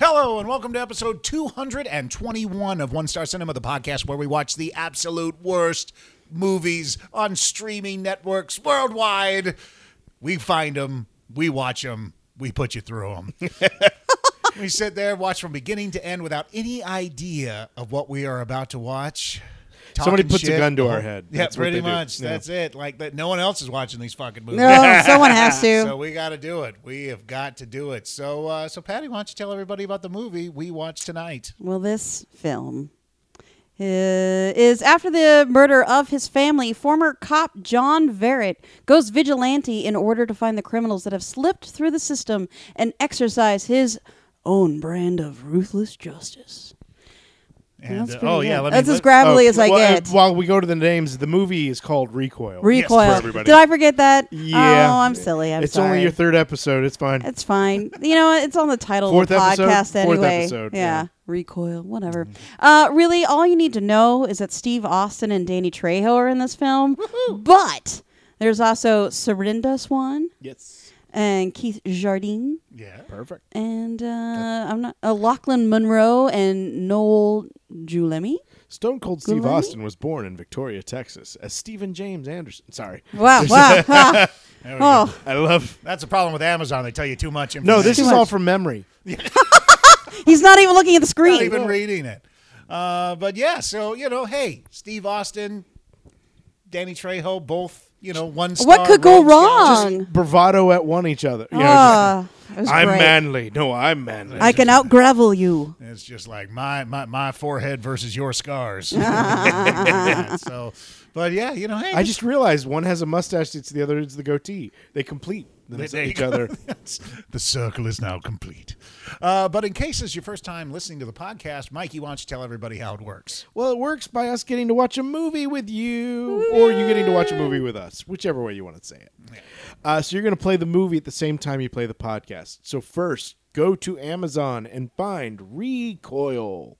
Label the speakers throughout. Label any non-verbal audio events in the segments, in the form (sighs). Speaker 1: Hello, and welcome to episode 221 of One Star Cinema, the podcast where we watch the absolute worst movies on streaming networks worldwide. We find them, we watch them, we put you through them. (laughs) we sit there, watch from beginning to end without any idea of what we are about to watch.
Speaker 2: Somebody
Speaker 1: Talking
Speaker 2: puts a
Speaker 1: shit. Uh-huh.
Speaker 2: gun to our head.
Speaker 1: Yeah,
Speaker 2: That's what
Speaker 1: pretty
Speaker 2: they do.
Speaker 1: much.
Speaker 2: Yeah.
Speaker 1: That's it. Like that. No one else is watching these fucking movies.
Speaker 3: (laughs) No, someone has to.
Speaker 1: So we got to do it. We have got to do it. So, uh, so Patty, why don't you tell everybody about the movie we watched tonight?
Speaker 3: well, this film uh, is after the murder of his family. Former cop John Verrett goes vigilante in order to find the criminals that have slipped through the system and exercise his own brand of ruthless justice.
Speaker 1: And,
Speaker 3: That's
Speaker 1: uh,
Speaker 3: pretty
Speaker 1: oh yeah,
Speaker 3: good.
Speaker 1: let me.
Speaker 3: That's as
Speaker 1: let-
Speaker 3: gravelly
Speaker 2: Oh,
Speaker 3: as I
Speaker 2: well, uh,
Speaker 3: get.
Speaker 2: While we go to the names, the movie is called Recoil.
Speaker 3: Recoil.
Speaker 2: everybody.
Speaker 3: Did I forget that?
Speaker 2: Yeah.
Speaker 3: Oh, I'm silly. I'm
Speaker 2: it's
Speaker 3: sorry.
Speaker 2: only your third episode. It's fine.
Speaker 3: It's fine. You know, it's on the title
Speaker 2: Fourth
Speaker 3: of the
Speaker 2: episode?
Speaker 3: podcast
Speaker 2: Fourth
Speaker 3: anyway.
Speaker 2: episode,
Speaker 3: yeah.
Speaker 2: yeah.
Speaker 3: Recoil, whatever. Uh, really, all you need to know is that Steve Austin and Danny Trejo are in this film, but there's also Serinda Swan
Speaker 2: yes.
Speaker 3: and Keith Jardine
Speaker 1: Yeah.
Speaker 2: Perfect.
Speaker 3: and uh, I'm not uh, Lachlan Monroe and Noel Julemi.
Speaker 2: Stone Cold Steve
Speaker 3: Glenn?
Speaker 2: Austin was born in Victoria, Texas, as Stephen James Anderson. Sorry.
Speaker 3: Wow, wow, ah,
Speaker 1: There we go.
Speaker 3: oh,
Speaker 2: I love.
Speaker 1: That's the problem with Amazon. They tell you too much information.
Speaker 2: (laughs) No, this
Speaker 3: Too
Speaker 2: is
Speaker 3: much.
Speaker 2: all from memory.
Speaker 3: he's not even looking at the
Speaker 1: not
Speaker 3: screen.
Speaker 1: even reading it. Uh, but yeah, so you know, hey, Steve Austin, Danny Trejo, both you know, one star.
Speaker 3: what could go
Speaker 1: Rhodes Scholars.
Speaker 3: wrong?
Speaker 2: Bravado at one each other. You know, just,
Speaker 3: Ah, it was
Speaker 2: I'm
Speaker 3: great.
Speaker 2: manly. No, I'm manly.
Speaker 3: I can out gravel you.
Speaker 1: It's just like my my, my forehead versus your
Speaker 3: (laughs)
Speaker 1: scars. (laughs) Yeah, so, but yeah, you know, hey,
Speaker 2: I just realized one has a mustache. It's the other. It's the goatee. They complete them-
Speaker 1: There you
Speaker 2: each
Speaker 1: go.
Speaker 2: (laughs) other.
Speaker 1: That's- the circle is now complete. Uh, but in case it's your first time listening to the podcast, Mikey, why don't you tell everybody how it works?
Speaker 2: Well, it works by us getting to watch a movie with you, or you getting to watch a movie with us, whichever way you want to say it. Uh, so you're going to play the movie at the same time you play the podcast. So first, go to Amazon and find Recoil.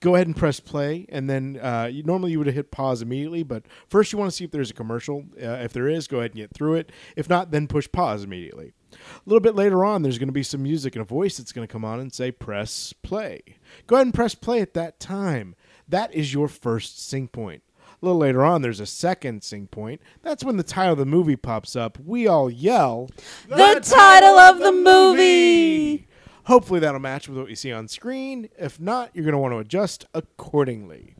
Speaker 2: Go ahead and press play, and then uh, you, normally you would have hit pause immediately, but first you want to see if there's a commercial. Uh, if there is, go ahead and get through it. If not, then push pause immediately. A little bit later on, there's going to be some music and a voice that's going to come on and say, press play. Go ahead and press play at that time. That is your first sync point. A little later on, there's a second sync point. That's when the title of the movie pops up. We all yell.
Speaker 3: The title of the movie.
Speaker 2: Hopefully, that'll match with what you see on screen. If not, you're going to want to adjust accordingly.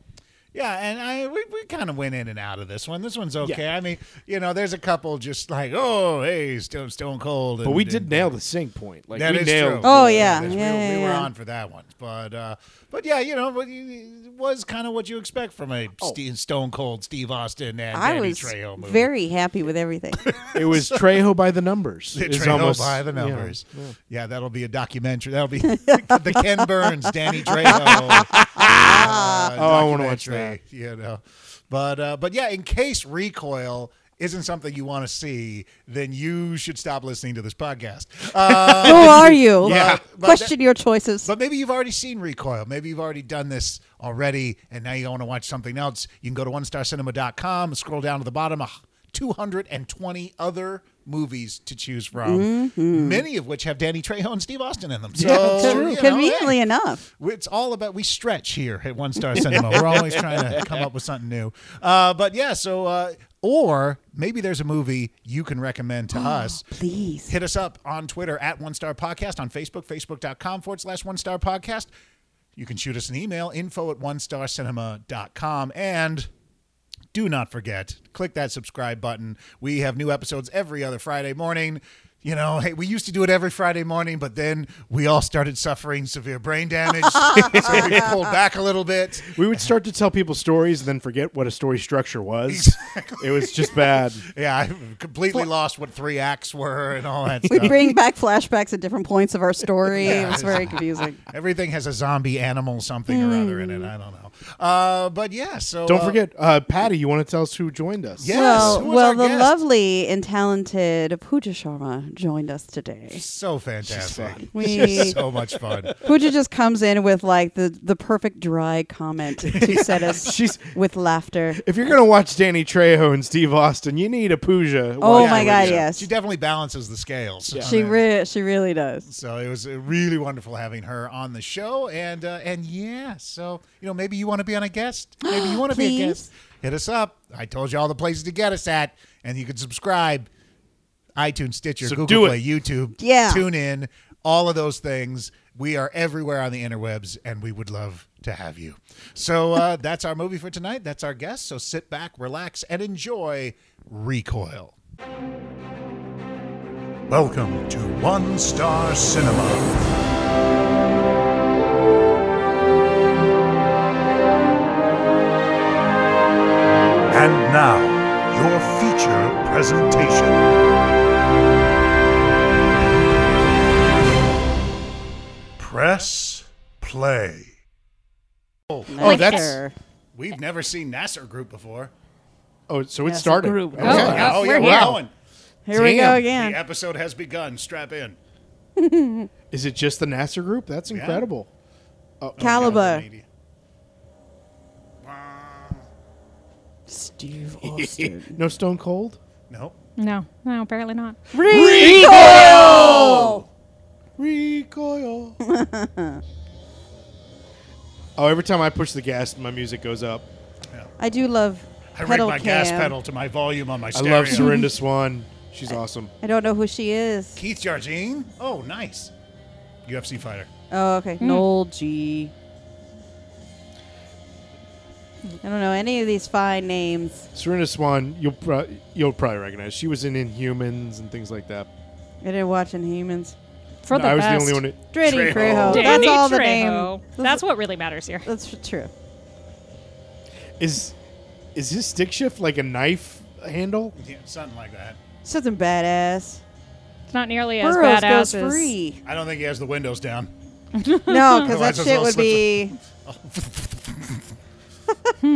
Speaker 1: Yeah, and I we, we kind of went in and out of this one. This one's okay. I mean, you know, there's a couple just like, oh, hey, Stone, Stone Cold.
Speaker 2: But we did nail the sync point. Like
Speaker 1: That
Speaker 2: we
Speaker 1: is
Speaker 2: nailed.
Speaker 1: true.
Speaker 3: Oh, yeah.
Speaker 1: Yes,
Speaker 3: Yeah,
Speaker 1: we,
Speaker 3: yeah,
Speaker 1: we were
Speaker 3: yeah.
Speaker 1: on for that one, but uh, but yeah, you know, but it was kind of what you expect from a
Speaker 2: Oh.
Speaker 1: Ste Stone Cold Steve Austin and
Speaker 3: I
Speaker 1: Danny
Speaker 3: was
Speaker 1: Trejo movie.
Speaker 3: very happy
Speaker 1: (laughs)
Speaker 3: with everything.
Speaker 2: It was Trejo by the numbers. It's
Speaker 1: Trejo
Speaker 2: almost-
Speaker 1: by the
Speaker 2: yeah.
Speaker 1: numbers. Yeah, that'll be a documentary. That'll
Speaker 2: (laughs)
Speaker 1: be the Ken Burns, Danny Trejo. uh,
Speaker 2: Oh, I wanna watch
Speaker 1: documentary, You know, but uh, but yeah, in case recoil isn't something you want to see, then you should stop listening to this podcast. Uh,
Speaker 3: Who are you?
Speaker 1: Yeah. But
Speaker 3: Question your choices.
Speaker 1: but maybe you've already seen Recoil. Maybe you've already done this already, and now you want to watch something else. You can go to onestarcinema.com, scroll down to the bottom, ah, 220 other movies to choose from,
Speaker 3: Mm-hmm.
Speaker 1: many of which have Danny Trejo and Steve Austin in them. So,
Speaker 2: it's true.
Speaker 1: uh, you know,
Speaker 3: Conveniently
Speaker 1: hey,
Speaker 3: enough.
Speaker 1: it's all about we stretch here at One
Speaker 3: (laughs)
Speaker 1: Star Cinema. We're always trying to come up with something new. Uh, but yeah, so uh, or maybe there's a movie you can recommend
Speaker 3: (gasps)
Speaker 1: to us
Speaker 3: Please.
Speaker 1: hit us up on Twitter at One Star Podcast, on Facebook, facebook.com forward slash One Star Podcast. You can shoot us an email, info at onestarcinema.com. And do not forget, click that subscribe button. We have new episodes every other Friday morning. You know, hey, we used to do it every Friday morning, but then we all started suffering severe brain damage. so we pulled back a little bit.
Speaker 2: We would start to tell people stories and then forget what a story
Speaker 1: (laughs)
Speaker 2: structure was. It was just bad.
Speaker 1: Yeah, I completely lost what three acts were and all that
Speaker 3: We
Speaker 1: stuff.
Speaker 3: bring back flashbacks at different points of
Speaker 1: (laughs)
Speaker 3: our story.
Speaker 1: Yeah.
Speaker 3: It was very confusing.
Speaker 1: Everything has a zombie animal something or other in it. I don't know. Uh, but yeah, so
Speaker 2: Hmm. Don't
Speaker 1: uh,
Speaker 2: forget, uh, Patty, you want to tell us who joined us?
Speaker 1: Yeah. Yes,
Speaker 3: Well,
Speaker 1: who was
Speaker 3: well
Speaker 1: our
Speaker 3: the
Speaker 1: guest?
Speaker 3: lovely and talented Pooja Sharma joined us today.
Speaker 1: uh, So fantastic. (laughs)
Speaker 3: We
Speaker 1: So much
Speaker 2: (laughs)
Speaker 1: fun.
Speaker 3: Pooja just comes in with like the, the perfect dry
Speaker 1: (laughs)
Speaker 3: comment to set us
Speaker 2: She's
Speaker 3: with laughter.
Speaker 2: if you're gonna watch Danny Trejo and Steve Austin, you need a Pooja.
Speaker 3: Oh
Speaker 2: watching
Speaker 3: my
Speaker 2: with
Speaker 3: God,
Speaker 2: you.
Speaker 3: yeah. yes.
Speaker 1: She definitely balances the scales. on
Speaker 3: She
Speaker 1: that.
Speaker 3: re- she really does.
Speaker 1: So it was uh, really wonderful having her on the show, and uh, and yeah, so you know maybe you want to be on a
Speaker 2: (gasps)
Speaker 1: guest, maybe you want to be a guest, hit us up. I told you all the places to get us at, and you can subscribe, iTunes, Stitcher,
Speaker 2: So do
Speaker 1: Google
Speaker 2: it.
Speaker 1: Play, YouTube,
Speaker 3: Yeah.
Speaker 1: tune in, all of those things. We are everywhere on the interwebs, and we would love to have you. So uh, that's our movie for tonight. That's our guest. So sit back, relax, and enjoy Recoil. Welcome to One Star Cinema. And now, your feature presentation. Press play.
Speaker 2: Oh, that's-
Speaker 3: Sure.
Speaker 1: We've never seen Nasser Group before.
Speaker 2: Oh, so it
Speaker 4: Yes,
Speaker 2: started.
Speaker 4: group.
Speaker 2: Okay.
Speaker 4: Oh, yeah,
Speaker 1: oh, yeah, we're
Speaker 4: we're here.
Speaker 1: going.
Speaker 3: Here we go
Speaker 2: Damn.
Speaker 3: again.
Speaker 1: The episode has begun. Strap in.
Speaker 2: Is it just the Nasser group? That's incredible.
Speaker 3: Caliber.
Speaker 1: Media.
Speaker 3: Steve
Speaker 1: (laughs)
Speaker 3: Austin.
Speaker 2: No Stone Cold.
Speaker 1: Nope.
Speaker 4: No, no, apparently not.
Speaker 3: Recoil!
Speaker 2: Recoil. oh, every time I push the gas, my music goes up.
Speaker 3: I do love
Speaker 1: I rigged
Speaker 3: pedal
Speaker 1: my
Speaker 3: cam.
Speaker 1: gas pedal to my volume on my
Speaker 2: I
Speaker 1: stereo.
Speaker 2: love Serinda Swan. She's awesome.
Speaker 3: I don't know who she is.
Speaker 1: Keith Jardine. Oh, nice. UFC fighter. (laughs)
Speaker 3: Oh, okay.
Speaker 4: Hmm.
Speaker 3: Noel G. I don't know any of these fine names.
Speaker 2: Serinda Swan, you'll pro- you'll probably recognize. She was in Inhumans and things like that.
Speaker 3: I didn't watch Inhumans.
Speaker 4: For
Speaker 2: No,
Speaker 4: the
Speaker 2: I was
Speaker 4: best.
Speaker 2: the only one. Who-
Speaker 1: Trejo.
Speaker 3: Dreddy Trejo. That's
Speaker 4: Danny
Speaker 3: all the
Speaker 4: Trejo.
Speaker 3: name.
Speaker 4: That's what really matters here.
Speaker 3: That's true.
Speaker 2: is is his stick shift like a knife handle?
Speaker 1: Yeah, something like that.
Speaker 3: Something badass.
Speaker 4: It's not nearly as
Speaker 3: Burrows
Speaker 4: badass
Speaker 3: goes
Speaker 4: as
Speaker 3: free.
Speaker 1: I don't think he has the windows down.
Speaker 3: (laughs) No, because that
Speaker 1: Otherwise it's
Speaker 3: shit
Speaker 1: all
Speaker 3: would
Speaker 1: slippery.
Speaker 3: be.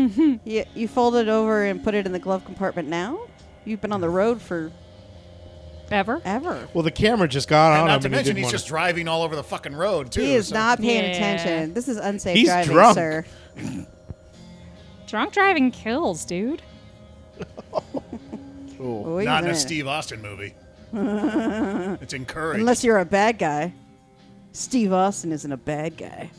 Speaker 3: you, (laughs) you fold it over and put it in the glove compartment now? You've been on the road for
Speaker 4: ever.
Speaker 3: ever.
Speaker 2: Well, the camera just got
Speaker 1: And
Speaker 2: on
Speaker 1: not
Speaker 2: him.
Speaker 1: to
Speaker 2: and he
Speaker 1: mention,
Speaker 2: didn't
Speaker 1: he's
Speaker 2: wanna-
Speaker 1: just driving all over the fucking road, too.
Speaker 3: He is
Speaker 1: so-
Speaker 3: not paying
Speaker 4: Yeah.
Speaker 3: attention. This is unsafe
Speaker 2: He's
Speaker 3: driving,
Speaker 2: drunk.
Speaker 3: sir.
Speaker 4: Drunk driving kills, dude.
Speaker 2: Oh.
Speaker 3: Wait
Speaker 1: Not in a
Speaker 3: minute.
Speaker 1: Steve Austin
Speaker 3: (laughs)
Speaker 1: movie. it's encouraged.
Speaker 3: Unless you're a bad guy. Steve Austin isn't a bad guy.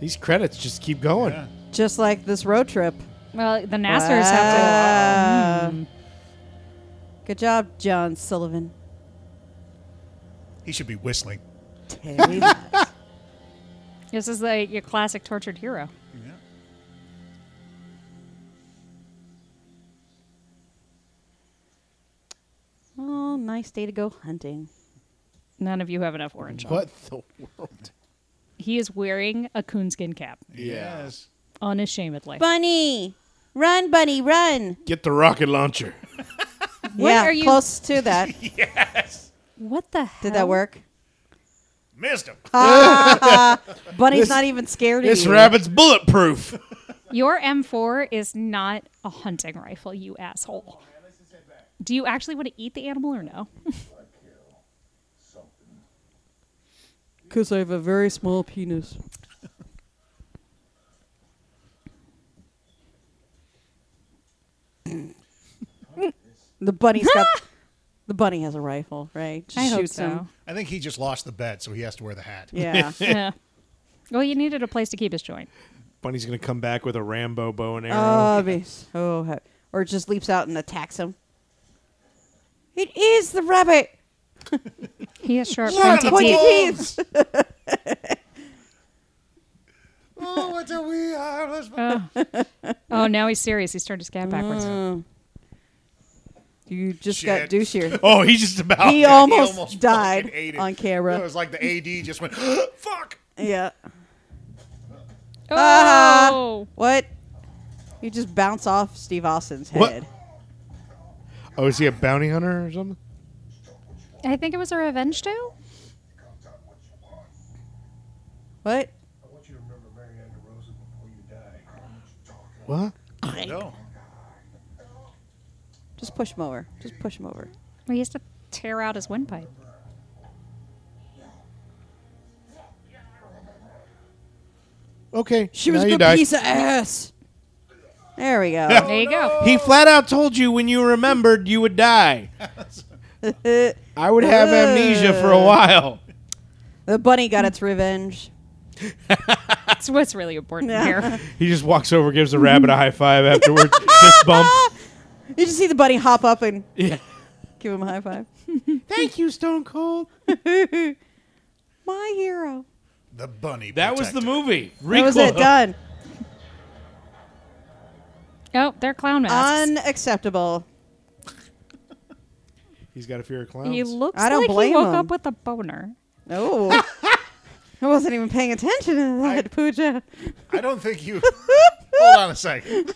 Speaker 2: These credits just keep going.
Speaker 1: Yeah.
Speaker 3: Just like this road trip.
Speaker 4: Well, the Nassers have
Speaker 3: Uh, Good job,
Speaker 1: (laughs)
Speaker 3: John Sullivan.
Speaker 1: he should be whistling.
Speaker 3: Tell me that.
Speaker 4: to. This is like your classic tortured hero.
Speaker 1: Yeah.
Speaker 3: Oh, nice day to go hunting.
Speaker 4: None of you have enough orange. on.
Speaker 2: What the world?
Speaker 4: He is wearing a coonskin cap
Speaker 1: Yes.
Speaker 4: unashamedly.
Speaker 3: Bunny! Run, bunny, run!
Speaker 2: Get the rocket launcher.
Speaker 4: What
Speaker 3: yeah,
Speaker 4: are you-
Speaker 3: close to that. (laughs)
Speaker 4: what the hell?
Speaker 3: Did that work?
Speaker 1: Missed him.
Speaker 3: (laughs) Bunny's
Speaker 2: This-
Speaker 3: not even scared
Speaker 2: This
Speaker 3: of you.
Speaker 2: rabbit's bulletproof. (laughs)
Speaker 4: Your M4 is not a hunting rifle, you asshole. Do you actually want to eat the animal or no?
Speaker 5: Because I have a very small penis.
Speaker 3: (laughs) The bunny's got. (laughs) The bunny has a rifle, right? Just
Speaker 4: I hope
Speaker 3: shoots
Speaker 4: so.
Speaker 3: (laughs) him.
Speaker 1: I think he just lost the bet, so he has to wear the hat.
Speaker 3: (laughs) Yeah. Oh,
Speaker 4: yeah. Well, you needed a place to keep his joint.
Speaker 2: Bunny's gonna come back with a Rambo bow and arrow.
Speaker 3: Oh, be so happy. Or just leaps out and attacks him. It is the rabbit.
Speaker 4: He has sharp
Speaker 1: Look at
Speaker 4: pointy
Speaker 1: the
Speaker 4: teeth.
Speaker 1: balls!
Speaker 3: (laughs)
Speaker 4: (laughs)
Speaker 1: oh, what a wee Irish-
Speaker 4: Oh, now he's serious. He's turned his cap backwards.
Speaker 3: You just
Speaker 1: (laughs) Shit.
Speaker 3: got douchier.
Speaker 2: oh, he's just about.
Speaker 1: (laughs)
Speaker 3: He
Speaker 1: Yeah,
Speaker 3: almost,
Speaker 1: fucking ate
Speaker 3: died
Speaker 1: it.
Speaker 3: on
Speaker 1: It
Speaker 3: camera.
Speaker 1: was like the AD just went, (gasps) fuck!
Speaker 3: (laughs) Yeah.
Speaker 4: Oh,
Speaker 3: What? You just bounce off Steve Austin's
Speaker 2: What?
Speaker 3: head.
Speaker 2: Oh, is he a bounty hunter or something?
Speaker 4: I think it was a revenge tale.
Speaker 3: What?
Speaker 6: I want you to remember Marianne DeRosa before you die. I want you to talk.
Speaker 2: What?
Speaker 1: No.
Speaker 3: Just push him over. Just push him over.
Speaker 4: Well, he has to tear out his windpipe.
Speaker 2: Okay.
Speaker 3: She was
Speaker 2: now
Speaker 3: a
Speaker 2: you
Speaker 3: good
Speaker 2: die.
Speaker 3: piece of ass. There
Speaker 1: (laughs)
Speaker 3: we go.
Speaker 4: There you go.
Speaker 2: He flat out told you when you remembered you would die.
Speaker 3: Uh,
Speaker 2: I would have amnesia for a while.
Speaker 3: the bunny got its revenge.
Speaker 4: That's what's really important here.
Speaker 2: He just walks over, gives the rabbit a high five afterwards,
Speaker 3: (laughs)
Speaker 2: fist bump.
Speaker 3: Ah! You just see the bunny hop up and
Speaker 2: Yeah.
Speaker 3: give him a high five.
Speaker 2: Thank you, Stone Cold.
Speaker 3: My hero.
Speaker 1: The bunny.
Speaker 2: That was the
Speaker 1: protector.
Speaker 2: movie.
Speaker 3: That was it. (laughs) Done.
Speaker 4: Oh, they're clown masks.
Speaker 3: Unacceptable.
Speaker 2: He's got a fear of clowns.
Speaker 4: he looks
Speaker 3: I don't
Speaker 4: like
Speaker 3: blame
Speaker 4: he woke
Speaker 3: him.
Speaker 4: up with a boner.
Speaker 3: No. Oh.
Speaker 1: (laughs)
Speaker 3: I wasn't even paying attention to that, Pooja.
Speaker 1: I don't think
Speaker 3: (laughs)
Speaker 1: you. Hold on a second.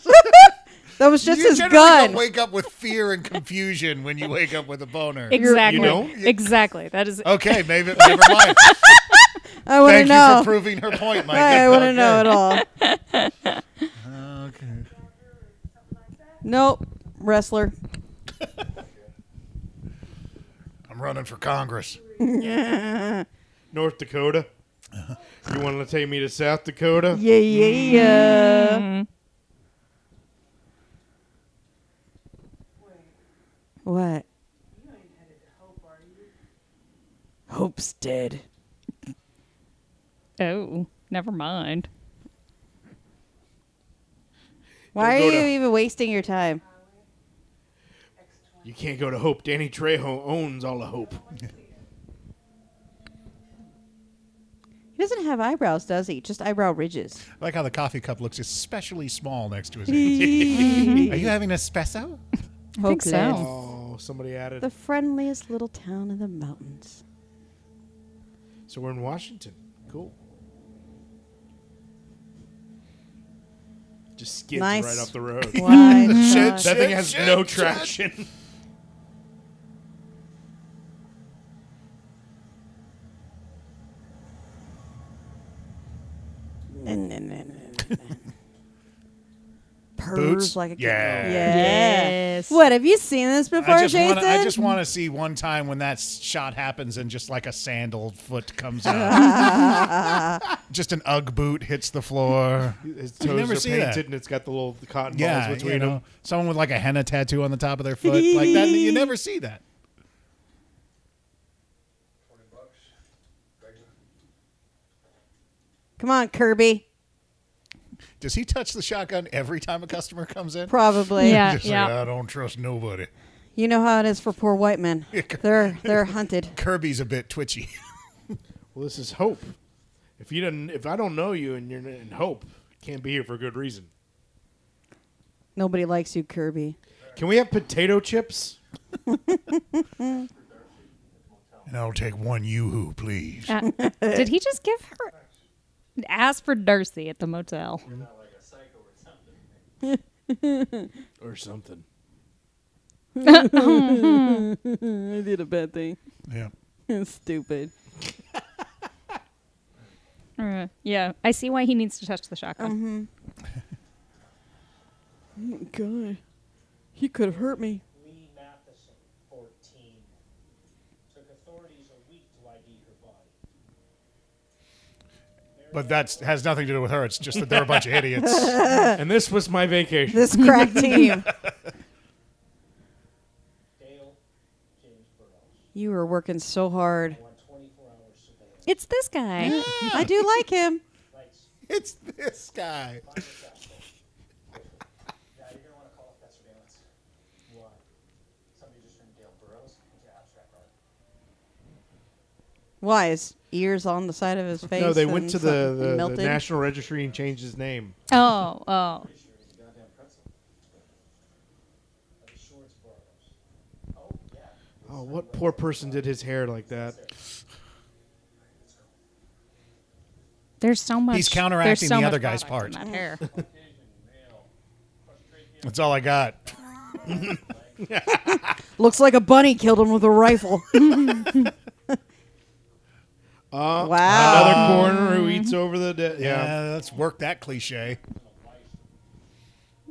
Speaker 3: That was just
Speaker 1: you
Speaker 3: his
Speaker 1: generally don't
Speaker 3: gun.
Speaker 1: wake up with fear and confusion when you wake up with a boner.
Speaker 4: Exactly.
Speaker 2: don't?
Speaker 4: (laughs) Exactly. That is.
Speaker 1: Okay,
Speaker 3: (laughs)
Speaker 1: maybe never mind.
Speaker 3: I want
Speaker 1: Thank
Speaker 3: to
Speaker 1: you
Speaker 3: know.
Speaker 1: for proving her point, Mike.
Speaker 3: I want to know it
Speaker 1: (laughs)
Speaker 3: all. Nope. Wrestler.
Speaker 1: I'm running for Congress.
Speaker 2: North Dakota. You want to take me to South Dakota?
Speaker 3: Yeah, yeah, yeah.
Speaker 1: Mm.
Speaker 3: What? Hope's dead.
Speaker 4: Oh, never mind.
Speaker 3: Why are
Speaker 2: Don't
Speaker 3: you
Speaker 2: go to-
Speaker 3: even wasting your time?
Speaker 2: You can't go to Hope. Danny Trejo owns all of Hope.
Speaker 3: He doesn't have eyebrows, does he? Just eyebrow ridges.
Speaker 1: I like how the coffee cup looks especially small next to his hands. Are you having espresso?
Speaker 4: I think
Speaker 3: Hopeless.
Speaker 4: so.
Speaker 2: Oh, somebody added.
Speaker 3: The friendliest little town in the mountains.
Speaker 2: so we're in Washington. Cool. Just skids
Speaker 3: Nice.
Speaker 2: right off the road.
Speaker 3: (laughs) Why?
Speaker 1: (laughs) Shit,
Speaker 2: That thing
Speaker 1: shit,
Speaker 2: has
Speaker 1: shit,
Speaker 2: no
Speaker 1: shit.
Speaker 2: traction.
Speaker 3: Nah, nah, nah, nah, nah. Purrs
Speaker 1: Boots?
Speaker 3: like a cat.
Speaker 1: Yeah.
Speaker 3: yeah.
Speaker 4: Yes.
Speaker 3: What have you seen this before,
Speaker 1: I just,
Speaker 3: Jason?
Speaker 1: wanna, I just want to see one time when that s- shot happens and just like a sandal foot comes out. just an Ugg boot hits the floor.
Speaker 2: His
Speaker 1: You
Speaker 2: toes
Speaker 1: never
Speaker 2: are
Speaker 1: see
Speaker 2: painted,
Speaker 1: that.
Speaker 2: and it's got the little the cotton
Speaker 1: Yeah,
Speaker 2: balls between
Speaker 1: you know,
Speaker 2: them.
Speaker 1: someone with like a henna tattoo on the top of their foot like that. You never see that.
Speaker 3: Come on, Kirby.
Speaker 1: Does he touch the shotgun every time a customer comes in?
Speaker 3: Probably.
Speaker 4: Yeah.
Speaker 1: Just like, I don't trust nobody.
Speaker 3: You know how it is for poor white men. They're they're hunted.
Speaker 1: Kirby's a bit twitchy. (laughs)
Speaker 2: Well, this is Hope. If you didn't, if I don't know you and you're in Hope, can't be here for good reason.
Speaker 3: Nobody likes you, Kirby.
Speaker 2: Can we have potato chips?
Speaker 1: and I'll take one yoo-hoo, please.
Speaker 4: Uh, (laughs) did he just give her an ass for Darcy at the motel?
Speaker 2: or something.
Speaker 7: I did a bad thing. (laughs)
Speaker 1: yeah.
Speaker 7: Stupid.
Speaker 4: Uh, yeah, I see why he needs to touch the shotgun.
Speaker 7: God, he could have hurt me.
Speaker 8: Lee Matheson, 14, took authorities a week to ID her body.
Speaker 1: But that has nothing to do with her. It's just that they're a bunch of idiots. (laughs)
Speaker 3: Uh.
Speaker 2: and this was my vacation.
Speaker 3: This
Speaker 7: (laughs)
Speaker 3: crack team.
Speaker 8: Dale James Burrows,
Speaker 3: You were working so hard.
Speaker 8: on 24-hour surveillance.
Speaker 4: It's this guy.
Speaker 3: I do like him.
Speaker 8: Lights,
Speaker 2: (laughs)
Speaker 1: it's this guy.
Speaker 8: now you're going to want to call up that surveillance. Why? Somebody just named Dale Burrows into abstract art.
Speaker 3: Why his ears on the side of his face?
Speaker 2: No, they
Speaker 3: and
Speaker 2: went to
Speaker 3: something
Speaker 2: the, the,
Speaker 3: melted?
Speaker 2: the National Registry and changed his name.
Speaker 4: Oh, oh.
Speaker 8: Are you sure it's Burrows?
Speaker 2: Oh, what poor person did his hair like that?
Speaker 4: There's so much.
Speaker 1: He's
Speaker 4: there's
Speaker 1: counteracting
Speaker 4: so
Speaker 1: the
Speaker 4: much
Speaker 1: other guy's
Speaker 4: product
Speaker 1: part.
Speaker 4: in that hair.
Speaker 1: That's all I got.
Speaker 3: Looks like a bunny killed him with a rifle. (laughs) wow.
Speaker 2: Another
Speaker 3: Um,
Speaker 2: coroner who eats over the dead.
Speaker 1: Yeah,
Speaker 2: Yeah.
Speaker 1: let's work that cliche.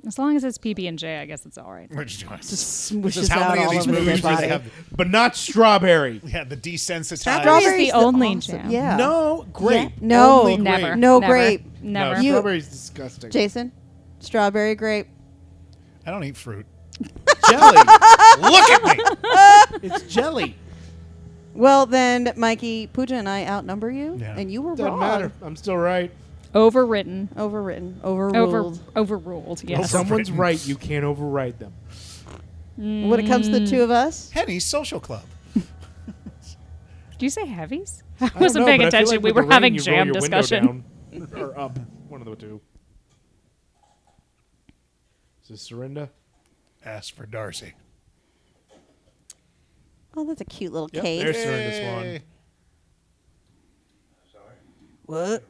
Speaker 4: As long as it's PB and J, I guess it's all right.
Speaker 1: Which is-
Speaker 9: Just
Speaker 1: This
Speaker 9: swishes
Speaker 1: is how
Speaker 9: out
Speaker 1: many of
Speaker 9: all
Speaker 1: these
Speaker 9: over their
Speaker 1: movies where
Speaker 9: body.
Speaker 1: they have
Speaker 2: but not strawberry.
Speaker 1: yeah the desensitized.
Speaker 4: Strawberry-
Speaker 3: Strawberries
Speaker 4: the
Speaker 3: is
Speaker 4: only
Speaker 3: awesome.
Speaker 4: jam.
Speaker 3: Yeah.
Speaker 2: No, grape.
Speaker 3: Yeah. No,
Speaker 2: Only grape.
Speaker 4: Never.
Speaker 3: No
Speaker 4: never,
Speaker 3: grape.
Speaker 4: Never.
Speaker 2: No,
Speaker 3: You-
Speaker 2: strawberry's disgusting.
Speaker 3: Jason, strawberry grape.
Speaker 1: I don't eat fruit.
Speaker 3: (laughs)
Speaker 2: jelly.
Speaker 1: Look at me. (laughs)
Speaker 2: It's jelly.
Speaker 3: Well, then, Mikey, Pooja and I outnumber you,
Speaker 1: Yeah.
Speaker 3: and you were
Speaker 2: Doesn't
Speaker 3: wrong.
Speaker 2: matter. I'm still right.
Speaker 4: Overwritten.
Speaker 3: Overwritten,
Speaker 4: Over,
Speaker 3: overruled.
Speaker 4: overruled. Yes.
Speaker 1: Over-
Speaker 2: Someone's right. You can't override them.
Speaker 3: When it comes to the two of us,
Speaker 1: Henny's Social Club.
Speaker 4: Do you say heavies? (laughs) I
Speaker 2: I don't know,
Speaker 4: wasn't paying
Speaker 2: but I feel
Speaker 4: attention.
Speaker 2: like
Speaker 4: we
Speaker 2: with the
Speaker 4: were having
Speaker 2: rain, you roll
Speaker 4: jam
Speaker 2: your window
Speaker 4: discussion.
Speaker 2: down (laughs) or up, one of the two. Is this Surrender?
Speaker 1: Ask for Darcy.
Speaker 3: oh, that's a cute little
Speaker 2: Yep,
Speaker 3: cake.
Speaker 2: there's Surrender Swan.
Speaker 1: Yay.
Speaker 3: What?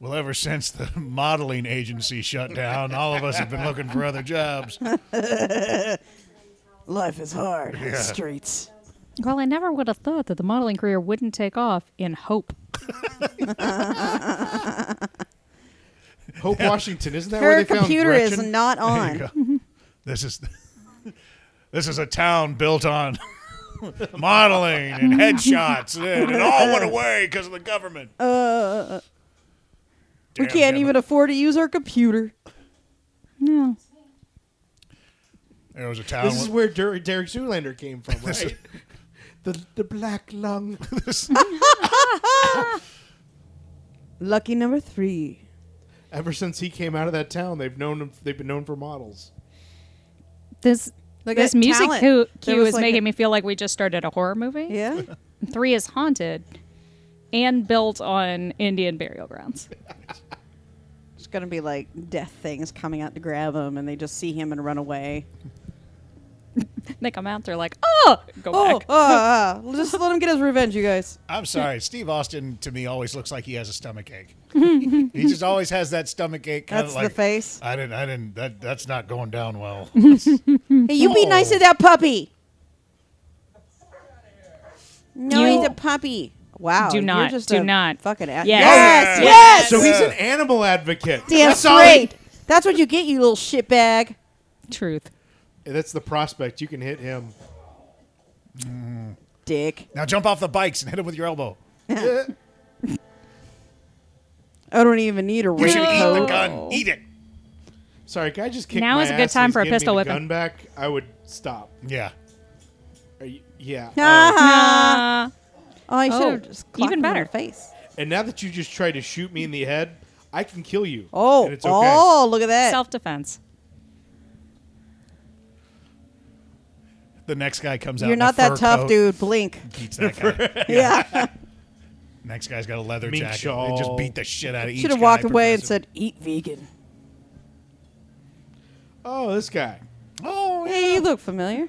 Speaker 1: Well, ever since the modeling agency shut down, all of us have been looking for other jobs.
Speaker 9: Life is hard. on the Streets.
Speaker 4: Well, I never would have thought that the modeling career wouldn't take off in hope.
Speaker 2: (laughs) Hope Washington, isn't that where
Speaker 3: Her
Speaker 2: they found
Speaker 3: computer is
Speaker 2: Gretchen?
Speaker 3: not
Speaker 1: (laughs) There you
Speaker 3: on.
Speaker 1: go. This is (laughs) this is a town built on (laughs) modeling and headshots, and it all went away because of the government.
Speaker 2: Oh.
Speaker 3: We
Speaker 1: Damn
Speaker 3: can't
Speaker 1: Democrats.
Speaker 3: even afford to use our computer.
Speaker 4: No.
Speaker 1: There was a town.
Speaker 2: This is where Der- Derek Zoolander came from,
Speaker 1: This is-
Speaker 2: right? (laughs) the the black lung. (laughs)
Speaker 1: (laughs) this-
Speaker 3: Lucky number three.
Speaker 2: Ever since he came out of that town, they've known him. They've been known for models.
Speaker 4: This
Speaker 3: Look
Speaker 4: this
Speaker 3: at
Speaker 4: music
Speaker 3: talent.
Speaker 4: cue,
Speaker 3: There
Speaker 4: cue
Speaker 3: was
Speaker 4: is
Speaker 3: like
Speaker 4: making
Speaker 3: a-
Speaker 4: me feel like we just started a horror movie.
Speaker 1: (laughs)
Speaker 3: Yeah.
Speaker 4: Three is haunted and built on Indian burial grounds.
Speaker 3: It's gonna be like death things coming out to grab him, and they just see him and run away.
Speaker 4: They come out, they're like, oh, go
Speaker 3: Oh,
Speaker 4: back.
Speaker 3: ah, ah. just let him get his revenge, you guys.
Speaker 1: I'm sorry, Steve Austin to me always looks like he has a stomach
Speaker 3: (laughs)
Speaker 1: ache. he just always has that stomach ache. Kind
Speaker 3: That's
Speaker 1: of like,
Speaker 3: the face.
Speaker 1: I didn't. I didn't. That that's not going down
Speaker 3: (laughs)
Speaker 1: well.
Speaker 3: Hey, you be nice to that puppy. No,
Speaker 4: You-
Speaker 3: he's a puppy. Wow.
Speaker 4: Do
Speaker 3: you're
Speaker 4: not,
Speaker 3: just
Speaker 4: do
Speaker 3: a
Speaker 4: not.
Speaker 3: Fucking a-
Speaker 4: Yes.
Speaker 3: Yes. Yes.
Speaker 2: So he's an animal advocate.
Speaker 3: Damn
Speaker 2: That's all he-
Speaker 3: straight. That's what you get, you little shitbag.
Speaker 4: Truth.
Speaker 2: That's the prospect. You can hit him.
Speaker 3: Dick.
Speaker 1: now jump off the bikes and hit him with your elbow.
Speaker 3: I don't even need a
Speaker 1: You should eat the
Speaker 3: raincoat.
Speaker 1: gun. Eat it.
Speaker 2: Sorry, can I just kick
Speaker 4: Now
Speaker 2: my
Speaker 4: is a good
Speaker 2: ass
Speaker 4: time
Speaker 2: and
Speaker 4: for a
Speaker 2: give me
Speaker 4: pistol
Speaker 2: the
Speaker 4: whipping.
Speaker 2: Gun back. I would stop.
Speaker 1: Yeah.
Speaker 2: Are you- yeah. uh,
Speaker 3: Ah.
Speaker 4: Uh,
Speaker 3: Oh, I
Speaker 4: Oh,
Speaker 3: should have just clocked
Speaker 4: even
Speaker 3: him in
Speaker 4: better.
Speaker 3: the face.
Speaker 2: and now that you just tried to shoot me in the head, I can kill you.
Speaker 3: Oh,
Speaker 2: and it's okay.
Speaker 3: oh, look at that.
Speaker 4: Self defense.
Speaker 1: The next guy comes out.
Speaker 3: You're
Speaker 1: in a
Speaker 3: not that
Speaker 1: fur
Speaker 3: tough,
Speaker 1: coat, (laughs)
Speaker 3: dude. Blink.
Speaker 1: Beats that
Speaker 3: (laughs)
Speaker 1: guy.
Speaker 3: Yeah.
Speaker 1: next guy's got a leather
Speaker 2: Mink
Speaker 1: jacket. They
Speaker 2: shawl.
Speaker 1: just beat the shit out of (laughs) each.
Speaker 3: should have
Speaker 1: guy
Speaker 3: walked away and
Speaker 1: progressively.
Speaker 3: said, "Eat vegan."
Speaker 2: Oh, this guy.
Speaker 1: "Oh, yeah.
Speaker 3: Hey, you look familiar.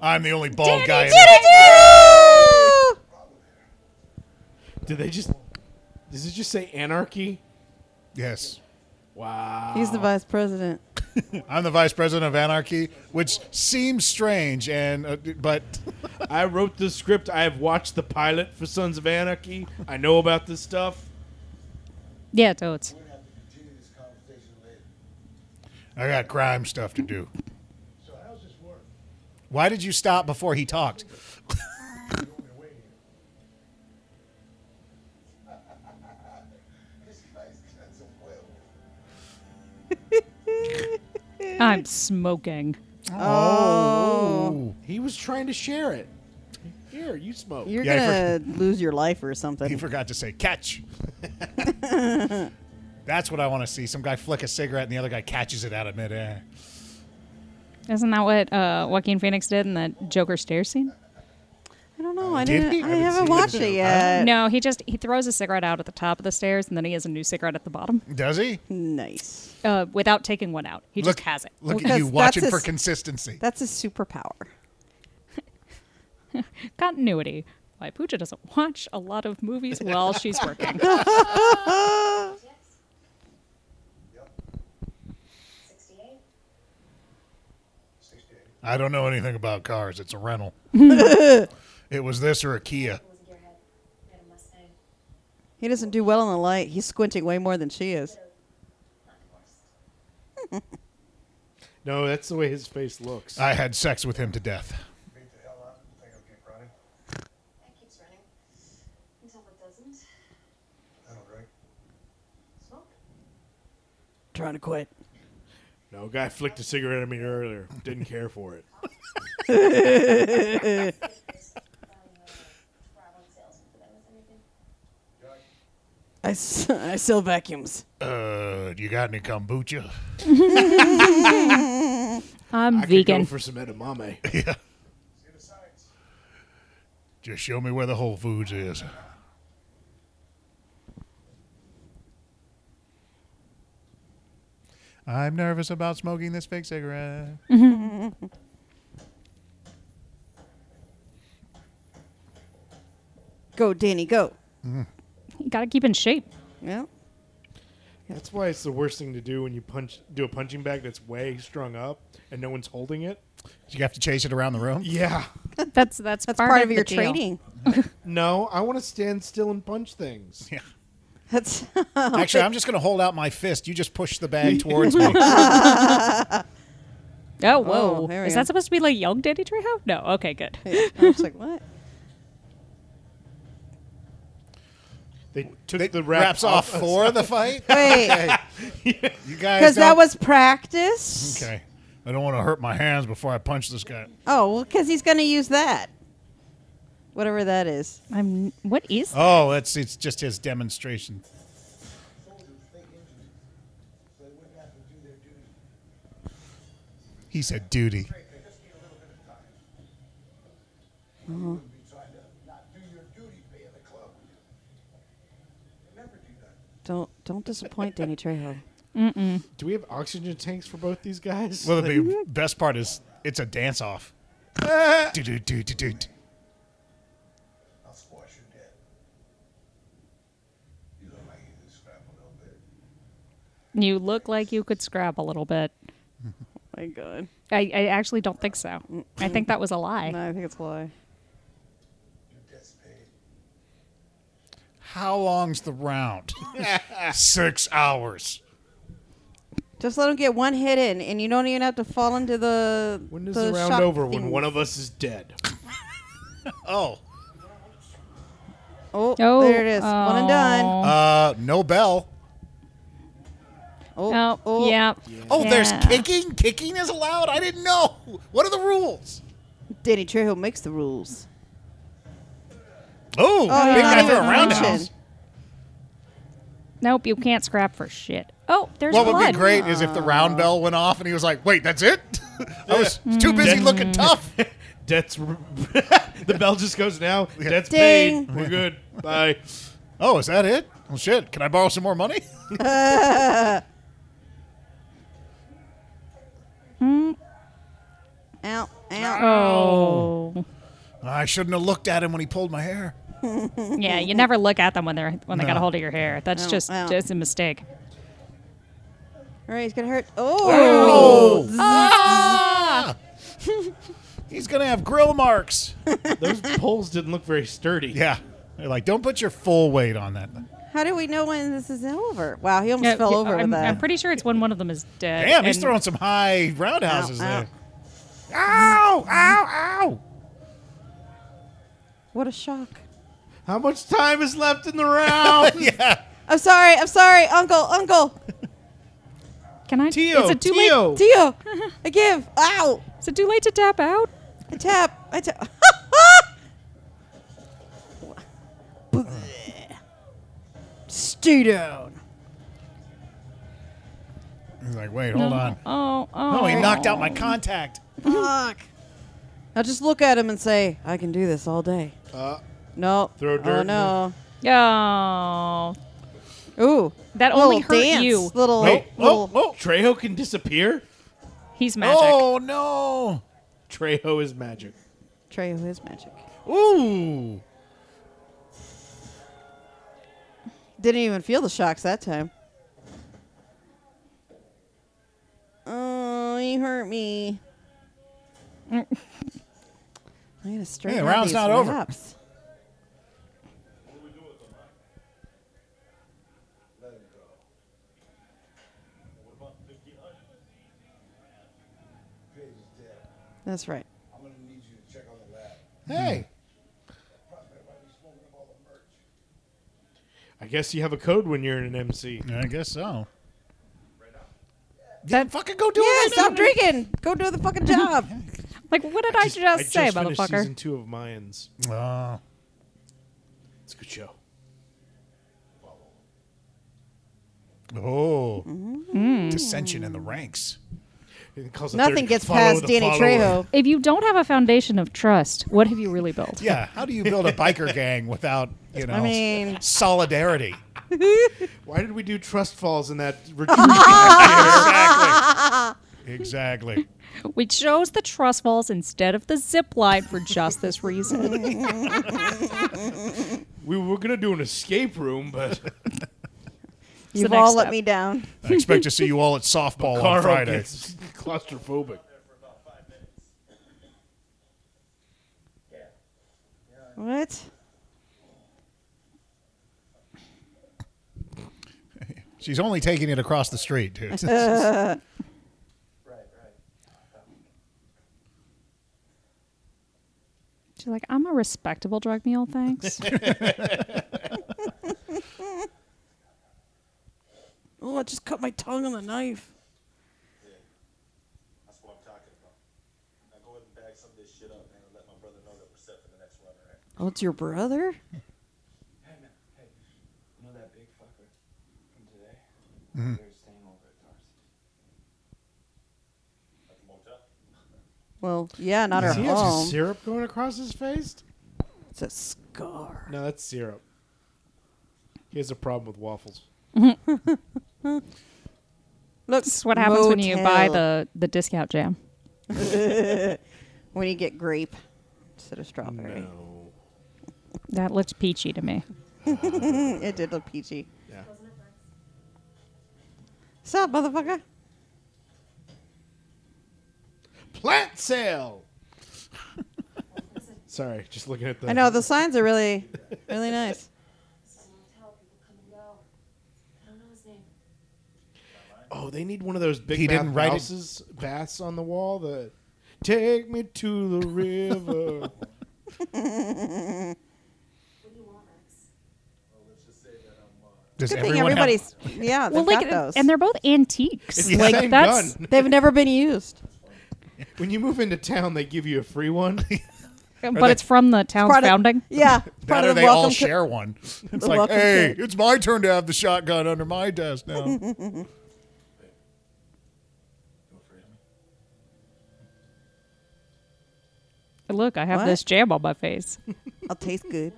Speaker 1: I'm the only bald guy." in the-
Speaker 3: it!
Speaker 2: Did they just? Does it just say anarchy?
Speaker 1: Yes.
Speaker 2: Wow.
Speaker 3: He's the vice president.
Speaker 1: I'm the vice president of anarchy, which seems strange, and uh, but
Speaker 2: I wrote this script. I have watched the pilot for Sons of Anarchy. I know about this stuff.
Speaker 4: Yeah, totes.
Speaker 10: We're gonna have to continue this conversation later.
Speaker 1: I got crime stuff to do.
Speaker 10: So how's this work?
Speaker 1: Why did you stop before he talked?
Speaker 10: You want me to wait here? This guy's got some will.
Speaker 4: I'm smoking.
Speaker 1: Oh.
Speaker 2: He was trying to share it. Here, you smoke.
Speaker 3: You're
Speaker 1: Yeah,
Speaker 3: gonna lose your life or
Speaker 1: He
Speaker 3: something.
Speaker 1: forgot to say
Speaker 4: (laughs)
Speaker 1: catch. That's what I want to see. Some guy flick a cigarette and the other guy catches it out of midair.
Speaker 4: Isn't that what uh, Joaquin Phoenix did in that Joker stare scene?
Speaker 3: I don't know. I
Speaker 1: Did
Speaker 3: didn't.
Speaker 1: he?
Speaker 3: I
Speaker 1: I haven't
Speaker 3: haven't
Speaker 1: seen
Speaker 3: watched
Speaker 1: it. Uh,
Speaker 3: it yet.
Speaker 4: No, he just he throws a cigarette out at the top of the stairs and then he has a new cigarette at the bottom
Speaker 1: Does he?
Speaker 3: Nice.
Speaker 4: uh, without taking one out. He just has it.
Speaker 1: Look
Speaker 3: Well,
Speaker 1: at you
Speaker 3: 'cause
Speaker 1: watching
Speaker 3: that's
Speaker 1: for
Speaker 3: his-
Speaker 1: consistency.
Speaker 3: That's his superpower.
Speaker 4: Continuity. Why Pooja doesn't watch a lot
Speaker 2: (laughs)
Speaker 4: of movies while she's working.
Speaker 1: I don't know anything about cars. It's a
Speaker 3: (laughs)
Speaker 1: rental. it was this or a Kia.
Speaker 3: He doesn't do well in the light. He's squinting way more than she is.
Speaker 2: No, that's the way his face looks.
Speaker 1: I had sex with him to death.
Speaker 11: Beat the hell up. Think I'll keep running.
Speaker 12: It keeps running until it doesn't.
Speaker 11: That'll break.
Speaker 12: Smoke?
Speaker 13: Trying to quit.
Speaker 2: no, guy flicked a cigarette at me earlier. Didn't care for it.
Speaker 12: Rob on sales for them, if anything.
Speaker 13: I, s- I sell vacuums.
Speaker 1: Uh, you got any kombucha?
Speaker 4: I'm
Speaker 2: I could go
Speaker 4: vegan.
Speaker 2: for some edamame.
Speaker 11: See the signs.
Speaker 1: Just show me where the Whole Foods is. I'm nervous about smoking this fake cigarette.
Speaker 3: Go, Danny, go.
Speaker 4: you gotta keep in shape.
Speaker 3: Yeah.
Speaker 2: That's why it's the worst thing to do when you punch do a punching bag that's way strung up and no one's holding it.
Speaker 1: You have to chase it around the room.
Speaker 2: Yeah.
Speaker 4: That's that's
Speaker 3: That's part, of
Speaker 4: the
Speaker 3: your
Speaker 4: deal.
Speaker 3: training. (laughs)
Speaker 2: No, I want to stand still and punch things.
Speaker 1: Yeah.
Speaker 3: That's (laughs)
Speaker 1: Actually, I'm just going to hold out my fist. You just push the bag towards
Speaker 3: (laughs)
Speaker 1: me.
Speaker 4: Oh whoa!
Speaker 3: Oh, there we
Speaker 4: Is
Speaker 3: go. Eh.
Speaker 4: that supposed to be like young Danny Trejo? No. Okay, good.
Speaker 3: I was
Speaker 1: (laughs)
Speaker 3: like, what?
Speaker 2: They took
Speaker 1: They-
Speaker 2: the wrap
Speaker 1: wraps off for the fight.
Speaker 3: Wait,
Speaker 1: You
Speaker 3: (laughs)
Speaker 1: guys,
Speaker 3: because that
Speaker 1: don't-
Speaker 3: was practice.
Speaker 1: okay. I don't want to hurt my hands before I punch this guy.
Speaker 3: Oh, well, because he's going to use that. Whatever that is.
Speaker 4: I'm. What is?
Speaker 1: Oh, it's it's just his demonstration.
Speaker 11: Soldiers, they injured so they wouldn't have to do their duty.
Speaker 1: He said duty.
Speaker 11: They just need a little bit of time. You wouldn't be trying to not do your duty being a club. would you? They never do that.
Speaker 3: Don't don't disappoint Danny Trejo.
Speaker 2: Do we have oxygen tanks for both these guys?
Speaker 1: Well, the best part is it's a dance (laughs) off. Do do do do do.
Speaker 11: I'll squash you dead. You look like you can scrap a little bit.
Speaker 4: You look like you could scrap a little bit.
Speaker 3: (laughs) My God.
Speaker 4: I, I actually don't think so. I think that was a lie.
Speaker 3: I think it's a lie.
Speaker 11: Your death's paid.
Speaker 1: How long's the (laughs) round? Six hours.
Speaker 3: Just let him get one hit in, and you don't even have to fall into the.
Speaker 2: when is
Speaker 3: the,
Speaker 2: the round
Speaker 3: shock
Speaker 2: over? When
Speaker 3: thing.
Speaker 2: one of us is dead. (laughs)
Speaker 1: Oh,
Speaker 3: Oh,
Speaker 4: Oh,
Speaker 3: there it is. One and done.
Speaker 1: uh, no bell.
Speaker 3: Oh,
Speaker 4: Oh, yeah.
Speaker 1: Oh, there's
Speaker 4: Yeah.
Speaker 1: kicking. Kicking is allowed. I didn't know. What are the rules?
Speaker 3: Danny Trejo makes the rules.
Speaker 1: Oh,
Speaker 3: Oh,
Speaker 1: big
Speaker 3: he's
Speaker 1: guy
Speaker 3: not
Speaker 1: threw a
Speaker 3: even
Speaker 1: roundhouse.
Speaker 3: reaching.
Speaker 4: Nope, you can't scrap for shit. Oh, there's
Speaker 1: What would
Speaker 4: blood.
Speaker 1: be great is if the round bell went off and he was like, "Wait, that's it." (laughs) I was too busy looking tough.
Speaker 2: Death's r- (laughs) the bell just goes now. Death's
Speaker 3: Ding.
Speaker 2: paid. We're good. Bye.
Speaker 1: Oh, is that it? Well, shit. Can I borrow some more money? (laughs)
Speaker 3: Ow, ow.
Speaker 4: Oh,
Speaker 1: I shouldn't have looked at him when he pulled my hair.
Speaker 4: yeah. You never look at them when they're when they got a hold of your hair. That's
Speaker 3: Oh,
Speaker 4: just
Speaker 3: wow.
Speaker 4: just a mistake.
Speaker 3: All right, he's going to hurt. Oh!
Speaker 1: (laughs) He's gonna have grill marks. (laughs)
Speaker 2: Those poles didn't look very sturdy.
Speaker 1: yeah. They're like, don't put your full weight on that. thing."
Speaker 3: How do we know when this is over? Wow, he almost
Speaker 4: Yeah,
Speaker 3: fell
Speaker 4: yeah,
Speaker 3: over
Speaker 4: I'm,
Speaker 3: with that.
Speaker 4: I'm pretty sure it's when one of them is dead.
Speaker 1: Damn, he's
Speaker 4: and-
Speaker 1: throwing some high roundhouses
Speaker 3: Ow,
Speaker 1: there. Ow! Ow! (laughs) Ow!
Speaker 3: what a shock.
Speaker 2: How much time is left in the
Speaker 3: (laughs)
Speaker 2: round? Oh,
Speaker 1: Yeah.
Speaker 3: I'm sorry, I'm sorry, Uncle, Uncle,
Speaker 4: Can I?
Speaker 2: Tio,
Speaker 4: is it too late?
Speaker 2: Tio.
Speaker 4: (laughs)
Speaker 3: Dio, I give, ow,
Speaker 4: Is it too late to tap out?
Speaker 3: I tap, I tap. (laughs) Stay down.
Speaker 1: He's like, wait, hold on.
Speaker 4: Oh, oh.
Speaker 1: Oh, he knocked out my contact.
Speaker 3: Fuck. Now just look at him and say, I can do this all day.
Speaker 2: Uh,
Speaker 3: No.
Speaker 2: Throw dirt
Speaker 3: Oh,
Speaker 2: in
Speaker 3: no.
Speaker 4: Oh,
Speaker 3: Ooh.
Speaker 4: that
Speaker 3: little
Speaker 4: only hurt
Speaker 3: dance.
Speaker 4: you.
Speaker 3: Little,
Speaker 2: Wait.
Speaker 3: little.
Speaker 1: Oh, oh,
Speaker 2: Trejo can disappear.
Speaker 4: He's magic.
Speaker 1: oh no!
Speaker 2: Trejo is magic.
Speaker 3: Trey, who is magic.
Speaker 1: Ooh!
Speaker 3: Didn't even feel the shocks that time. Oh, you hurt me. (laughs) I gotta straighten out
Speaker 1: round's
Speaker 3: these
Speaker 1: not over.
Speaker 3: wraps. That's right.
Speaker 8: I'm gonna need you to check on the lab.
Speaker 1: Hey,
Speaker 8: Prospect might be smoking up all the merch.
Speaker 2: I guess you have a code when you're in an MC.
Speaker 1: I guess so.
Speaker 4: That
Speaker 1: Fucking go do
Speaker 3: Yeah,
Speaker 1: it. right
Speaker 3: stop drinking. Go do the (laughs) fucking job.
Speaker 4: Like, what did I just, say,
Speaker 2: I just finished
Speaker 4: motherfucker?
Speaker 2: Season two of Mayans.
Speaker 1: now. Oh.
Speaker 2: It's a good show.
Speaker 1: Oh. Dissension in the ranks.
Speaker 2: It calls it
Speaker 3: Nothing
Speaker 2: third-
Speaker 3: gets
Speaker 2: follow
Speaker 3: past
Speaker 2: the
Speaker 3: Danny
Speaker 2: follower.
Speaker 3: Trejo.
Speaker 4: If you don't have a foundation of trust, what have you really
Speaker 1: (laughs)
Speaker 4: built?
Speaker 1: Yeah. How do you build a biker gang without, (laughs) you know,
Speaker 3: mean-
Speaker 1: solidarity?
Speaker 2: Why did we do trust falls in that retreat?
Speaker 1: exactly. Exactly.
Speaker 4: We chose the truss walls instead of the zip line for just this reason.
Speaker 2: we were gonna do an escape room, but
Speaker 3: You've
Speaker 4: next
Speaker 3: all let
Speaker 4: step.
Speaker 3: me down.
Speaker 1: I expect to see you (laughs) all at softball on
Speaker 2: Carl
Speaker 1: Friday.
Speaker 2: gets claustrophobic.
Speaker 3: What?
Speaker 1: She's only taking it across the street, dude.
Speaker 3: (laughs)
Speaker 8: Right, right.
Speaker 4: She's like, I'm a respectable drug mule, thanks.
Speaker 3: Oh, I just cut my tongue on the knife.
Speaker 8: That's what I'm talking about. Now go ahead and bag some of this shit up, man, and let my brother know that we're set for the next run, alright?
Speaker 3: Oh, it's your brother?
Speaker 8: Hey, man. Hey. You know that big fucker from today?
Speaker 2: Mm-hmm.
Speaker 8: They're staying over at Darcy's. At the motel?
Speaker 3: Well, yeah, not
Speaker 2: Does
Speaker 3: her
Speaker 2: he have some
Speaker 3: home.
Speaker 2: syrup going across his face?
Speaker 3: it's a scar.
Speaker 2: No, that's syrup. He has a problem with waffles.
Speaker 3: Look,
Speaker 4: That's what happens when you buy
Speaker 3: motel.
Speaker 4: the, the discount jam.
Speaker 3: when you get grape instead of strawberry.
Speaker 2: No.
Speaker 4: That looked peachy to me.
Speaker 3: It did look peachy.
Speaker 2: Yeah.
Speaker 3: Sup, motherfucker?
Speaker 2: Plant sale. (laughs) Sorry, just looking at the.
Speaker 3: I know the signs are really, really
Speaker 1: (laughs)
Speaker 3: nice.
Speaker 12: This is a motel. People come and go. I don't know his name.
Speaker 2: Oh, they need one of those big
Speaker 1: He
Speaker 2: bath
Speaker 1: didn't write it-
Speaker 2: houses, baths on the wall that take me to the river.
Speaker 12: What do you want, Rex?
Speaker 1: Does
Speaker 3: Good thing
Speaker 1: everyone have-
Speaker 3: everybody's. yeah, they've
Speaker 4: Well, like,
Speaker 3: got those.
Speaker 4: and they're both antiques.
Speaker 2: it's
Speaker 4: (laughs) like
Speaker 2: the same
Speaker 4: that's
Speaker 2: gun.
Speaker 3: they've never been used.
Speaker 2: When you move into town, they give you a free one. (laughs)
Speaker 4: but it's from the town's
Speaker 3: Part of-
Speaker 4: founding.
Speaker 3: Yeah, part
Speaker 1: Better
Speaker 3: of the
Speaker 1: they all
Speaker 3: welcome. co-
Speaker 1: share
Speaker 3: (laughs)
Speaker 1: one. It's
Speaker 3: the
Speaker 1: like,
Speaker 3: welcome
Speaker 1: hey,
Speaker 3: kit.
Speaker 1: it's my turn to have the shotgun under my desk now.
Speaker 3: (laughs)
Speaker 4: Look, I have
Speaker 3: What?
Speaker 4: this jam on my face.
Speaker 3: I'll taste Oh, good.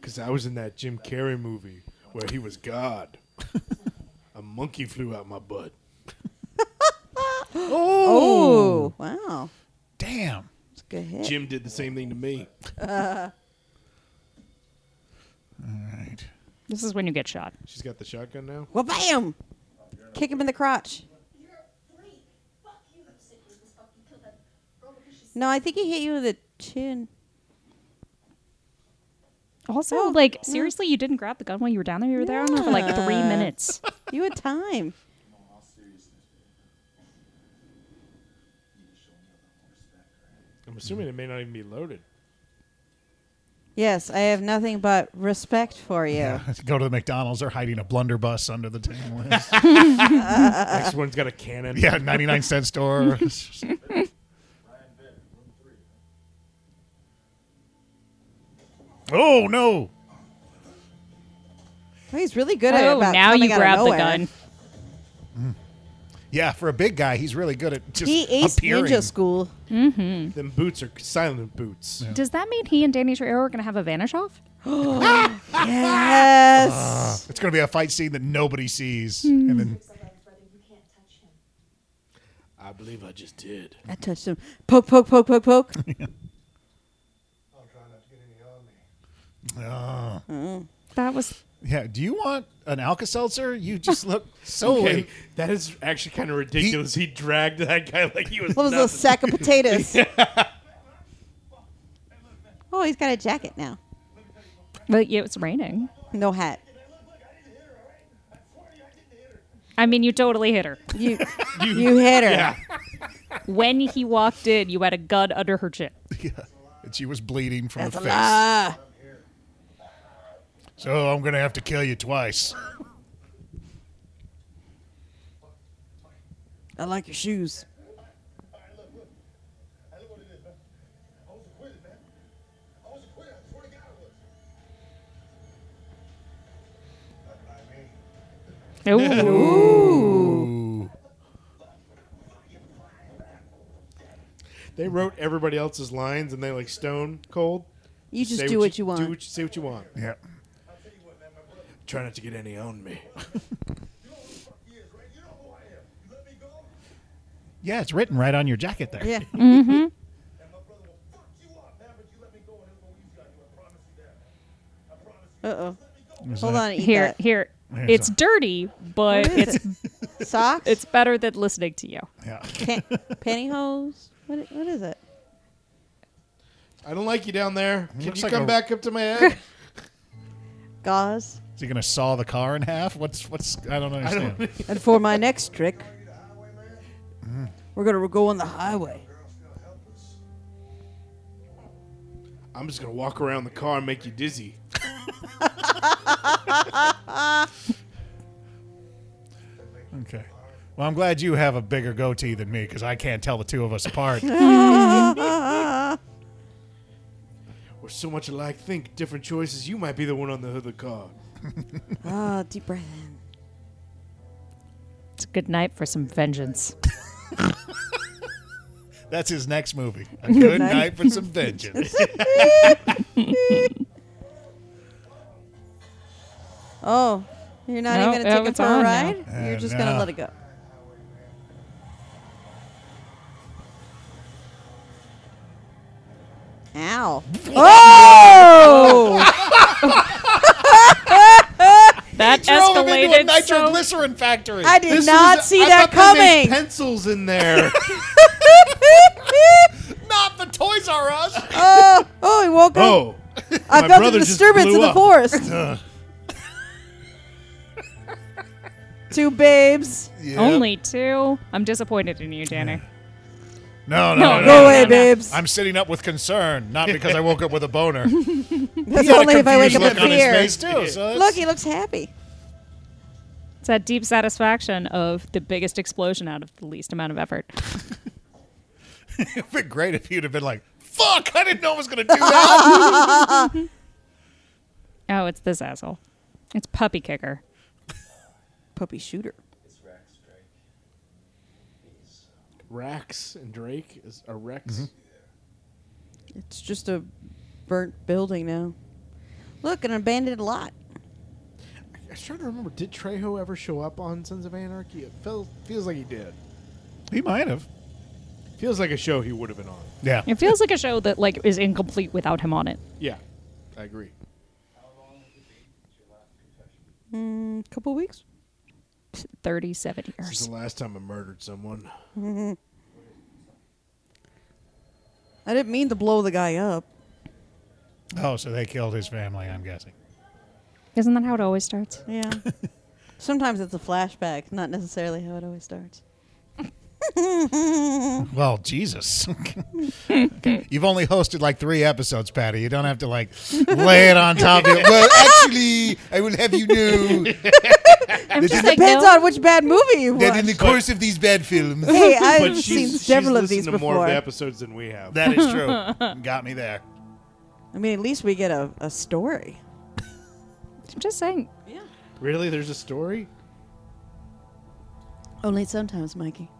Speaker 2: Because I was in that Jim Carrey movie where he was God. a monkey flew out my butt.
Speaker 3: Oh, wow,
Speaker 1: Damn.
Speaker 3: it's a good hit.
Speaker 2: Jim did the same thing to me.
Speaker 1: All right. (laughs)
Speaker 4: This is when you get shot.
Speaker 2: She's got the shotgun now.
Speaker 3: Well, bam! Kick him in the crotch.
Speaker 12: You're a freak. Fuck you. You sick with this fuck. You killed that girl because she's
Speaker 3: No, I think he hit you with the chin.
Speaker 4: Also, Oh, like, seriously, you didn't grab the gun while you were down there? You were there on there for like three minutes.
Speaker 3: You had
Speaker 1: (laughs)
Speaker 3: time.
Speaker 2: I'm assuming it may not even be loaded.
Speaker 3: Yes, I have nothing but respect for you.
Speaker 1: Go to the McDonald's. They're hiding a blunderbuss under the table. (laughs)
Speaker 4: Uh-uh.
Speaker 2: Next one's got a cannon.
Speaker 1: yeah, 99 cent (laughs) store. oh, no.
Speaker 3: Well, he's really good at it.
Speaker 4: Oh,
Speaker 3: About
Speaker 4: now you
Speaker 3: coming out of
Speaker 4: grab the
Speaker 3: nowhere.
Speaker 4: gun.
Speaker 1: Yeah, for a big guy, he's really good at just
Speaker 3: He aced
Speaker 1: appearing.
Speaker 3: ninja school.
Speaker 2: Them boots are silent boots.
Speaker 4: Does that mean he and Danny Trejo are going to have a vanish off?
Speaker 3: Yes.
Speaker 1: It's going to be a fight scene that nobody sees.
Speaker 3: Hmm.
Speaker 1: And then
Speaker 12: alive, brother. You can't touch him.
Speaker 2: I believe I just did.
Speaker 3: I touched him. Poke, poke, poke, poke, poke.
Speaker 8: I'll try not to get any on me.
Speaker 4: That was
Speaker 1: Yeah. Do you want an Alka Seltzer? You just look
Speaker 3: (laughs)
Speaker 1: so.
Speaker 2: Okay, that is actually kind of ridiculous. He, dragged that guy like he was.
Speaker 3: What was a
Speaker 2: nothing.
Speaker 3: sack of potatoes? oh, he's got a jacket now.
Speaker 4: But yeah, it's raining.
Speaker 3: No hat.
Speaker 8: I didn't hit her, alright? I swear to you, I didn't hit her.
Speaker 4: I mean, you totally hit her.
Speaker 3: You, you hit her.
Speaker 4: When he walked in, you had a gun under her chin.
Speaker 1: And she was bleeding from
Speaker 3: That's
Speaker 1: her
Speaker 3: a
Speaker 1: face.
Speaker 3: lie.
Speaker 1: So I'm gonna have to kill you twice.
Speaker 3: I like your shoes.
Speaker 8: Alright, look, look. Hey, look what it is, man. I was acquitted, man. I was acquitted. I swear to God I was. I mean,
Speaker 4: Ooh.
Speaker 2: They wrote everybody else's lines and they like stone cold.
Speaker 3: You just
Speaker 2: Say
Speaker 3: do what you, want.
Speaker 2: Do what you, say what you want.
Speaker 1: yeah.
Speaker 2: Try not to get any on
Speaker 3: (laughs)
Speaker 2: me.
Speaker 8: you know who the fuck he is, right? You know who I am. You let me go,
Speaker 1: Yeah, it's written right on your jacket there.
Speaker 3: yeah.
Speaker 8: and my brother will fuck you up, man, but you let me go and it'll go easy on you. I promise you that, man. I promise you.
Speaker 3: Uh oh.
Speaker 8: Let me go.
Speaker 3: Hold on. Eat
Speaker 4: Here,
Speaker 3: that.
Speaker 4: here.
Speaker 1: Here's
Speaker 4: It's
Speaker 1: a-
Speaker 4: dirty, but
Speaker 3: What is
Speaker 4: it's (laughs)
Speaker 3: Socks.
Speaker 4: it's better than listening to you.
Speaker 1: Yeah.
Speaker 3: (laughs) Pan- pantyhose. What, i- what is it?
Speaker 2: I don't like you down there. Can
Speaker 1: Looks
Speaker 2: you
Speaker 1: like
Speaker 2: come
Speaker 1: a-
Speaker 2: back up to my
Speaker 3: (laughs)
Speaker 2: head?
Speaker 3: Gauze.
Speaker 1: Is he gonna saw the car in half? What's what's I don't understand.
Speaker 3: And for my next trick, we're gonna go on the highway.
Speaker 2: I'm just gonna walk around the car and make you dizzy.
Speaker 1: okay. Well, I'm glad you have a bigger goatee than me because I can't tell the two of us apart.
Speaker 2: We're so much alike. Think different choices. You might be the one on the hood of the car.
Speaker 3: Ah, deep breath in.
Speaker 4: It's a good night for some vengeance.
Speaker 1: That's his next movie. A good
Speaker 3: night.
Speaker 1: night for some vengeance.
Speaker 3: Oh, you're not
Speaker 4: No,
Speaker 3: even
Speaker 4: oh,
Speaker 3: gonna take it
Speaker 4: it's
Speaker 3: for a
Speaker 4: on now.
Speaker 3: ride.
Speaker 1: Uh,
Speaker 3: you're just
Speaker 1: no.
Speaker 3: gonna let it go. Ow!
Speaker 2: (laughs)
Speaker 3: Oh!
Speaker 4: That
Speaker 1: Drove him into a
Speaker 4: escalated so
Speaker 1: nitroglycerin factory.
Speaker 3: I did
Speaker 2: This
Speaker 3: not
Speaker 2: was-
Speaker 3: see
Speaker 2: I
Speaker 3: that
Speaker 2: thought they made
Speaker 3: coming.
Speaker 2: pencils in
Speaker 3: (laughs)
Speaker 2: there. (laughs)
Speaker 1: Not the Toys R Us.
Speaker 3: oh, oh, he woke up.
Speaker 2: oh,
Speaker 3: (laughs) I
Speaker 2: my
Speaker 3: felt
Speaker 2: brother
Speaker 3: the
Speaker 2: just
Speaker 3: disturbance
Speaker 2: blew
Speaker 3: in the
Speaker 2: up.
Speaker 3: forest. Two babes.
Speaker 4: Only two. I'm disappointed in you, Danny.
Speaker 1: No, no, no. no,
Speaker 4: no.
Speaker 3: Go away,
Speaker 4: no.
Speaker 3: babes.
Speaker 1: I'm sitting up with concern, not because I woke up with a
Speaker 3: (laughs)
Speaker 1: boner.
Speaker 3: That's
Speaker 1: He had a
Speaker 3: only if I wake
Speaker 1: confused
Speaker 3: up with
Speaker 1: look on his
Speaker 3: fear.
Speaker 1: face, too, so it's-
Speaker 3: Look, he looks happy.
Speaker 4: It's that deep satisfaction of the biggest explosion out of the least amount of effort.
Speaker 1: It'd (laughs) been great if you'd have been like, "Fuck! I didn't know I was gonna do
Speaker 3: (laughs)
Speaker 1: that."
Speaker 4: Oh, it's this asshole. It's puppy kicker.
Speaker 3: Puppy shooter.
Speaker 8: It's Rex Drake. He's uh,
Speaker 2: Rax and Drake is a Rex.
Speaker 3: It's just a burnt building now. Look, an abandoned lot.
Speaker 2: I was trying to remember. Did Trejo ever show up on Sons of Anarchy? It felt, feels like he did.
Speaker 1: he might have.
Speaker 2: Feels like a show he would have been on.
Speaker 1: Yeah.
Speaker 4: It feels like a show that like is incomplete without him on it.
Speaker 2: Yeah, I agree.
Speaker 3: Mm, couple weeks.
Speaker 4: Thirty-seven
Speaker 2: This is
Speaker 4: years.
Speaker 2: the last time I murdered someone.
Speaker 3: I didn't mean to blow the guy up.
Speaker 1: Oh, so they killed his family. I'm guessing.
Speaker 4: Isn't that how it always starts?
Speaker 3: Yeah. Sometimes it's a flashback, not necessarily how it always starts.
Speaker 1: Well, Jesus. (laughs) Okay. You've only hosted like three episodes, Patty. You don't have to like lay it on top of it. Well, actually, I will have you know
Speaker 4: I'm just like,
Speaker 3: Depends
Speaker 4: no.
Speaker 3: on which bad movie you
Speaker 1: that in
Speaker 3: watch.
Speaker 1: the course of these bad films,
Speaker 3: Hey, I've
Speaker 2: But
Speaker 3: seen
Speaker 2: she's,
Speaker 3: several
Speaker 2: she's
Speaker 3: of these
Speaker 2: listened to more
Speaker 3: before.
Speaker 2: of the episodes than we have.
Speaker 1: that is true. Got me there.
Speaker 3: I mean, at least we get a, a story.
Speaker 4: I'm just saying.
Speaker 2: really, there's a story.
Speaker 3: Only Oh, sometimes, Mikey.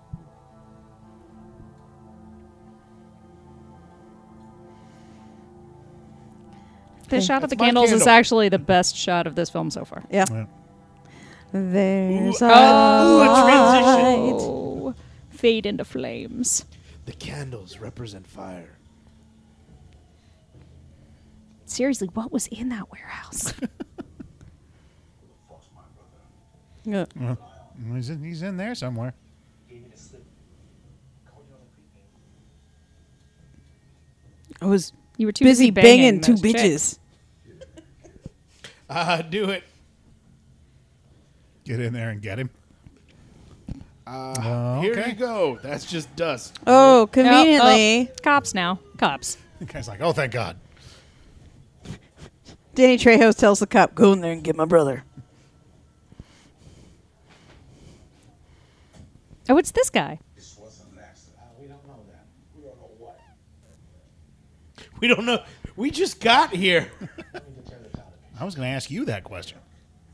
Speaker 4: The shot of the
Speaker 1: my
Speaker 4: candles is
Speaker 1: candle.
Speaker 4: actually the best shot of this film so far.
Speaker 3: Yeah.
Speaker 1: Yeah.
Speaker 3: There's a light.
Speaker 4: Oh, fade into flames.
Speaker 2: The candles represent fire.
Speaker 4: Seriously, what was in that warehouse? oh.
Speaker 3: Yeah.
Speaker 1: He's in, he's in there somewhere.
Speaker 8: gave me the slip. Called you on the prepaid.
Speaker 3: I was
Speaker 4: (laughs) You were too
Speaker 3: busy banging, two
Speaker 4: those
Speaker 3: bitches.
Speaker 4: chicks.
Speaker 2: Ah, do it.
Speaker 1: Get in there and get him. Oh,
Speaker 2: Uh, Here
Speaker 1: okay.
Speaker 2: you go. That's just dust.
Speaker 3: Oh,
Speaker 4: Nope, oh,
Speaker 3: conveniently,
Speaker 4: cops now. Cops.
Speaker 1: The guy's like, oh, thank God.
Speaker 3: Danny Trejo tells the cop, "Go in there and get my brother."
Speaker 4: Oh, it's this guy.
Speaker 14: This wasn't an accident.
Speaker 8: We don't know that.
Speaker 14: We don't know what.
Speaker 2: (laughs) We don't know. We just got here. (laughs)
Speaker 8: Let me deter this out of you.
Speaker 1: I was going to ask you that question.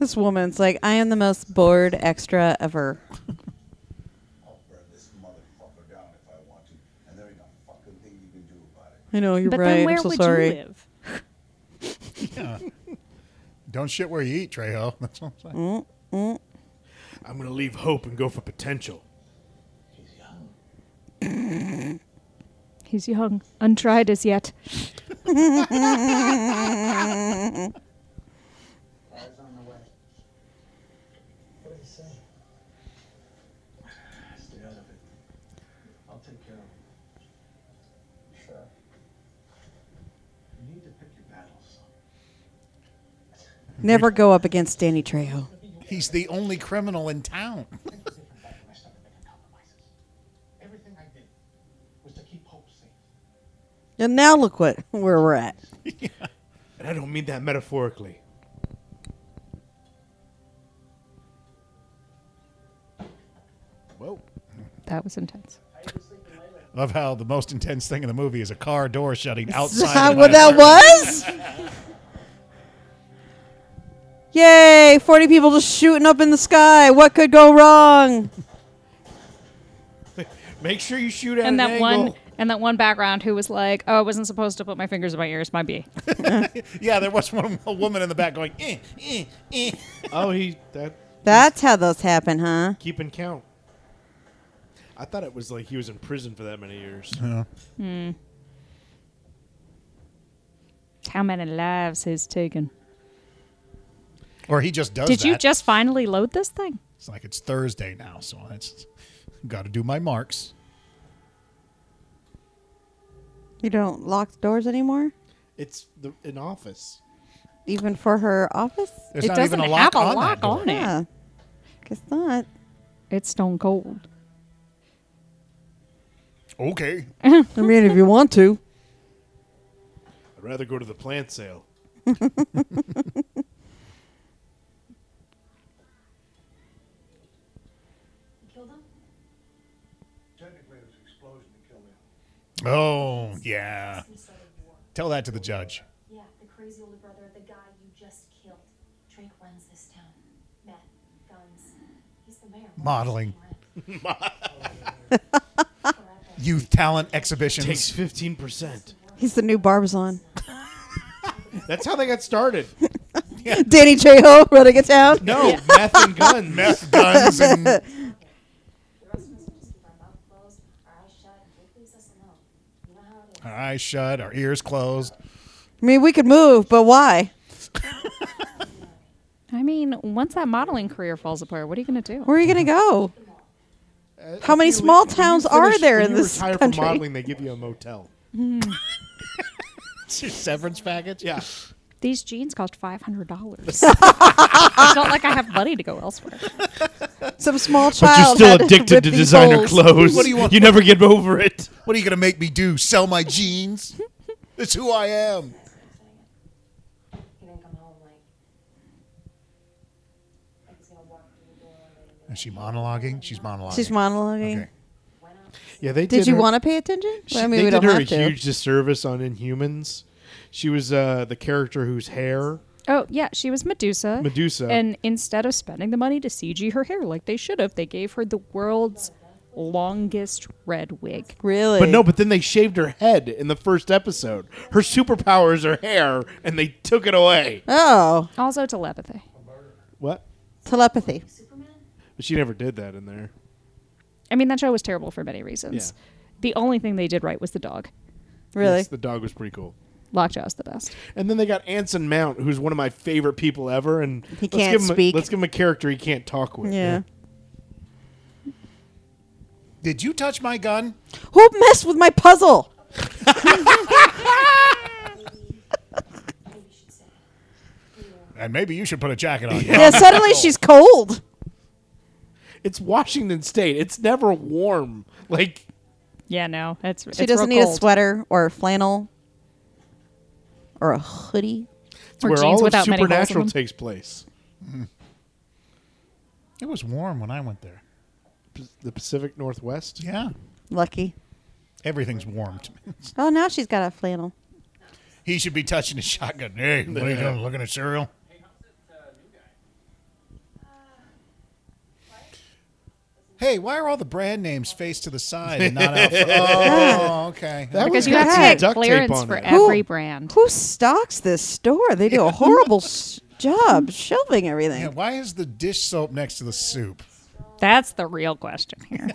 Speaker 3: This woman's like, "I am the most bored extra ever."
Speaker 14: I'll burn this motherfucker down if I want to, and there ain't a fucking thing you can do about it.
Speaker 15: I know you're
Speaker 4: but
Speaker 15: right.
Speaker 4: then where
Speaker 15: I'm so
Speaker 4: would
Speaker 15: sorry.
Speaker 4: you live?
Speaker 1: Don't shit where you eat, Trejo. (laughs) That's what I'm saying.
Speaker 2: Mm. I'm going to leave hope and go for potential.
Speaker 8: He's young.
Speaker 4: He's young, untried as yet.
Speaker 8: Car's on the way. What do you say? Stay out of it. I'll take care of him. Sure. You need to pick your battles.
Speaker 3: Never go up against Danny Trejo.
Speaker 1: He's the only criminal in town. (laughs)
Speaker 8: Things were different back when I started making compromises. Everything I did was to keep hope safe.
Speaker 3: And now look what where we're at.
Speaker 2: And I don't mean that metaphorically.
Speaker 1: Whoa.
Speaker 4: That was intense.
Speaker 1: Love how the most intense thing in the movie is a car door shutting
Speaker 3: Is that (laughs)
Speaker 1: outside. of
Speaker 3: what
Speaker 1: my
Speaker 3: that
Speaker 1: apartment.
Speaker 3: was?
Speaker 15: (laughs)
Speaker 3: Yay! 40 people just shooting up in the sky. What could go wrong?
Speaker 2: Make sure you shoot at an
Speaker 4: and that
Speaker 2: angle.
Speaker 4: one and that one background who was like, "Oh, I wasn't supposed to put my fingers in my ears, my bee."
Speaker 1: Yeah, there was one a woman in the back going, eh, eh, eh.
Speaker 2: (laughs) Oh, he that
Speaker 3: That's how those happen, huh?
Speaker 2: keeping count. I thought it was like he was in prison for that many years.
Speaker 4: How many lives has taken?
Speaker 1: Or he just does
Speaker 4: Did you
Speaker 1: that.
Speaker 4: just finally load this thing?
Speaker 1: It's like it's Thursday now, so it's got to do my marks.
Speaker 3: You don't lock the doors anymore?
Speaker 2: It's the, an office.
Speaker 3: Even for her office?
Speaker 1: There's
Speaker 4: it
Speaker 1: not
Speaker 4: doesn't
Speaker 1: even a
Speaker 4: have
Speaker 1: lock
Speaker 4: a
Speaker 1: on
Speaker 4: lock
Speaker 1: that door.
Speaker 4: on it.
Speaker 3: Yeah. Guess not.
Speaker 4: It's stone cold.
Speaker 1: Okay.
Speaker 15: I mean, if you want to.
Speaker 2: I'd rather go to the plant sale.
Speaker 12: You killed him?
Speaker 14: Technically, it was an explosion that killed him.
Speaker 1: Oh, yeah.
Speaker 12: He started war.
Speaker 1: Tell that to the judge.
Speaker 12: Yeah, the crazy older brother of the guy you just killed. Drake runs this town. Matt, guns. He's the mayor.
Speaker 1: Modeling.
Speaker 12: Forever.
Speaker 1: Youth talent exhibitions. (laughs)
Speaker 2: Takes fifteen percent.
Speaker 3: He's the new Barbizon.
Speaker 2: That's how they got started.
Speaker 3: (laughs) Danny Trejo running a town.
Speaker 2: No, meth and guns.
Speaker 1: meth guns and (laughs)
Speaker 12: The rest of us will just keep our mouth closed, our eyes shut, and Jake leaves us alone. You know how it is.
Speaker 1: our eyes shut, our ears closed.
Speaker 3: I mean, we could move, but why?
Speaker 4: I mean, once that modeling career falls apart, what are you going to do?
Speaker 3: Where are you going to go?
Speaker 2: Uh,
Speaker 3: How
Speaker 2: if
Speaker 3: many
Speaker 2: you
Speaker 3: small
Speaker 2: leave- when you
Speaker 3: towns are
Speaker 2: finish-
Speaker 3: there
Speaker 2: when
Speaker 3: in
Speaker 2: you
Speaker 3: this
Speaker 2: retire
Speaker 3: country?
Speaker 2: From modeling, they give you
Speaker 1: (laughs)
Speaker 2: a motel.
Speaker 1: Severance package?
Speaker 2: Yeah,
Speaker 4: These jeans cost five hundred dollars.
Speaker 1: (laughs)
Speaker 4: it's not like I have money to go elsewhere.
Speaker 3: Some small child. had rip these holes.
Speaker 2: clothes.
Speaker 1: What do you want?
Speaker 2: You never get over it.
Speaker 1: What are you going to make me do? Sell my jeans? That's who I am.
Speaker 12: You think I'm home like. Like he's gonna walk through the door and then
Speaker 1: Is she monologuing? She's monologuing.
Speaker 3: She's monologuing.
Speaker 1: Okay.
Speaker 12: why not?
Speaker 2: Yeah, they
Speaker 3: Did, you
Speaker 2: her-
Speaker 3: want to pay attention?
Speaker 2: She,
Speaker 3: Well, I mean,
Speaker 2: they
Speaker 3: we
Speaker 2: did
Speaker 3: don't
Speaker 2: her
Speaker 3: have
Speaker 2: a
Speaker 3: to.
Speaker 2: huge disservice on Inhumans. She was uh, the character whose hair
Speaker 4: Oh yeah, she was Medusa.
Speaker 2: Medusa.
Speaker 4: And instead of spending the money to CG her hair like they should have, they gave her the world's longest red wig.
Speaker 3: Really?
Speaker 2: But no, but then they shaved her head in the first episode. Her superpower is her hair, and they took it away.
Speaker 3: Oh,
Speaker 4: Also telepathy.
Speaker 2: What?
Speaker 3: telepathy.
Speaker 12: Superman?
Speaker 2: But she never did that in there.
Speaker 4: I mean, that show was terrible for many reasons.
Speaker 2: Yeah.
Speaker 4: The only thing they did right was the dog.
Speaker 3: Really?
Speaker 2: Yes, the dog was pretty cool.
Speaker 4: Lockjaw's the best.
Speaker 2: And then they got Anson Mount, who's one of my favorite people ever. And he
Speaker 3: can't
Speaker 2: give him
Speaker 3: speak.
Speaker 2: A, let's give him a character he can't talk with.
Speaker 3: yeah.
Speaker 1: Did you touch my gun?
Speaker 3: Who messed with my puzzle?
Speaker 12: Maybe you should say.
Speaker 1: And maybe you should put a jacket on.
Speaker 3: Yeah. Suddenly she's cold.
Speaker 2: It's Washington State. It's never warm. (laughs) Like
Speaker 4: Yeah, no, that's
Speaker 3: She doesn't need a sweater or a flannel or a hoodie.
Speaker 2: it's
Speaker 4: Or
Speaker 2: where
Speaker 4: jeans
Speaker 2: all of
Speaker 4: without many holes in
Speaker 2: Supernatural
Speaker 4: them.
Speaker 2: takes place.
Speaker 1: It was warm when I went there.
Speaker 2: P- The Pacific Northwest.
Speaker 1: Yeah.
Speaker 3: Lucky.
Speaker 1: Everything's warm to me. (laughs)
Speaker 3: Oh, now she's got a flannel.
Speaker 1: He should be touching his shotgun. Hey, what are you doing? Looking at cereal? Hey, why are all the brand names faced to the side and (laughs) not out? front? Oh, okay.
Speaker 2: That
Speaker 4: because
Speaker 2: was
Speaker 4: you
Speaker 2: got
Speaker 4: have
Speaker 2: some
Speaker 4: to get
Speaker 2: duct tape
Speaker 4: clearance
Speaker 2: on
Speaker 4: for
Speaker 2: it.
Speaker 4: every
Speaker 3: Who-
Speaker 4: brand.
Speaker 3: Who stocks this store? They do a horrible s- job shelving everything.
Speaker 1: Yeah, why is the dish soap next to the soup?
Speaker 4: That's the real question
Speaker 2: (laughs)
Speaker 4: here.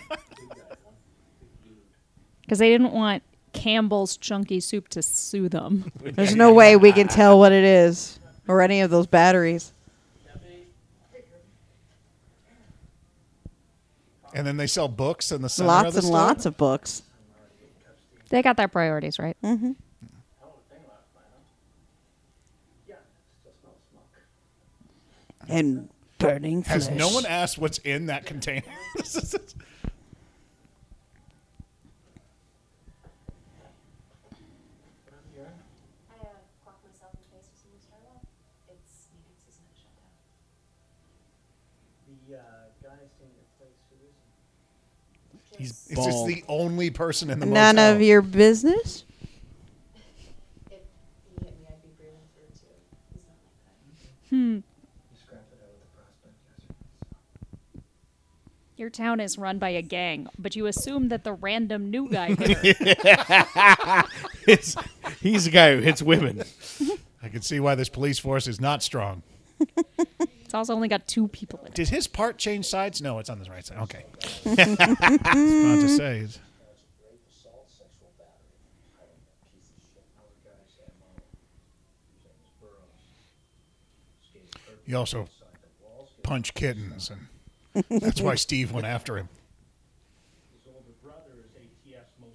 Speaker 4: Because they didn't want Campbell's chunky soup to sue them.
Speaker 3: There's no way we can tell what it is or any of those batteries.
Speaker 1: And then they sell books in the center of
Speaker 3: Lots
Speaker 1: the
Speaker 3: and
Speaker 1: store?
Speaker 3: lots of books.
Speaker 4: They got their priorities right.
Speaker 3: Mm-hmm. and burning
Speaker 1: Has
Speaker 3: flesh.
Speaker 1: no one asked what's in that container? (laughs) This is-
Speaker 12: I uh, clocked myself in the face with some new Star Wars. It's needed season of shutdown.
Speaker 8: The uh, guy standing in place, who is he?
Speaker 1: He's it's just the only person in the
Speaker 3: None
Speaker 1: motel.
Speaker 3: of your business.
Speaker 12: If he hit me, I'd be breathing through too. He's not like that.
Speaker 8: You scrapped it out with the prospect yesterday.
Speaker 4: Your town is run by a gang, but you assume that the random new guy
Speaker 2: (laughs)
Speaker 4: there.
Speaker 2: (laughs) It's- he's the guy who hits women.
Speaker 1: I can see why this police force is not strong.
Speaker 4: it's also only got two people in it.
Speaker 1: Did his part change sides? No, it's on the right side. Okay. (laughs) I was about to say. it's- He also punched kittens, and that's why Steve went after him.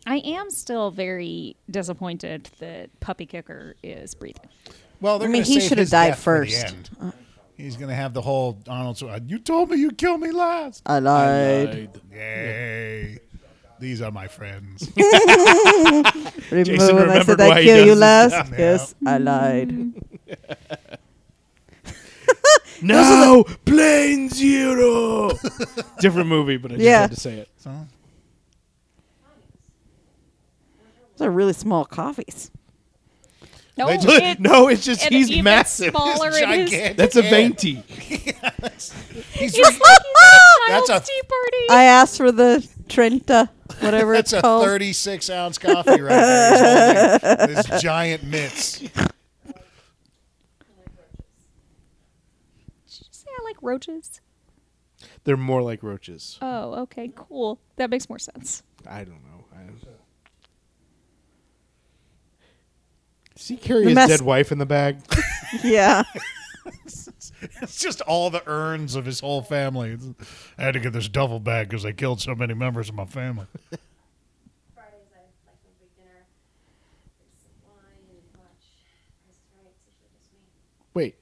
Speaker 4: I am still very disappointed that Puppy Kicker is breathing.
Speaker 1: Well, they're
Speaker 3: I mean,
Speaker 1: gonna
Speaker 3: he
Speaker 1: save
Speaker 3: should have
Speaker 1: his
Speaker 3: died
Speaker 1: death for the
Speaker 3: first.
Speaker 1: end. He's going to have the whole Arnold. Schwar- You told me you killed me last.
Speaker 3: I lied.
Speaker 1: Yay! These are my friends.
Speaker 3: Remember
Speaker 2: Jason
Speaker 3: when I
Speaker 2: remembered
Speaker 3: said
Speaker 2: why
Speaker 3: I
Speaker 2: he
Speaker 3: kill you
Speaker 2: does this
Speaker 3: last?
Speaker 1: now.
Speaker 3: Yes, I lied.
Speaker 2: No, Plane Zero. (laughs) Different movie, but I just
Speaker 3: Yeah.
Speaker 2: had to say it. (laughs)
Speaker 1: So,
Speaker 3: Those are really small coffees.
Speaker 4: No,
Speaker 1: They
Speaker 4: it,
Speaker 1: just-
Speaker 2: no, it's just
Speaker 4: and
Speaker 2: he's
Speaker 4: even
Speaker 2: massive.
Speaker 4: Smaller
Speaker 1: He's
Speaker 4: it is.
Speaker 1: gigantic.
Speaker 2: That's a venti.
Speaker 1: He's (laughs)
Speaker 4: He's like
Speaker 1: re-
Speaker 4: he's at a
Speaker 1: That's
Speaker 4: child's
Speaker 1: a-
Speaker 4: tea party.
Speaker 3: I asked for the Trenta,
Speaker 1: (laughs)
Speaker 3: whatever
Speaker 1: That's
Speaker 3: it's
Speaker 1: a
Speaker 3: called.
Speaker 1: 36 ounce coffee right there. He's holding this giant mitts.
Speaker 4: Did you just say I like roaches?
Speaker 2: They're more like roaches.
Speaker 4: Oh, okay, cool. That makes more sense.
Speaker 2: I don't know. I don't... Does he carry
Speaker 3: The
Speaker 2: his
Speaker 3: mess-
Speaker 2: dead wife in the bag? (laughs)
Speaker 3: Yeah.
Speaker 1: It's just all the urns of his whole family. It's- I had to get this duffel bag because they killed so many members of my family.
Speaker 12: Fridays, I like a big dinner. Drink some wine and watch Price is Right. It's usually just me.
Speaker 2: Wait.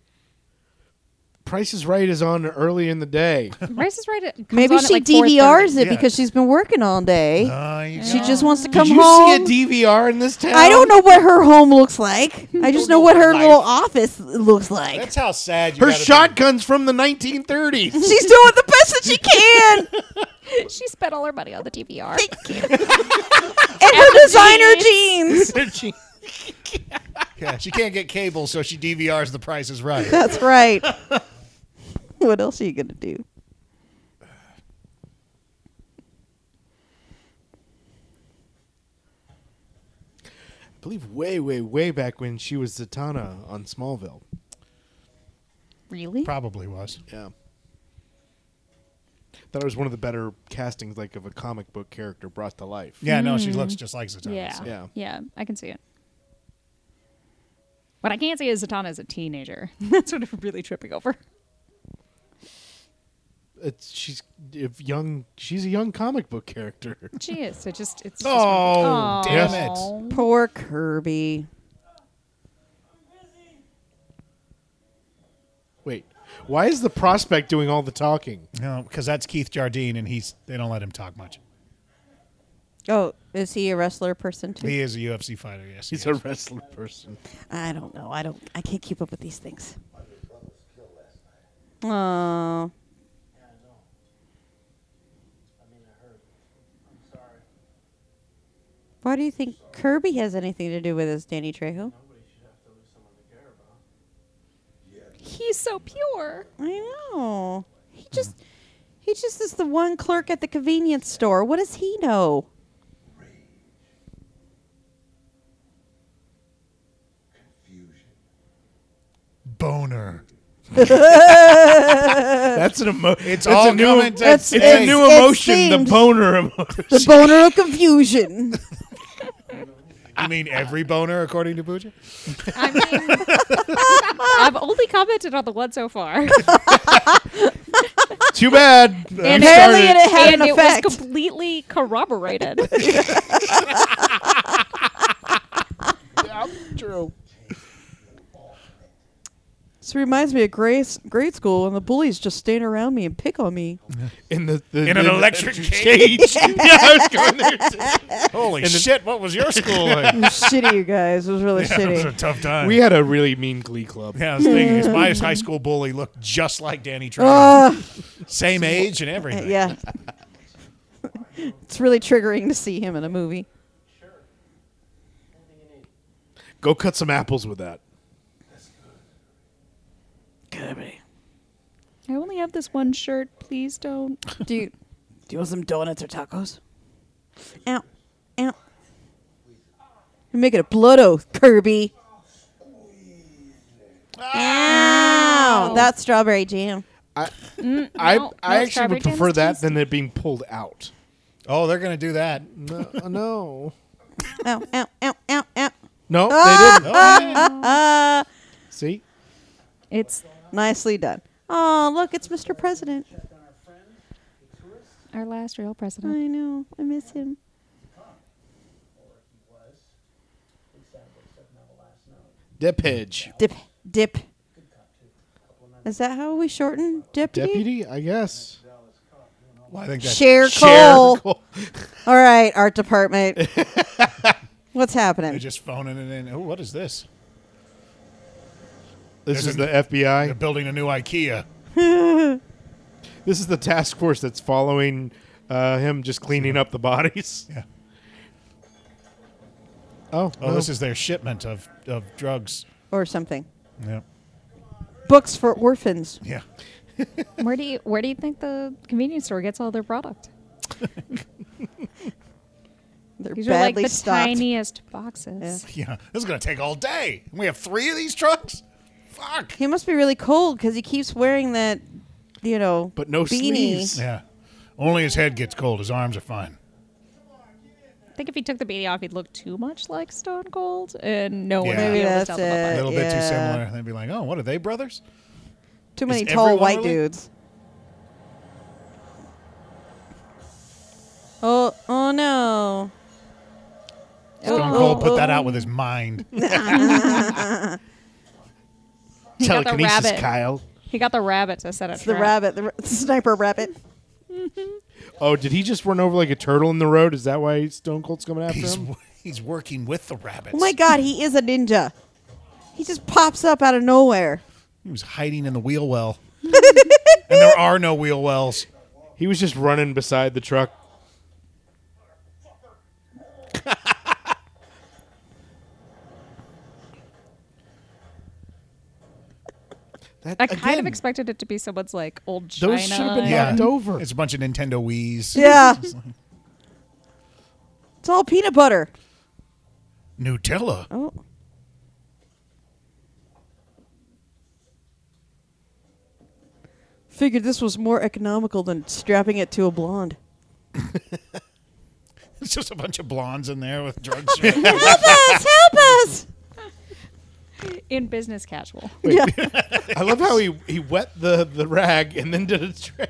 Speaker 2: Price is Right is on early in the (laughs) day.
Speaker 4: Rice is right. It comes
Speaker 3: Maybe
Speaker 4: on at
Speaker 3: she
Speaker 4: like 4:30.
Speaker 3: DVRs it
Speaker 1: Yeah.
Speaker 3: because she's been working all day.
Speaker 1: Uh, you
Speaker 3: she
Speaker 1: know,
Speaker 3: just wants to come
Speaker 2: Did you
Speaker 3: home.
Speaker 2: see a DVR in this town?
Speaker 3: I don't know what her home looks like. I just know what her
Speaker 1: life.
Speaker 3: little office looks like.
Speaker 1: That's how sad you
Speaker 2: Her
Speaker 1: gotta be.
Speaker 2: shotgun's from the 1930s. (laughs)
Speaker 3: She's doing the best that she can.
Speaker 4: She spent all her money on the DVR.
Speaker 3: And her designer jeans.
Speaker 1: Yeah, she can't get cable, so she DVRs The Price is Right.
Speaker 3: That's (laughs) right. what else are you going to do?
Speaker 2: I believe way, way, way back when she was Zatanna on Smallville.
Speaker 4: really?
Speaker 1: Probably was.
Speaker 2: Yeah. That was one of the better castings, like of a comic book character brought to life.
Speaker 1: Yeah, no, she looks just like Zatanna.
Speaker 4: Yeah.
Speaker 1: so-
Speaker 4: yeah.
Speaker 2: Yeah.
Speaker 4: I can see it. What I can't see is Zatanna as a teenager. (laughs) That's what I'm really tripping over.
Speaker 2: It's she's if young. She's a young comic book character.
Speaker 4: She is. It just it's just
Speaker 1: Oh, damn it.
Speaker 4: Aw.
Speaker 3: Poor Kirby.
Speaker 2: Wait, Why is the prospect doing all the talking?
Speaker 1: No, because that's Keith Jardine, and he's they don't let him talk much.
Speaker 3: Oh, is he a wrestler person too?
Speaker 1: He is a UFC fighter. Yes, he
Speaker 2: He's
Speaker 1: is.
Speaker 2: a wrestler person.
Speaker 3: I don't know. I don't. I can't keep up with these things. Oh,
Speaker 8: Yeah, I know. I mean, I heard. I'm sorry.
Speaker 3: why do you think Kirby has anything to do with this, Danny Trejo?
Speaker 4: He's so pure.
Speaker 3: I know. He just, he just is the one clerk at the convenience store. What does he know?
Speaker 16: Confusion.
Speaker 1: boner.
Speaker 2: (laughs) That's an emo-
Speaker 1: It's
Speaker 2: that's
Speaker 1: all
Speaker 2: a new,
Speaker 1: coming to
Speaker 2: It's
Speaker 1: stay.
Speaker 2: a new
Speaker 3: It's
Speaker 2: emotion, the
Speaker 3: themed.
Speaker 2: boner emotion.
Speaker 3: The boner of confusion.
Speaker 1: You mean every boner, according to Buja?
Speaker 4: I mean,
Speaker 2: Ah.
Speaker 4: I've only commented on the one so
Speaker 2: (laughs)
Speaker 4: far.
Speaker 2: (laughs) Too (laughs) bad.
Speaker 4: And
Speaker 2: You
Speaker 3: Apparently,
Speaker 2: started-
Speaker 3: it had
Speaker 4: and
Speaker 3: an
Speaker 4: it
Speaker 3: effect.
Speaker 4: was completely corroborated.
Speaker 3: (laughs)
Speaker 17: This reminds me of grace, grade school, and the bullies just stand around me and pick on me.
Speaker 2: in the, the
Speaker 1: In an
Speaker 2: the- (laughs)
Speaker 1: electric (laughs)
Speaker 2: cage. yeah, I was going there. too.
Speaker 1: Holy shit! What was your school like?
Speaker 17: It was shitty, you guys. It was
Speaker 1: (laughs)
Speaker 17: really
Speaker 1: It was a
Speaker 17: shitty.
Speaker 3: Uh,
Speaker 1: tough time.
Speaker 2: We had a really mean Glee club.
Speaker 1: yeah, I was thinking, 'cause my high school bully looked just like Danny Trejo,
Speaker 17: Ugh.
Speaker 1: same age and everything.
Speaker 17: (laughs) yeah.
Speaker 3: it's really triggering to see him in a movie.
Speaker 2: Go cut some apples with that.
Speaker 17: Kirby,
Speaker 4: I only have this one shirt. Please don't.
Speaker 3: Do you,
Speaker 17: do you want some donuts or tacos?
Speaker 3: ow, ow. You're making a blood oath, Kirby. Ow! That's strawberry jam.
Speaker 2: I
Speaker 4: no,
Speaker 2: I
Speaker 4: no,
Speaker 2: actually
Speaker 4: strawberry
Speaker 2: would
Speaker 4: jam is
Speaker 2: prefer that
Speaker 4: tasty.
Speaker 2: than it being pulled out.
Speaker 1: Oh, they're gonna do that.
Speaker 2: No, uh, no,
Speaker 3: Ow, ow, ow, ow, ow.
Speaker 2: (laughs) no, they didn't.
Speaker 3: Uh,
Speaker 2: See,
Speaker 4: It's
Speaker 3: nicely done. Oh, look, it's Mr. President.
Speaker 4: our last real
Speaker 3: I
Speaker 4: president.
Speaker 3: know. I miss him.
Speaker 2: Dip hedge.
Speaker 3: Dip. Dip. Is that how we shorten deputy?
Speaker 2: deputy, I guess.
Speaker 1: Well, I think that's
Speaker 3: Share
Speaker 2: Share
Speaker 3: Cole.
Speaker 2: Cole.
Speaker 3: All right,
Speaker 1: (laughs)
Speaker 3: art department. What's
Speaker 1: they're
Speaker 3: happening?
Speaker 1: just phoning it in. Oh, what is this?
Speaker 2: This
Speaker 1: There's
Speaker 2: is
Speaker 1: a-
Speaker 2: the
Speaker 1: They're
Speaker 2: FBI.
Speaker 1: building a new IKEA.
Speaker 2: This is the task force that's following uh, him, just cleaning up the bodies.
Speaker 1: Yeah.
Speaker 2: (laughs) Oh,
Speaker 1: Oh, this is their shipment of of drugs.
Speaker 3: Or something.
Speaker 1: Yeah,
Speaker 3: Books for orphans.
Speaker 1: yeah.
Speaker 4: Where do you Where do you think the convenience store gets all their product?
Speaker 3: They're
Speaker 4: These are like
Speaker 3: badly
Speaker 4: the
Speaker 3: stocked.
Speaker 4: tiniest boxes.
Speaker 1: Yeah, this is gonna take all day. We have three of these trucks. Fuck.
Speaker 3: He must be really cold because he keeps wearing that, you know,
Speaker 2: but no
Speaker 3: beanie.
Speaker 2: sleeves.
Speaker 1: Yeah, only his head gets cold. His arms are fine.
Speaker 4: I think if he took the beanie off, he'd look too much like Stone Cold, and no
Speaker 1: Yeah.
Speaker 4: one would be
Speaker 1: Maybe
Speaker 4: able to
Speaker 3: that's
Speaker 4: tell them
Speaker 1: A
Speaker 4: apart.
Speaker 1: little bit too
Speaker 3: Uh, Yeah.
Speaker 1: similar. They'd be like, "Oh, what are they brothers?"
Speaker 3: Too many
Speaker 1: Is
Speaker 3: tall
Speaker 1: everyone
Speaker 3: white
Speaker 1: really-
Speaker 3: dudes. Oh, oh no. Oh.
Speaker 1: Stone Cold put that out with
Speaker 3: (laughs)
Speaker 1: his mind.
Speaker 4: He got the
Speaker 2: Telekinesis,
Speaker 4: rabbit.
Speaker 2: Kyle.
Speaker 4: He got the rabbit to set a
Speaker 3: It's the
Speaker 4: trap.
Speaker 3: rabbit, the r- sniper rabbit.
Speaker 2: Oh, did he just run over like a turtle in the road? Is that why Stone Cold's coming after
Speaker 1: He's
Speaker 2: him?
Speaker 1: he's working with the rabbits.
Speaker 3: Oh my god, he is a ninja. He just pops up out of nowhere. (laughs)
Speaker 1: He was hiding in the wheel well, and there are no wheel wells.
Speaker 2: He was just running beside the truck. that,
Speaker 4: I kind of
Speaker 2: again,
Speaker 4: expected it to be someone's like old China.
Speaker 2: Those should've been
Speaker 1: Yeah,
Speaker 2: knocked over.
Speaker 1: It's a bunch of Nintendo Wii's.
Speaker 3: Yeah. It's all peanut butter.
Speaker 1: Nutella. (laughs)
Speaker 3: Oh. Figured this was more economical than strapping it to a blonde.
Speaker 1: It's just a bunch of blondes in there with
Speaker 3: (laughs)
Speaker 1: drugs.
Speaker 3: Help us! Help us!
Speaker 4: in business casual.
Speaker 3: (laughs) Yeah.
Speaker 2: (laughs) I love how he, he wet the, the rag and then did a trail.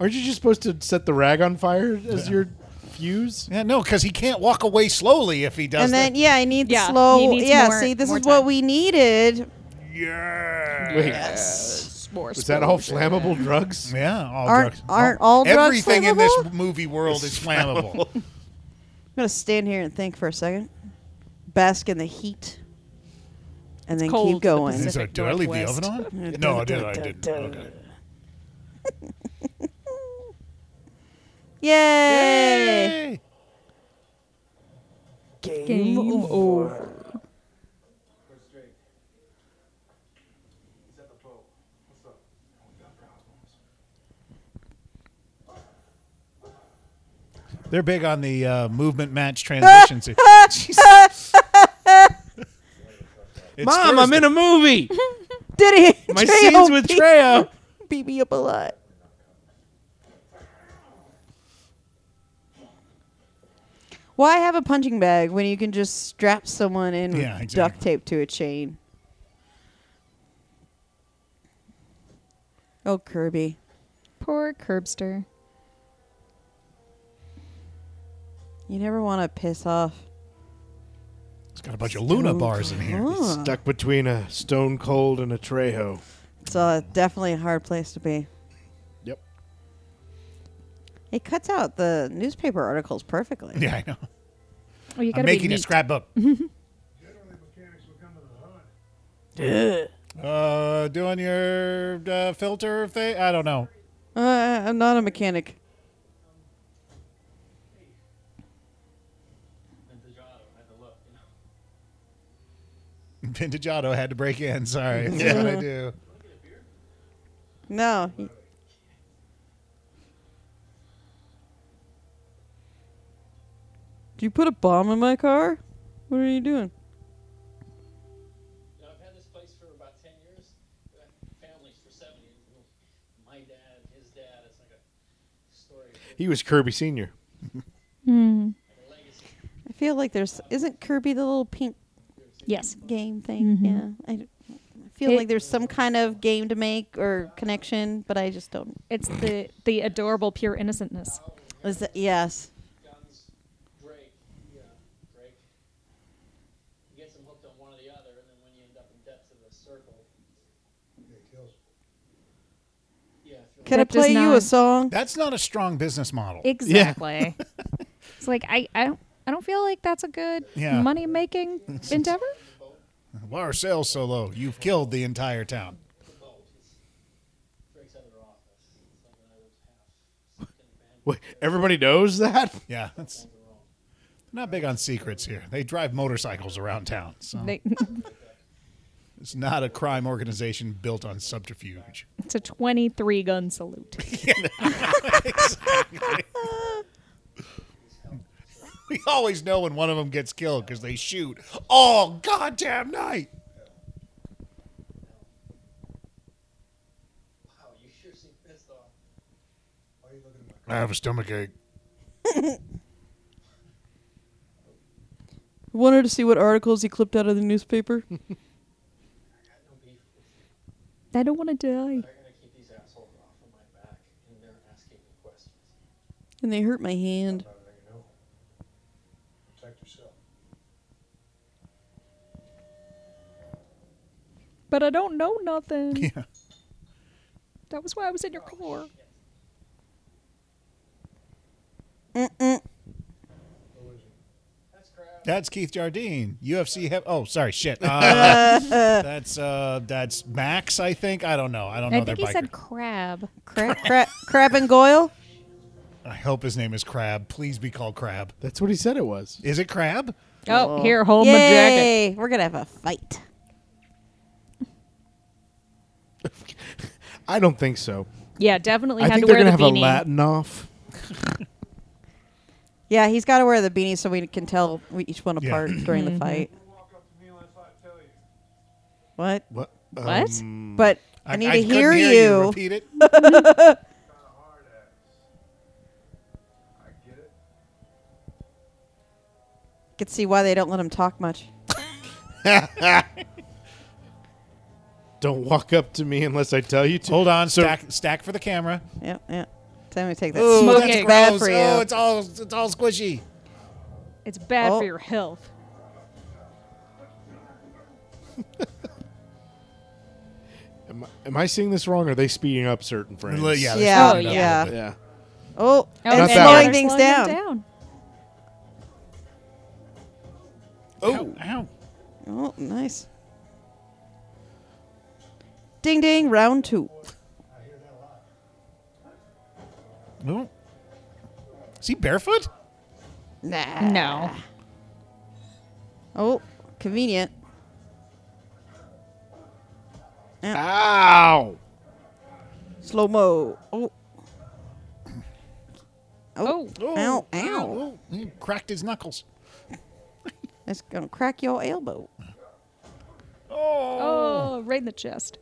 Speaker 2: Aren't you just supposed to set the rag on fire as your fuse?
Speaker 1: yeah, no, because he can't walk away slowly if he does
Speaker 3: And then yeah, I need the
Speaker 4: Yeah, he
Speaker 3: slow.
Speaker 4: needs
Speaker 3: Yeah,
Speaker 4: more-
Speaker 3: see, this
Speaker 4: more
Speaker 3: is what
Speaker 4: time.
Speaker 3: we needed.
Speaker 1: that. Yeah.
Speaker 2: Yes.
Speaker 4: more.
Speaker 2: Is that all flammable drugs?
Speaker 1: Yeah, all
Speaker 3: Aren't-
Speaker 1: drugs.
Speaker 3: aren't all drugs
Speaker 1: everything in this
Speaker 3: flammable?
Speaker 1: movie world
Speaker 3: (laughs)
Speaker 1: is flammable?
Speaker 3: I'm gonna stand here and think for a second, bask in the heat, and then
Speaker 4: cold,
Speaker 3: keep
Speaker 4: but
Speaker 3: going.
Speaker 4: this-
Speaker 1: Is there,
Speaker 4: Pacific
Speaker 1: did I leave the
Speaker 4: Northwest.
Speaker 1: oven on? No, I did. I didn't.
Speaker 3: (laughs)
Speaker 1: Okay.
Speaker 3: Yay!
Speaker 1: Hey.
Speaker 4: Game
Speaker 3: (laughs)
Speaker 4: over.
Speaker 18: Go straight. He's at the boat. What's up? Oh, we got problems.
Speaker 1: They're big on the uh, movement match transitions.
Speaker 4: (laughs)
Speaker 1: Jesus. It's
Speaker 2: Mom, I'm
Speaker 1: Thursday.
Speaker 2: in a movie.
Speaker 3: Did he?
Speaker 2: (laughs) My scenes with Trejo.
Speaker 3: beat me up a lot. Why have a punching bag when you can just strap someone in
Speaker 1: Yeah,
Speaker 3: with
Speaker 1: exactly.
Speaker 3: duct tape to a chain? Oh, Kirby.
Speaker 4: Poor curbster.
Speaker 3: You never want to piss off.
Speaker 1: It's got a bunch of Luna
Speaker 4: Oh,
Speaker 1: bars in here.
Speaker 2: Stuck between a Stone Cold and a Trejo.
Speaker 3: It's uh, definitely a hard place to be.
Speaker 2: Yep.
Speaker 3: It cuts out the newspaper articles perfectly.
Speaker 1: (laughs)
Speaker 3: (laughs)
Speaker 1: Yeah, I know.
Speaker 4: Oh, you gotta
Speaker 1: I'm
Speaker 4: be
Speaker 1: making a
Speaker 4: neat. (laughs)
Speaker 1: scrapbook.
Speaker 18: Generally, mechanics will come to the hunt.
Speaker 1: uh, doing your uh, filter thing. I don't know. (laughs)
Speaker 3: Uh, I'm not a mechanic.
Speaker 1: Vintage Auto had to break in.
Speaker 4: (laughs)
Speaker 1: Sorry, that's what I do.
Speaker 3: No. Do you put a bomb in my car? What are you doing?
Speaker 8: Now, I've had this place for about 10 years, uh, families for 70. My dad, his dad, it's like a story,
Speaker 2: He was Kirby Senior.
Speaker 4: Hmm.
Speaker 8: like a legacy.
Speaker 3: I feel like there's isn't Kirby the little pink
Speaker 4: Yes.
Speaker 3: game thing? Yeah. I, d- I feel
Speaker 4: It-
Speaker 3: like there's some kind of game to make or connection, but I just don't.
Speaker 4: It's the the adorable pure innocentness.
Speaker 3: Is that yes?
Speaker 8: Guns, Drake, yeah, Drake. You get them hooked on one or the other, and then when you end up in depths of the circle,
Speaker 18: Yeah, it kills.
Speaker 8: yeah, if you're
Speaker 3: Can
Speaker 4: That
Speaker 3: I
Speaker 4: does
Speaker 3: play you a
Speaker 4: not-
Speaker 3: song?
Speaker 1: That's not a strong business model.
Speaker 4: Exactly. it's like I, I don't I don't feel like that's a good
Speaker 1: Yeah.
Speaker 4: money making endeavor.
Speaker 1: Why are sales so low? You've killed the entire town.
Speaker 8: Drake's out of their office, it's like when I was half second band,
Speaker 2: Wait, everybody knows that. (laughs)
Speaker 1: Yeah, that's not big on secrets here. They drive motorcycles around town, so
Speaker 4: They, (laughs)
Speaker 1: it's not a crime organization built on subterfuge. (laughs)
Speaker 4: it's a twenty three gun salute.
Speaker 1: We always know when one of them gets killed because they shoot all goddamn night.
Speaker 8: wow, you sure seem pissed off.
Speaker 18: Why are you looking at my
Speaker 1: I have a stomachache.
Speaker 3: Wanted to see what articles he clipped out of the newspaper.
Speaker 4: I don't want to die.
Speaker 8: I gotta keep these assholes off of my back, and they're asking me questions.
Speaker 3: and they hurt my hand.
Speaker 18: car? Now you know. Protect yourself.
Speaker 4: But I don't know nothing.
Speaker 1: (laughs) Yeah.
Speaker 4: That was why I was in your car.
Speaker 1: That's Keith Jardine, UFC. He- oh, sorry, shit. Uh, that's uh, that's Max, I think. I don't know. I don't know.
Speaker 4: I think
Speaker 1: their
Speaker 4: he
Speaker 1: biker.
Speaker 4: said crab.
Speaker 3: Crap, crap, crab and goyle.
Speaker 1: I hope his name is Crab. Please be called Crab.
Speaker 2: That's what he said it was.
Speaker 1: Is it Crab?
Speaker 4: Oh, here, hold my jacket.
Speaker 3: Yay! We're gonna have a fight.
Speaker 2: I don't think so.
Speaker 4: Yeah, definitely
Speaker 2: I
Speaker 4: had
Speaker 2: think
Speaker 4: to
Speaker 2: they're
Speaker 4: wear
Speaker 2: gonna
Speaker 4: the
Speaker 2: have
Speaker 4: beanie.
Speaker 2: a Latin off.
Speaker 3: Yeah, he's got to wear the beanie so we can tell we each one
Speaker 1: Yeah.
Speaker 3: apart during
Speaker 4: Mm-hmm.
Speaker 3: the fight.
Speaker 18: Walk up to me unless I tell you.
Speaker 3: What?
Speaker 2: What?
Speaker 4: What?
Speaker 3: But I, need to
Speaker 1: couldn't
Speaker 3: hear,
Speaker 1: you.
Speaker 3: you.
Speaker 1: Repeat it.
Speaker 18: Kind of hard ass. I get it.
Speaker 3: Can see why they don't let him talk much.
Speaker 2: Don't walk up to me unless I tell you to. Oh,
Speaker 1: Hold on.
Speaker 2: So-
Speaker 1: stack, stack for the camera.
Speaker 3: Yeah, yeah. Time we take that.
Speaker 1: Ooh,
Speaker 3: smoke.
Speaker 1: that's
Speaker 3: It's bad
Speaker 1: gross.
Speaker 3: for you.
Speaker 1: Oh, it's all it's all squishy.
Speaker 4: It's bad
Speaker 3: Oh.
Speaker 4: for your health.
Speaker 2: Am I, am I seeing this wrong? Or are they speeding up certain frames?
Speaker 1: Well, yeah,
Speaker 3: Yeah.
Speaker 1: yeah,
Speaker 4: Oh,
Speaker 3: yeah.
Speaker 1: yeah.
Speaker 2: Yeah.
Speaker 3: Oh,
Speaker 4: Oh,
Speaker 3: and
Speaker 4: and
Speaker 2: bad.
Speaker 3: slowing
Speaker 4: they're
Speaker 3: things
Speaker 4: slowing them
Speaker 3: down.
Speaker 1: Oh, ow.
Speaker 3: Oh, nice. Ding ding, round two.
Speaker 1: Well, is he barefoot?
Speaker 3: Nah.
Speaker 4: No.
Speaker 3: Oh, convenient.
Speaker 2: Ow!
Speaker 3: Slow mo. Oh.
Speaker 4: Oh.
Speaker 3: Ow, ow.
Speaker 1: Oh, he cracked his knuckles.
Speaker 3: That's going to crack your elbow.
Speaker 4: Oh, right in the chest.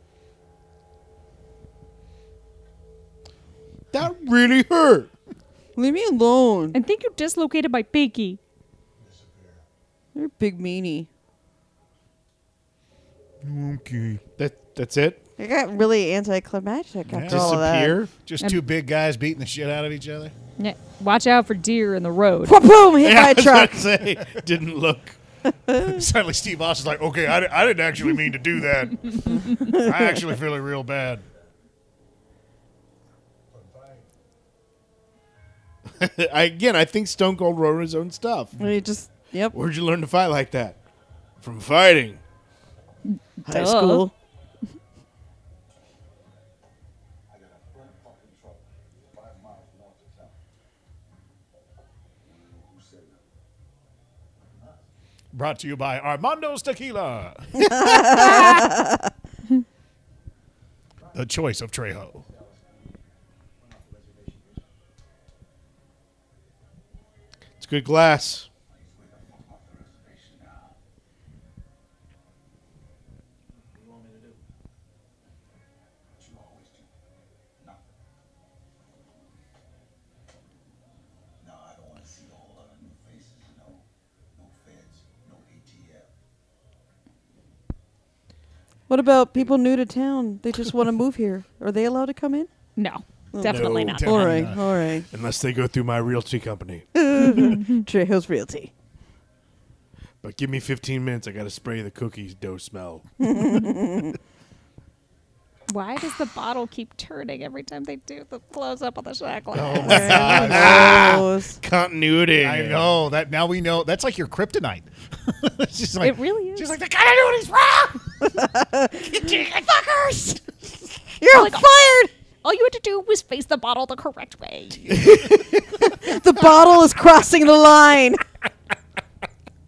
Speaker 2: That really hurt.
Speaker 3: Leave me alone.
Speaker 4: I think you dislocated my pinky.
Speaker 3: You're a big meanie.
Speaker 1: Okay.
Speaker 2: That that's it.
Speaker 3: It got really anticlimactic after all
Speaker 4: Oh,
Speaker 3: of that.
Speaker 2: Disappear. (laughs)
Speaker 1: Just two big guys beating the shit out of each other. (laughs)
Speaker 4: Yeah. Watch out for deer in the road.
Speaker 3: Boom!
Speaker 2: (laughs)
Speaker 3: Hit by a truck.
Speaker 2: say didn't look.
Speaker 1: Suddenly, Steve Austin's like, okay, I, di- I didn't actually mean to do that. I actually feel it real bad.
Speaker 2: (laughs) I, again, I think Stone Cold wrote his own stuff.
Speaker 3: We just yep.
Speaker 2: Where'd you learn to fight like that? From fighting.
Speaker 3: High
Speaker 4: Duh.
Speaker 3: school.
Speaker 18: I got a burnt fucking truck five miles north of town. Who said that?
Speaker 1: Brought to you by Armando's
Speaker 3: (laughs)
Speaker 1: Tequila. the choice of Trejo.
Speaker 2: It's good glass.
Speaker 18: No, I don't want to see a whole lot of new faces, no, no feds, no ATF.
Speaker 3: What about people new to town? They just want to move here. Are they allowed to come in?
Speaker 4: No, definitely
Speaker 2: no.
Speaker 4: not.
Speaker 1: Definitely
Speaker 3: All right,
Speaker 1: not.
Speaker 3: all right.
Speaker 2: Unless they go through my realty company.
Speaker 3: Trejo's Realty.
Speaker 2: But give me 15 minutes. I got to spray the cookies dough smell.
Speaker 4: Why does the bottle keep turning every time they do the close up on the chocolate?
Speaker 3: Oh.
Speaker 4: (laughs)
Speaker 3: Gross.
Speaker 2: Continuity.
Speaker 1: I know that now we know that's like your kryptonite. (laughs) It's just like,
Speaker 4: It really is.
Speaker 1: She's like, the continuity's wrong. fuckers.
Speaker 3: You're
Speaker 4: Like-
Speaker 3: fired.
Speaker 4: All you had to do was face the bottle the correct way.
Speaker 3: The bottle is crossing the
Speaker 4: (laughs)
Speaker 3: line.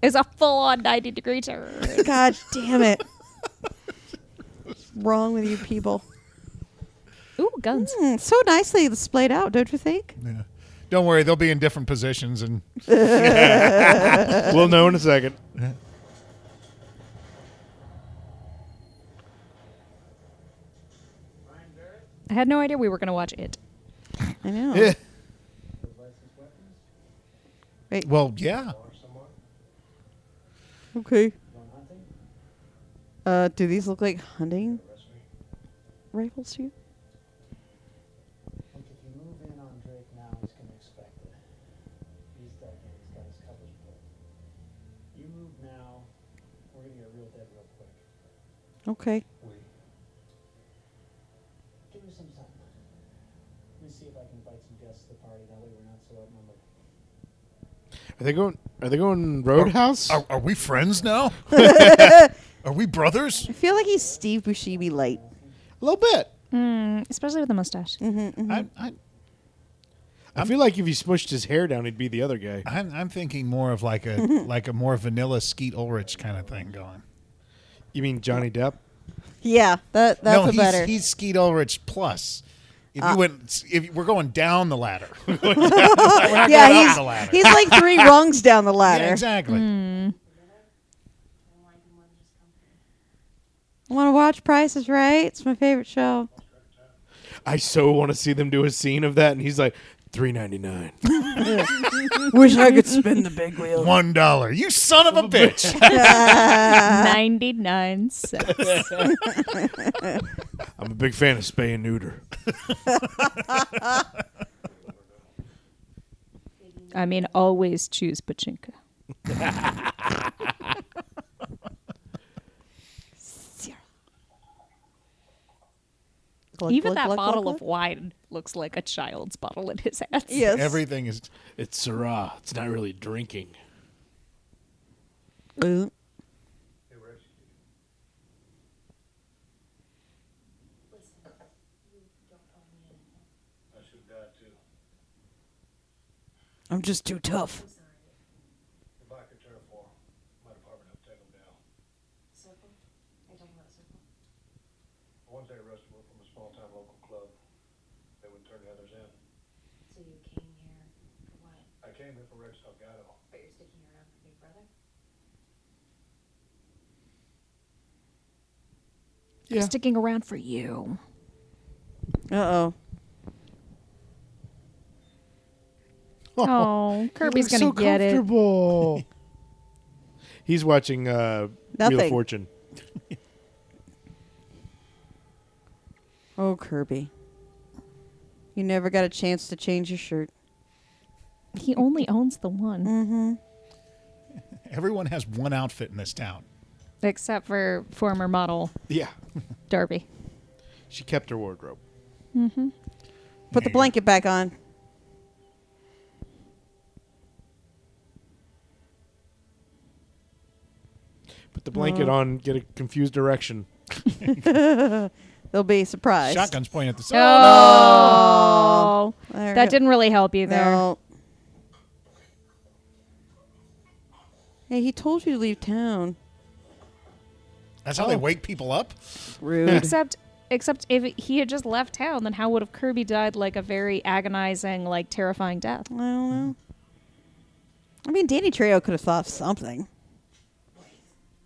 Speaker 4: It's a full on 90 degree turn.
Speaker 3: God damn it. What's wrong with you people?
Speaker 4: Ooh, guns.
Speaker 3: Hmm, so nicely displayed out, don't you think?
Speaker 1: Yeah. Don't worry, they'll be in different positions and
Speaker 2: We'll know in a second.
Speaker 4: I had no idea we were going to watch it.
Speaker 3: I know.
Speaker 1: Eh. well, yeah.
Speaker 3: Okay. Uh, do these look like hunting rifles to you?
Speaker 8: Like if you move in on Drake now, he's gonna expect it. He's dug in, he's got his covers pulled. You move now, we're gonna get real dead real quick.
Speaker 3: Okay.
Speaker 8: Give me some time. Let me see if I can invite some guests to the party, that way we're not so outnumbered.
Speaker 2: Are they going? Are they going Roadhouse?
Speaker 1: Are, are we friends now? are we brothers?
Speaker 3: I feel like he's Steve Buscemi light.
Speaker 2: a little bit.
Speaker 4: Mm, Especially with the mustache.
Speaker 1: I, I,
Speaker 2: I feel like if he smushed his hair down, he'd be the other guy.
Speaker 1: I'm, I'm thinking more of like a like a more vanilla Skeet Ulrich kind of thing going.
Speaker 2: You mean Johnny Depp?
Speaker 3: (laughs) Yeah, that that's
Speaker 1: no,
Speaker 3: a
Speaker 1: he's,
Speaker 3: better.
Speaker 1: he's Skeet Ulrich plus. If you went, if we're going down the ladder,
Speaker 3: (laughs) yeah,
Speaker 1: going up
Speaker 3: he's,
Speaker 1: the ladder.
Speaker 3: he's like
Speaker 1: (laughs)
Speaker 3: three rungs down the ladder.
Speaker 1: Yeah, (laughs) exactly.
Speaker 12: I like him when he's company.
Speaker 3: Want to watch Price is Right? It's my favorite show.
Speaker 2: I so want to see them do a scene of that, and he's like, three ninety nine.
Speaker 3: (laughs) Wish I could spin (laughs) the big wheel.
Speaker 1: One dollar, you son (laughs) of a bitch.
Speaker 4: 99 cents.
Speaker 2: I'm a big fan of spay and neuter.
Speaker 4: I mean, always choose pachinko.
Speaker 3: Glug,
Speaker 4: Even
Speaker 3: glug,
Speaker 4: that
Speaker 3: glug, glug,
Speaker 4: bottle
Speaker 3: glug.
Speaker 4: of wine looks like a child's bottle in his hands.
Speaker 3: Yes.
Speaker 1: Everything is.
Speaker 2: It's Syrah. It's not really drinking.
Speaker 3: Ooh.
Speaker 18: They were executed. I should die too.
Speaker 3: I'm just too tough.
Speaker 18: If I could terraform, my department would take them down.
Speaker 12: Circle? I don't want circle.
Speaker 18: The ones they arrested were from a small-time local club. They would turn the others in.
Speaker 12: So you came here for what?
Speaker 18: I came here for Rex Delgado.
Speaker 12: But you're sticking around for Big
Speaker 2: Yeah.
Speaker 4: I'm sticking around
Speaker 12: Brother?
Speaker 4: for you.
Speaker 3: Uh oh.
Speaker 4: Oh, Kirby's
Speaker 2: Looks
Speaker 4: gonna
Speaker 2: so
Speaker 4: get it.
Speaker 2: comfortable. He's watching uh, Wheel of
Speaker 3: Nothing.
Speaker 2: Fortune.
Speaker 3: Oh, Kirby. You never got a chance to change your shirt.
Speaker 4: He only owns the one,
Speaker 1: Everyone has one outfit in this town.
Speaker 4: except for former model
Speaker 2: Yeah,
Speaker 4: Darby.
Speaker 2: she kept her wardrobe.
Speaker 3: Put the
Speaker 1: Yeah.
Speaker 3: blanket back on.
Speaker 2: Put the blanket on. Get a confused direction.
Speaker 3: They'll be surprised.
Speaker 1: Shotguns pointing at the sun.
Speaker 4: Oh,
Speaker 3: There
Speaker 4: that
Speaker 3: go-
Speaker 4: didn't really help either.
Speaker 3: No. Hey, he told you to leave town.
Speaker 1: That's
Speaker 3: Oh.
Speaker 1: how they wake people up.
Speaker 3: Rude.
Speaker 4: Except, except if he had just left town, then how would have Kirby died like a very agonizing, like terrifying death?
Speaker 3: I don't know. I mean, Danny Trejo could have thought of something.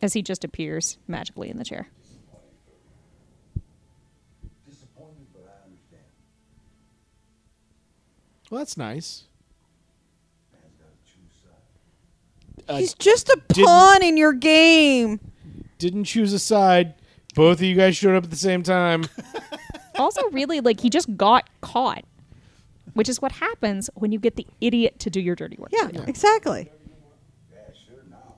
Speaker 4: As he just appears magically in the chair.
Speaker 18: Disappointed, but I understand.
Speaker 2: Well, that's nice.
Speaker 18: Man's gotta choose sides.
Speaker 3: He's just a
Speaker 2: didn't-
Speaker 3: pawn in your game.
Speaker 2: Didn't choose a side. Both of you guys showed up at the same time.
Speaker 4: also, really, like he just got caught, which is what happens when you get the idiot to do your dirty work.
Speaker 3: Yeah, exactly.
Speaker 18: Yeah, sure now.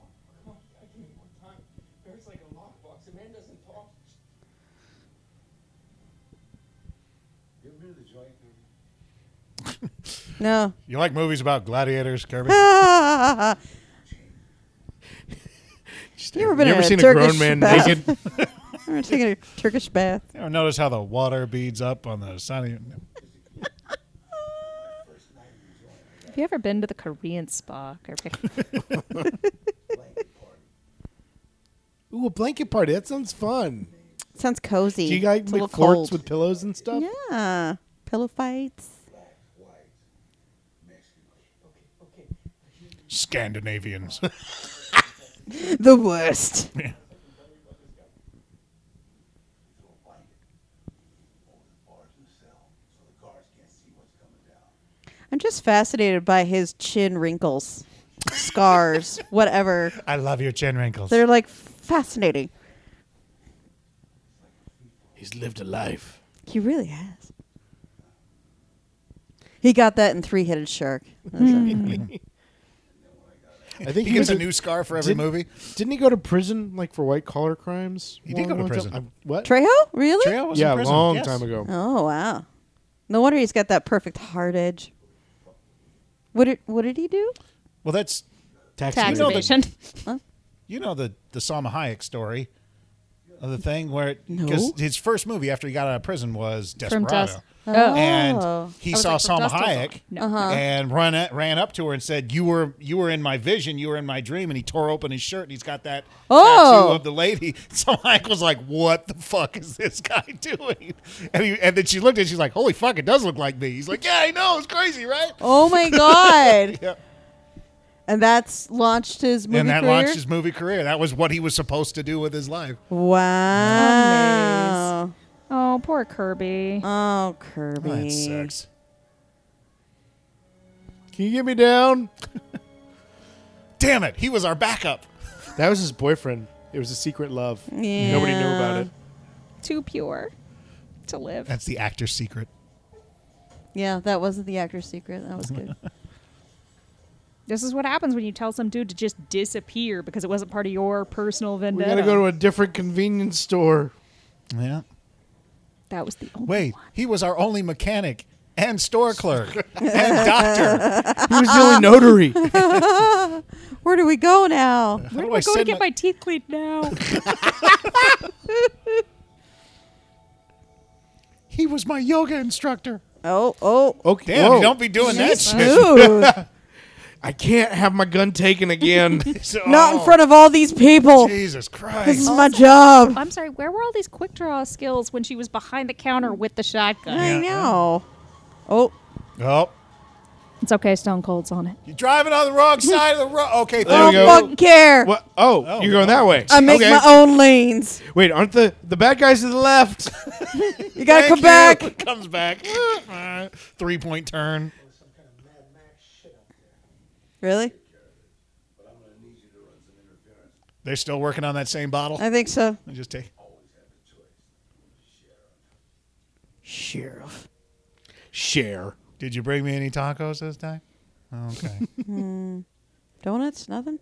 Speaker 8: There's like a lockbox. A man doesn't talk.
Speaker 18: Give me the joint.
Speaker 3: No. (laughs)
Speaker 1: You like movies about gladiators, Kirby?
Speaker 3: Ah,
Speaker 2: Just-
Speaker 3: You ever been in a
Speaker 2: seen a
Speaker 3: Turkish
Speaker 2: grown man
Speaker 3: bath? (laughs)
Speaker 2: naked?
Speaker 3: I'm taking a Turkish bath.
Speaker 1: You ever notice how the water beads up on the side of your.
Speaker 4: Have you ever been to the Korean spa, (laughs) Kirby?
Speaker 2: Ooh, a blanket party. That sounds fun.
Speaker 3: Sounds cozy.
Speaker 2: Do you guys
Speaker 3: it's a
Speaker 2: make
Speaker 3: little
Speaker 2: forts
Speaker 3: cold.
Speaker 2: with pillows and stuff?
Speaker 3: yeah, pillow fights.
Speaker 1: Scandinavians. (laughs)
Speaker 3: The worst. I'm just fascinated by his chin wrinkles,
Speaker 2: (laughs)
Speaker 3: scars, whatever.
Speaker 1: I love your chin wrinkles.
Speaker 3: They're like fascinating.
Speaker 2: He's lived a life.
Speaker 3: He really has. He got that in Three
Speaker 2: (laughs)
Speaker 3: Headed Shark. That's it.
Speaker 2: I think
Speaker 1: he gets a
Speaker 2: was
Speaker 1: new scar for every
Speaker 2: Did-
Speaker 1: movie.
Speaker 2: Didn't he go to prison like for white collar crimes?
Speaker 1: He did go
Speaker 2: Long,
Speaker 1: to
Speaker 2: long
Speaker 1: prison.
Speaker 2: time- I- what?
Speaker 3: Trejo? Really?
Speaker 1: Trejo was
Speaker 2: yeah,
Speaker 1: in prison.
Speaker 2: long
Speaker 1: yes.
Speaker 2: time ago.
Speaker 3: Oh wow! No wonder he's got that perfect hard edge. What did What did he do?
Speaker 1: Well, that's
Speaker 2: Tax
Speaker 4: Tax
Speaker 1: know the-
Speaker 4: evasion.
Speaker 1: you know the the Salma Hayek story of the thing where
Speaker 3: No.
Speaker 1: because his first movie after he got out of prison was
Speaker 4: From
Speaker 1: Desperado.
Speaker 4: dust.
Speaker 1: And
Speaker 3: Oh.
Speaker 1: he
Speaker 4: I was
Speaker 1: saw
Speaker 4: like, from
Speaker 1: Salma
Speaker 4: Dust Till Dawn.
Speaker 1: Hayek
Speaker 4: No. Uh-huh.
Speaker 1: and run at, ran up to her and said, "You were you were in my vision, you were in my dream." And he tore open his shirt and he's got that
Speaker 3: Oh.
Speaker 1: tattoo of the lady. (laughs) So Hayek was like, "What the fuck is this guy (laughs) doing?" And he, and then she looked at it, she's like, "Holy fuck, it does look like me." He's like, "Yeah, I know, it's crazy, right?" (laughs)
Speaker 3: Oh my god!
Speaker 1: Yeah.
Speaker 3: And that's launched his movie
Speaker 1: and that
Speaker 3: career.
Speaker 1: launched his movie career. That was what he was supposed to do with his life.
Speaker 3: wow!
Speaker 4: Oh, poor Kirby.
Speaker 3: Oh
Speaker 1: Oh,
Speaker 3: Kirby!
Speaker 1: that sucks.
Speaker 2: Can you get me down?
Speaker 1: Damn it, he was our backup.
Speaker 2: That was his boyfriend. It was a secret love. Nobody knew about it.
Speaker 4: Too pure to live.
Speaker 1: That's the actor's secret.
Speaker 3: Yeah, that wasn't the actor's secret. That
Speaker 1: (laughs)
Speaker 3: was good.
Speaker 4: This is what happens when you tell some dude to just disappear because it wasn't part of your personal
Speaker 2: We
Speaker 4: vendetta.
Speaker 2: gotta go to a different convenience store.
Speaker 1: Yeah.
Speaker 4: That was the only
Speaker 1: Wait,
Speaker 4: one.
Speaker 1: he was our only mechanic and store clerk and doctor.
Speaker 2: He was the
Speaker 3: (laughs)
Speaker 2: only notary.
Speaker 3: Where do we go now?
Speaker 1: How do
Speaker 4: I'm
Speaker 1: I
Speaker 4: going to
Speaker 1: send
Speaker 4: get my teeth cleaned (laughs) now.
Speaker 1: He was my yoga instructor.
Speaker 3: Oh, oh.
Speaker 2: Okay,
Speaker 1: Damn,
Speaker 2: whoa.
Speaker 1: you don't be doing that shit.
Speaker 3: Ooh,
Speaker 1: (laughs)
Speaker 2: I can't have my gun taken
Speaker 3: (laughs)
Speaker 2: again.
Speaker 1: So-
Speaker 3: not in
Speaker 1: oh,
Speaker 3: front of all these people.
Speaker 1: Jesus
Speaker 3: This is (laughs)
Speaker 1: Christ.
Speaker 3: my job.
Speaker 4: I'm sorry, where were all these quick draw skills when she was behind the counter with the shotgun?
Speaker 3: I know. Oh,
Speaker 1: Oh,
Speaker 4: It's okay, Stone Cold's on it.
Speaker 1: you're driving on the wrong side of the road. Okay,
Speaker 2: There
Speaker 1: thank
Speaker 2: we
Speaker 3: I
Speaker 1: you.
Speaker 3: don't
Speaker 2: go.
Speaker 3: fucking care.
Speaker 2: what? Oh,
Speaker 1: Oh.
Speaker 2: you're going that way.
Speaker 3: Oh, I make
Speaker 2: okay.
Speaker 3: my own lanes.
Speaker 2: Wait, aren't the the bad guys to the left?
Speaker 3: You
Speaker 1: Thank
Speaker 3: gotta come
Speaker 1: you.
Speaker 2: (laughs)
Speaker 3: back.
Speaker 1: Comes back. Three point turn.
Speaker 3: Really?
Speaker 1: They're still working on that same bottle.
Speaker 3: I think so.
Speaker 1: They just take.
Speaker 3: Sheriff.
Speaker 2: Share.
Speaker 1: Did you bring me any tacos this time? Okay.
Speaker 3: Donuts? Nothing?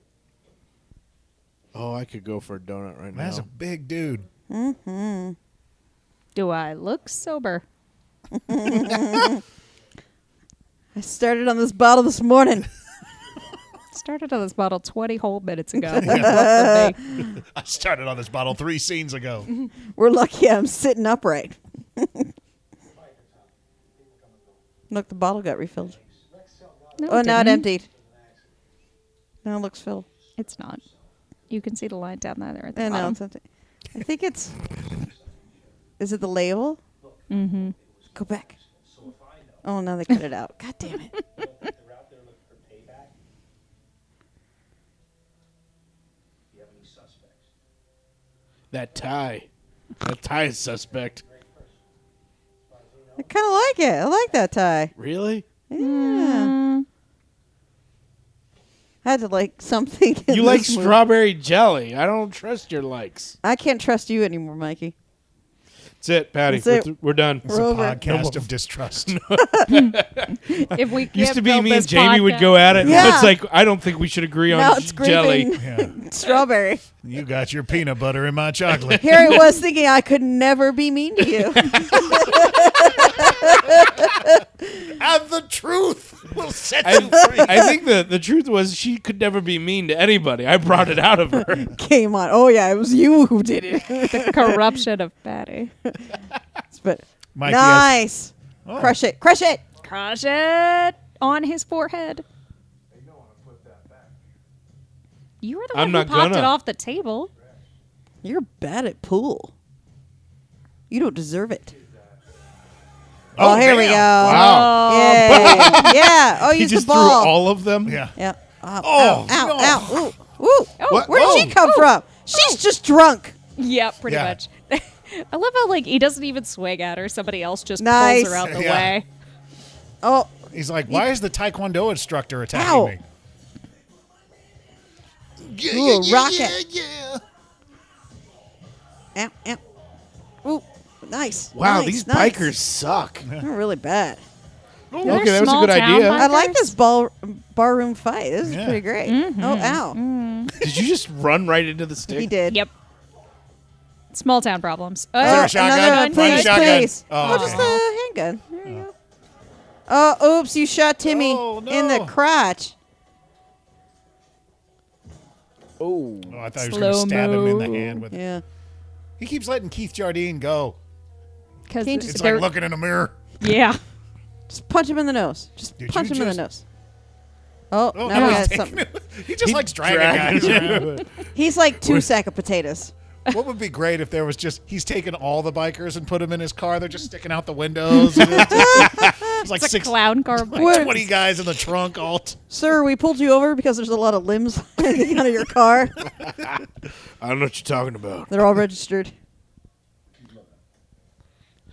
Speaker 2: Oh, I could go for a donut right
Speaker 1: That's a
Speaker 2: now.
Speaker 1: big dude.
Speaker 4: Do I look sober?
Speaker 3: I started on this bottle this morning.
Speaker 4: Started on this bottle 20 whole
Speaker 3: (laughs)
Speaker 4: minutes ago. Work for me.
Speaker 1: I started on this bottle three scenes
Speaker 3: (laughs)
Speaker 1: ago.
Speaker 3: We're lucky I'm sitting upright. (laughs) Look, the bottle got refilled.
Speaker 4: No,
Speaker 3: Oh,
Speaker 4: it
Speaker 3: now it
Speaker 4: didn't.
Speaker 3: emptied. Now it looks filled.
Speaker 4: It's not. You can see the line down there at the
Speaker 3: I know.
Speaker 4: bottom.
Speaker 3: It's empty. I think it's. Is it the label? Mm-hmm. Go back. Oh, no, (laughs) they cut it out. God damn it.
Speaker 8: They're out there looking for payback. Do you have any suspects?
Speaker 2: That tie. That tie is suspect.
Speaker 3: I kind of like it. I like that tie.
Speaker 2: Really?
Speaker 3: Yeah. I had to like something. in
Speaker 2: You like
Speaker 3: this movie.
Speaker 2: strawberry jelly. I don't trust your likes.
Speaker 3: I can't trust you anymore, Mikey.
Speaker 2: That's it, Patty.
Speaker 3: That's it.
Speaker 2: We're, th- we're done.
Speaker 3: We're over.
Speaker 1: Podcast of distrust.
Speaker 4: If
Speaker 3: (laughs)
Speaker 4: we
Speaker 2: Used
Speaker 4: can't
Speaker 2: to be
Speaker 4: build
Speaker 2: me and
Speaker 4: this
Speaker 2: Jamie would
Speaker 4: podcast-
Speaker 2: go at it.
Speaker 3: Yeah.
Speaker 2: It's like I don't think we should agree on
Speaker 3: now it's
Speaker 2: j- jelly.
Speaker 3: screaming
Speaker 1: Yeah.
Speaker 3: (laughs) strawberry.
Speaker 1: You got your peanut butter in my chocolate.
Speaker 3: (laughs) Here I was thinking I could never be mean to you.
Speaker 2: (laughs)
Speaker 1: and the truth will set
Speaker 2: I,
Speaker 1: you free.
Speaker 2: I think the, the truth was she could never be mean to anybody. I brought it out of her.
Speaker 3: Came on. Oh yeah, it was you who did it. (laughs)
Speaker 4: the corruption of Patty.
Speaker 3: but
Speaker 1: Mikey has-
Speaker 3: nice.
Speaker 2: Oh.
Speaker 3: Crush it. Crush it.
Speaker 4: Crush it on his forehead. You were the
Speaker 2: I'm
Speaker 4: one
Speaker 2: not
Speaker 4: who popped it
Speaker 2: gonna.
Speaker 4: off the table.
Speaker 3: You're bad at pool. You don't deserve it. Oh, here we go.
Speaker 1: damn.
Speaker 2: Wow. (laughs)
Speaker 3: Yay. yeah. Oh,
Speaker 2: He
Speaker 3: use
Speaker 2: just
Speaker 3: the
Speaker 2: threw
Speaker 3: ball.
Speaker 2: all of them.
Speaker 1: Yeah.
Speaker 3: Yeah. Ow,
Speaker 1: Oh,
Speaker 3: Uh, ow, ow,
Speaker 1: no.
Speaker 3: ow. Ooh, ooh.
Speaker 2: What?
Speaker 3: Where did
Speaker 2: Oh.
Speaker 3: she come from? She's just drunk.
Speaker 4: Yeah, pretty
Speaker 1: Yeah.
Speaker 4: much. (laughs) I love how like he doesn't even swing at her. Somebody else just
Speaker 3: Nice.
Speaker 4: pulls her out the
Speaker 1: Yeah.
Speaker 4: way.
Speaker 3: Oh,
Speaker 1: He's like, why is the Taekwondo instructor attacking
Speaker 3: Ow.
Speaker 1: me?
Speaker 3: ooh, rocket. Ow, ow. Ooh, nice.
Speaker 2: (laughs) Wow,
Speaker 3: nice,
Speaker 2: these
Speaker 3: nice.
Speaker 2: bikers suck.
Speaker 3: They're really bad.
Speaker 4: They're
Speaker 2: okay, that was a
Speaker 4: small
Speaker 2: good
Speaker 4: town
Speaker 2: idea.
Speaker 3: I like
Speaker 4: bikers.
Speaker 3: this ball barroom fight. This is
Speaker 1: Yeah.
Speaker 3: pretty great. Oh, ow.
Speaker 2: Did you just run right into the stick?
Speaker 3: He did.
Speaker 4: Yep. Small town problems.
Speaker 3: Oh,
Speaker 1: there
Speaker 4: Uh,
Speaker 1: a shotgun?
Speaker 3: another,
Speaker 1: Run
Speaker 3: please,
Speaker 1: shotgun.
Speaker 3: please.
Speaker 1: Oh,
Speaker 3: Oh,
Speaker 1: okay.
Speaker 3: just a handgun. There you go. Oh, oops, you shot Timmy
Speaker 1: Oh,
Speaker 3: in the
Speaker 1: no.
Speaker 3: crotch.
Speaker 2: Oh.
Speaker 1: Oh, I thought he was going to
Speaker 4: Slow
Speaker 1: stab him in the
Speaker 4: mo.
Speaker 1: hand with
Speaker 3: Yeah.
Speaker 1: He keeps letting Keith Jardine go.
Speaker 4: 'cause
Speaker 3: Can't
Speaker 1: It's
Speaker 4: they're-
Speaker 1: like looking in a mirror.
Speaker 4: yeah.
Speaker 3: Just punch him in the nose. Just
Speaker 1: Did
Speaker 3: punch
Speaker 1: you
Speaker 3: him in
Speaker 1: just-
Speaker 3: the nose. Oh,
Speaker 1: Oh,
Speaker 3: now
Speaker 1: no, he's
Speaker 3: we got
Speaker 1: taking
Speaker 3: something.
Speaker 1: it. (laughs) He just likes dragging
Speaker 2: drags
Speaker 1: guys around.
Speaker 3: He's like two sack of potatoes.
Speaker 1: (laughs) What would be great if there was just he's taking all the bikers and put them in his car? They're just sticking out the windows. (laughs) It's like
Speaker 4: It's a
Speaker 1: (laughs) six,
Speaker 4: clown
Speaker 1: (laughs)
Speaker 4: car.
Speaker 3: What?
Speaker 1: like twenty guys in the trunk. All t-
Speaker 3: Sir, we pulled you over because there's a lot of limbs (laughs) hanging out of your car.
Speaker 2: I don't know what you're talking about.
Speaker 3: They're all registered.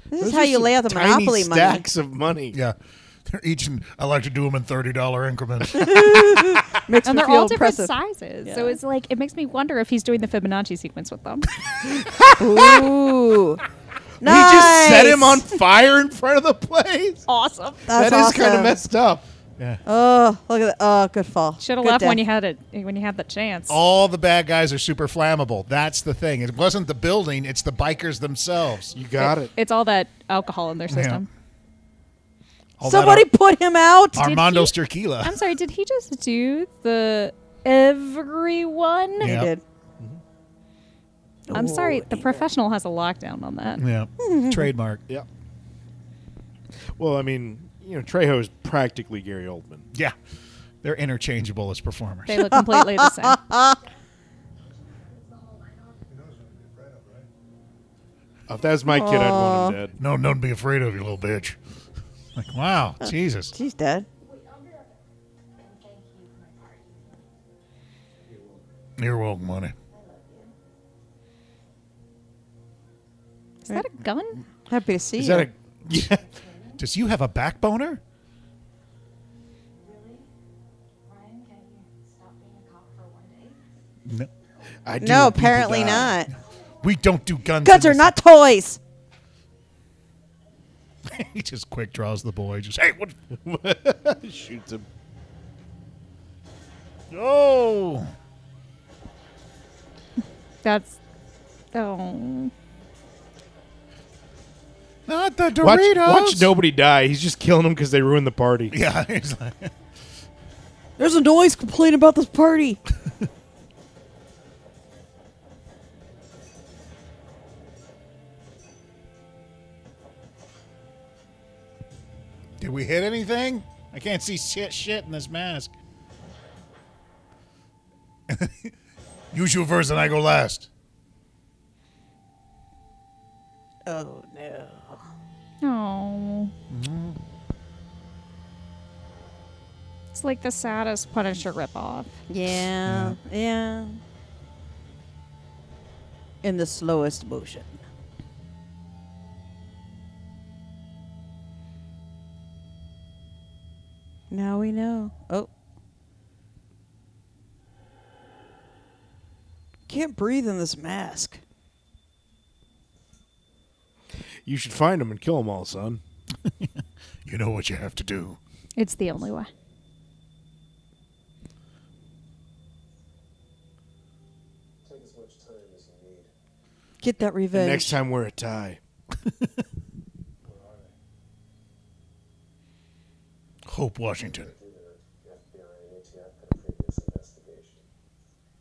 Speaker 3: This is how you lay out the
Speaker 2: tiny
Speaker 3: monopoly
Speaker 2: stacks of money.
Speaker 1: yeah, they're each. In, I like to do them in thirty dollar
Speaker 4: (laughs)
Speaker 1: increments.
Speaker 3: money. Makes
Speaker 4: And
Speaker 3: me
Speaker 4: they're
Speaker 3: feel
Speaker 4: all different
Speaker 3: impressive.
Speaker 4: sizes. So
Speaker 3: Yeah.
Speaker 4: it's like, it makes me wonder if he's doing the Fibonacci sequence
Speaker 1: (laughs)
Speaker 4: with them. (laughs)
Speaker 2: (laughs)
Speaker 3: Ooh.
Speaker 2: He just set him
Speaker 3: Nice.
Speaker 2: on fire in front of the place.
Speaker 4: awesome.
Speaker 3: That's
Speaker 1: Uh,
Speaker 2: that is kind
Speaker 3: awesome.
Speaker 2: of messed up.
Speaker 1: Yeah.
Speaker 3: Oh, look at that. Oh, good fall.
Speaker 4: Should have
Speaker 3: Good
Speaker 4: left when
Speaker 3: death.
Speaker 4: you had it when you had the chance.
Speaker 1: All the bad guys are super flammable. That's the thing. It wasn't the building, it's the bikers themselves.
Speaker 2: You got it.
Speaker 4: It's all that alcohol in their
Speaker 1: (laughs)
Speaker 4: system.
Speaker 1: All that
Speaker 3: Somebody put him out.
Speaker 1: Ar- Armando
Speaker 4: he-
Speaker 1: Sterkila.
Speaker 4: I'm sorry. Did he just do the everyone?
Speaker 1: Yeah. Oh,
Speaker 3: He did.
Speaker 4: I'm sorry. The professional has a lockdown on that.
Speaker 1: (laughs) Yeah. Trademark.
Speaker 2: Yeah. Well, I mean, you know, Trejo is practically Gary Oldman.
Speaker 1: Yeah. They're interchangeable as performers.
Speaker 4: They
Speaker 1: (laughs)
Speaker 4: look completely the same.
Speaker 2: If that was my kid, I'd want him dead.
Speaker 1: No, don't be afraid of you, little bitch. Like, wow, Jesus.
Speaker 3: She's dead.
Speaker 1: You're welcome, money.
Speaker 4: Is that a gun?
Speaker 3: Happy to see
Speaker 2: Is
Speaker 3: you.
Speaker 2: that a? Yeah.
Speaker 1: Does you have a backboner?
Speaker 12: Ryan, can't you stop being a cop for one day?
Speaker 1: No.
Speaker 2: I do
Speaker 3: no,
Speaker 2: when people
Speaker 3: apparently
Speaker 2: die.
Speaker 3: not.
Speaker 1: We don't do guns.
Speaker 3: Guns
Speaker 1: in
Speaker 3: are
Speaker 1: this-
Speaker 3: not toys.
Speaker 1: (laughs) he just quick draws the boy. Just hey, what? (laughs)
Speaker 2: Shoots him.
Speaker 1: Oh,
Speaker 4: That's oh.
Speaker 1: not the
Speaker 2: Watch,
Speaker 1: Doritos.
Speaker 2: watch nobody die. He's just killing them because they ruined the party.
Speaker 1: (laughs) Yeah, he's like,
Speaker 3: There's a noise complaining about this party.
Speaker 1: did we hit anything? I can't see shit, shit in this mask. (laughs) Use you first, and I go last.
Speaker 3: Oh no.
Speaker 4: Oh. It's like the saddest Punisher ripoff.
Speaker 3: Yeah, yeah. In the slowest motion. Now we know. Oh. Can't breathe in this mask.
Speaker 2: You should find them and kill them all, son.
Speaker 1: You know what you have to do.
Speaker 4: It's the only way.
Speaker 8: Take as much time as you need.
Speaker 3: Get that
Speaker 2: And
Speaker 3: revenge.
Speaker 2: next time we're a tie.
Speaker 1: Hope Washington.
Speaker 8: FBI and ATF had a previous investigation.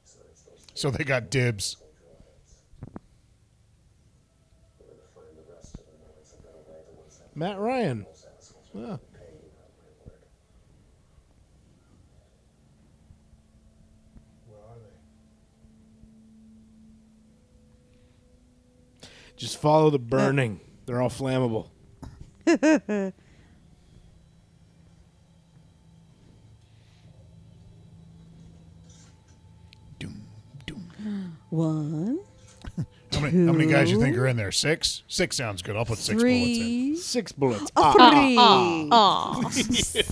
Speaker 8: So it's those
Speaker 1: So they got dibs.
Speaker 8: drives. We're going to find the rest of the ones that got away, the ones that
Speaker 2: Matt Ryan.
Speaker 8: those assholes were
Speaker 2: Yeah.
Speaker 8: paying on my work. Where are they?
Speaker 2: Just follow the burning. They're all flammable.
Speaker 1: Doom, doom.
Speaker 3: One,
Speaker 1: How many, how many guys you think are in there? Six? Six sounds good. I'll put six bullets in.
Speaker 3: three,
Speaker 2: Six bullets. Ah.
Speaker 3: a three.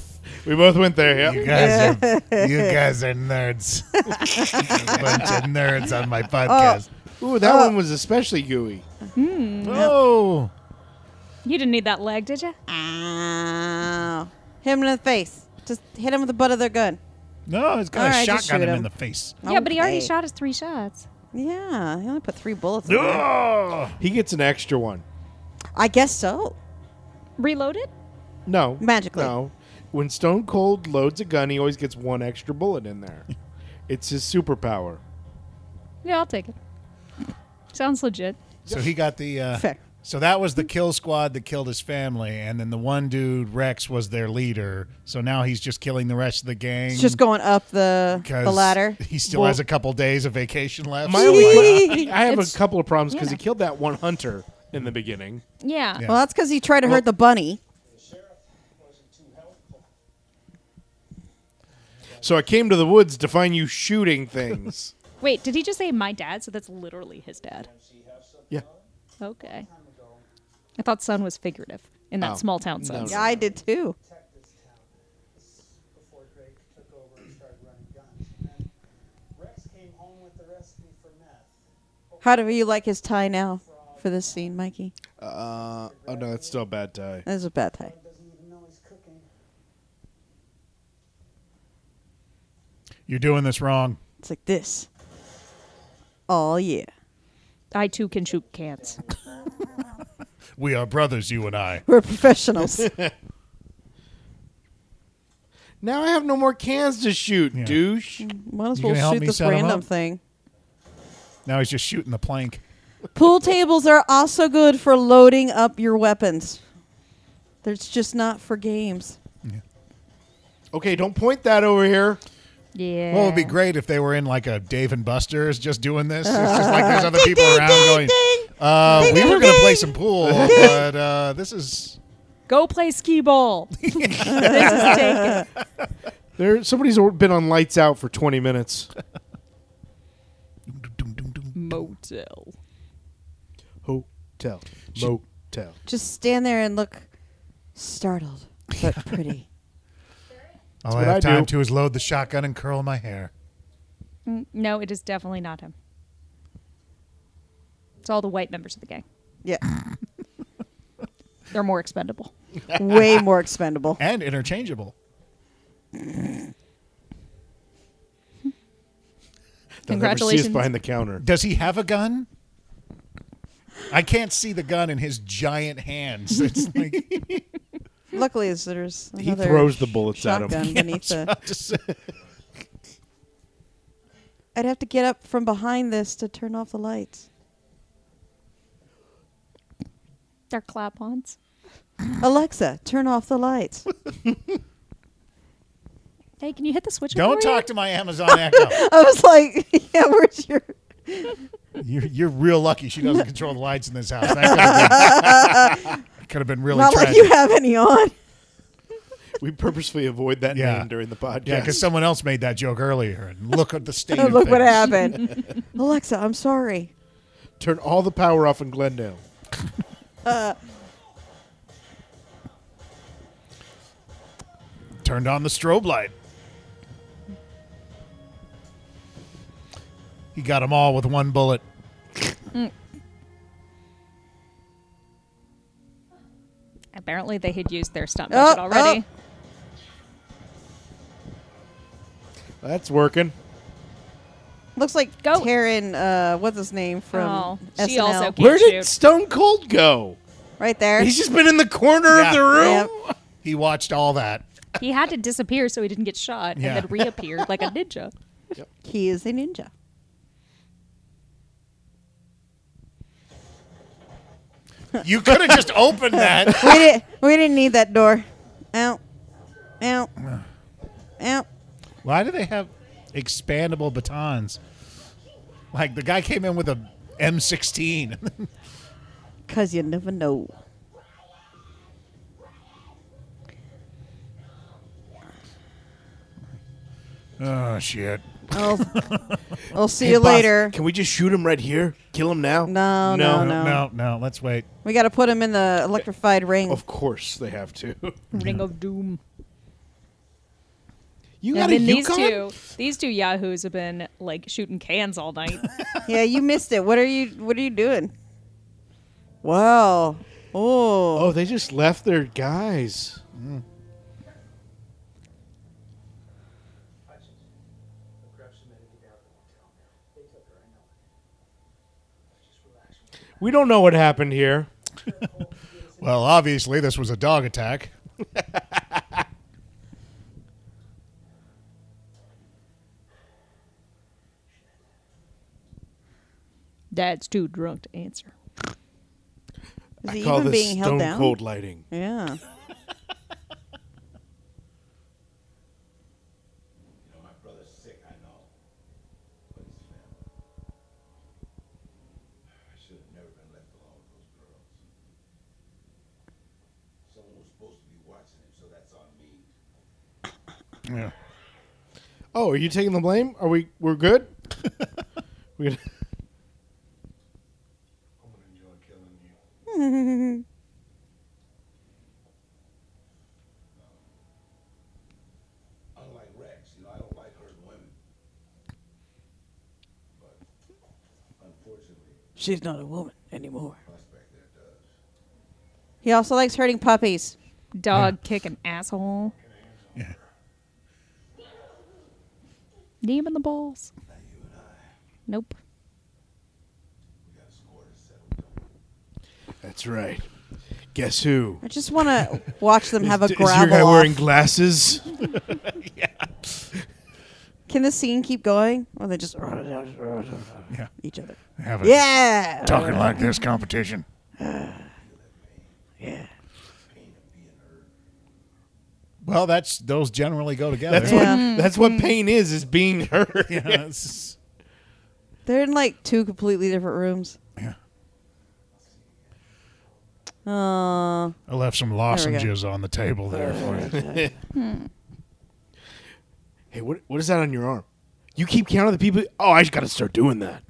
Speaker 2: We both went there.
Speaker 1: You
Speaker 2: Yeah.
Speaker 1: guys are
Speaker 3: (laughs)
Speaker 1: you guys are nerds. (laughs) Bunch of nerds
Speaker 3: Oh.
Speaker 1: on my podcast.
Speaker 2: Ooh, that one was especially gooey.
Speaker 1: Oh,
Speaker 4: (laughs) You didn't need that leg, did you?
Speaker 3: Ow. Hit him in the face. Just hit him with the butt of their gun.
Speaker 1: no, he's got
Speaker 3: All
Speaker 1: a
Speaker 3: right, just
Speaker 1: shotgun
Speaker 3: shoot
Speaker 1: him in
Speaker 3: him.
Speaker 1: the face.
Speaker 4: Yeah, but he already
Speaker 3: Okay.
Speaker 4: shot his three shots.
Speaker 3: Yeah, he only put three bullets. in there.
Speaker 1: Oh,
Speaker 2: He gets an extra one.
Speaker 3: I guess so.
Speaker 4: Reloaded?
Speaker 2: No.
Speaker 3: Magically.
Speaker 2: No. When Stone Cold loads a gun, he always gets one extra bullet in (laughs) there. it's his superpower.
Speaker 4: Yeah, I'll take it. Sounds legit.
Speaker 1: so he got the. Uh,
Speaker 3: Fair.
Speaker 1: So that was the kill squad that killed his family, and then the one dude Rex was their leader. So now he's just killing the rest of the gang.
Speaker 3: It's just going up the
Speaker 1: 'cause (laughs)
Speaker 3: the ladder.
Speaker 1: He still
Speaker 2: Well-
Speaker 1: has a couple days of vacation left.
Speaker 2: My
Speaker 1: so
Speaker 2: only
Speaker 1: why not?
Speaker 2: I have
Speaker 4: It's-
Speaker 2: a couple of problems because
Speaker 4: you
Speaker 2: he
Speaker 4: know.
Speaker 2: killed that one hunter in the beginning.
Speaker 4: Yeah.
Speaker 1: Yeah.
Speaker 3: Well, that's because he tried to hurt the bunny.
Speaker 8: The sheriff wasn't too helpful.
Speaker 2: So I came to the woods to find you shooting (laughs) things.
Speaker 4: Wait, did he just say my dad? So that's literally his dad.
Speaker 2: yeah.
Speaker 4: Okay. I thought son was figurative in that
Speaker 2: Oh,
Speaker 4: small town sense.
Speaker 3: Yeah, I did too.
Speaker 8: protect this town. This is before Drake took over and started running guns. And then Rex came home with the recipe for meth.
Speaker 3: How do you like his tie now for this scene, Mikey?
Speaker 2: Uh, oh no, that's still a bad tie.
Speaker 3: That was a bad tie.
Speaker 8: Doesn't even know he's cooking.
Speaker 1: You're doing this wrong.
Speaker 3: It's like this. Oh yeah.
Speaker 4: I too can shoot cans.
Speaker 1: We are brothers, you and I. (laughs)
Speaker 3: We're professionals.
Speaker 2: Now I have no more cans to shoot,
Speaker 1: Yeah.
Speaker 2: douche.
Speaker 3: Might as
Speaker 1: You gonna
Speaker 3: well
Speaker 1: help
Speaker 3: shoot
Speaker 1: me
Speaker 3: this
Speaker 1: set 'em
Speaker 3: random
Speaker 1: up?
Speaker 3: thing.
Speaker 1: Now he's just shooting the plank.
Speaker 3: Pool tables are also good for loading up your weapons. That's just not for games.
Speaker 2: Okay, don't point that over here.
Speaker 4: (laughs) Yeah.
Speaker 1: Well, it would be great if they were in like a Dave and Buster's just doing this. It's just like there's other people around going, uh, we were going to play some pool, but uh, this is.
Speaker 4: Go play skee ball. (laughs) this is taken.
Speaker 2: There, somebody's o- been on lights out for twenty minutes.
Speaker 4: Motel.
Speaker 2: Hotel, motel.
Speaker 3: Just stand there and look startled
Speaker 2: (laughs)
Speaker 3: but pretty.
Speaker 1: All I
Speaker 2: what
Speaker 1: have
Speaker 2: I do.
Speaker 1: time to is load the shotgun and curl my hair.
Speaker 4: Mm, No, it is definitely not him. It's all the white members of the gang.
Speaker 2: (laughs)
Speaker 3: Yeah.
Speaker 4: They're more expendable.
Speaker 3: Way more expendable.
Speaker 1: And interchangeable.
Speaker 2: They'll never see us
Speaker 4: Congratulations.
Speaker 2: behind the counter.
Speaker 1: Does he have a gun? I can't see the gun in his giant hands.
Speaker 3: (laughs)
Speaker 1: It's like
Speaker 3: Luckily, is there's
Speaker 2: He
Speaker 3: another
Speaker 2: throws the bullets at him. (laughs)
Speaker 3: shotgun beneath the.
Speaker 1: just,
Speaker 3: I'd have to get up from behind this to turn off the lights.
Speaker 4: They're clap-ons.
Speaker 3: Alexa, turn off the lights.
Speaker 4: Hey, can you hit the switch? over
Speaker 1: don't
Speaker 4: there?
Speaker 1: talk to my Amazon
Speaker 3: (laughs)
Speaker 1: Echo.
Speaker 3: I was like, yeah, where's your?
Speaker 1: You're, you're real lucky she doesn't control the lights in this house. That
Speaker 3: (laughs)
Speaker 1: could have been, really
Speaker 3: Not
Speaker 1: tragic.
Speaker 3: like you have any on.
Speaker 2: We purposefully avoid that
Speaker 1: Yeah.
Speaker 2: name during the podcast.
Speaker 1: yeah, because someone else made that joke earlier, and look
Speaker 3: (laughs)
Speaker 1: at the state.
Speaker 3: Oh,
Speaker 1: of
Speaker 3: look what
Speaker 1: things.
Speaker 3: happened.
Speaker 2: (laughs)
Speaker 3: Alexa, I'm sorry.
Speaker 2: turn all the power off in Glendale.
Speaker 1: Turned on the strobe light. He got them all with one bullet.
Speaker 4: Apparently, they had used their stunt
Speaker 3: Oh,
Speaker 4: method already.
Speaker 2: That's working.
Speaker 3: Looks like
Speaker 4: Go.
Speaker 3: Taryn, uh, what's his name from
Speaker 4: Oh,
Speaker 3: SNL?
Speaker 4: she also can't
Speaker 2: Where did
Speaker 4: shoot.
Speaker 2: Stone Cold go?
Speaker 3: right there.
Speaker 2: He's just been in the corner
Speaker 1: Yeah.
Speaker 2: of the room.
Speaker 3: Yep.
Speaker 1: He watched all that.
Speaker 4: He had to disappear so he didn't get shot,
Speaker 1: Yeah.
Speaker 4: and then
Speaker 2: (laughs)
Speaker 4: reappeared like a ninja.
Speaker 3: He is a ninja.
Speaker 1: You could have just opened that.
Speaker 3: We didn't. We didn't need that door. Ow, ow, ow.
Speaker 1: Why do they have expandable batons? Like the guy came in with a (laughs) M16.
Speaker 3: Cause you never know.
Speaker 1: oh shit!
Speaker 2: (laughs)
Speaker 3: I'll, I'll see you
Speaker 2: Hey, boss,
Speaker 3: later.
Speaker 2: Can we just shoot him right here? Kill him now?
Speaker 3: No, no, no.
Speaker 1: No, no, no. Let's wait.
Speaker 3: We got to put him in the electrified ring.
Speaker 2: Of course they have to. (laughs)
Speaker 4: Ring of Doom.
Speaker 2: You
Speaker 4: And
Speaker 2: got a
Speaker 4: then these
Speaker 2: Yukon?
Speaker 4: two, these two yahoos have been like shooting cans
Speaker 2: (laughs)
Speaker 4: all night.
Speaker 3: Yeah, you missed it. What are you? What are you doing? Wow. Oh.
Speaker 2: Oh, they just left their guys. Mm.
Speaker 8: Hutchins. We'll grab some men and get out of the hotel. They took her, I know it. Just relax.
Speaker 2: We don't know what happened here.
Speaker 1: Well, obviously this was a dog attack.
Speaker 4: Dad's too drunk to answer.
Speaker 3: Is
Speaker 2: I
Speaker 3: he
Speaker 2: call
Speaker 3: even
Speaker 2: this
Speaker 3: being
Speaker 2: Stone
Speaker 3: held down?
Speaker 2: Cold lighting.
Speaker 3: Yeah.
Speaker 18: You know, my brother's sick, I know. But his family. I should have never been left alone with those girls. Someone was supposed to be watching him, so that's on me.
Speaker 1: Yeah.
Speaker 2: Oh, are you taking the blame? Are we? We're good. (laughs) we gonna,
Speaker 18: I'm gonna enjoy killing you. (laughs) Unlike Rex, you know, I don't like hurting women. But unfortunately,
Speaker 3: She's not a woman anymore.
Speaker 18: prospect there does.
Speaker 3: He also likes hurting puppies.
Speaker 4: Dog kicking asshole. Naming the balls. Nope.
Speaker 2: That's right. Guess who?
Speaker 3: I just
Speaker 2: (laughs)
Speaker 3: want to watch them have a
Speaker 2: is, is
Speaker 3: gravel
Speaker 2: your guy
Speaker 3: off.
Speaker 2: wearing glasses?
Speaker 3: Can the scene keep going, or they just
Speaker 1: Yeah.
Speaker 3: each other?
Speaker 1: Have a
Speaker 3: Yeah.
Speaker 1: talking like this competition.
Speaker 3: (sighs) Yeah.
Speaker 1: Well, that's those generally go together. (laughs)
Speaker 2: That's
Speaker 3: Yeah.
Speaker 2: what that's what pain is is being hurt.
Speaker 1: yeah, that's-
Speaker 3: They're in like two completely different rooms.
Speaker 1: yeah.
Speaker 3: Uh,
Speaker 1: I left some
Speaker 3: we go.
Speaker 1: lozenges on the table there for you.
Speaker 2: (laughs) Hey, what what is that on your arm? You keep counting the people. Oh, I just got to start doing that.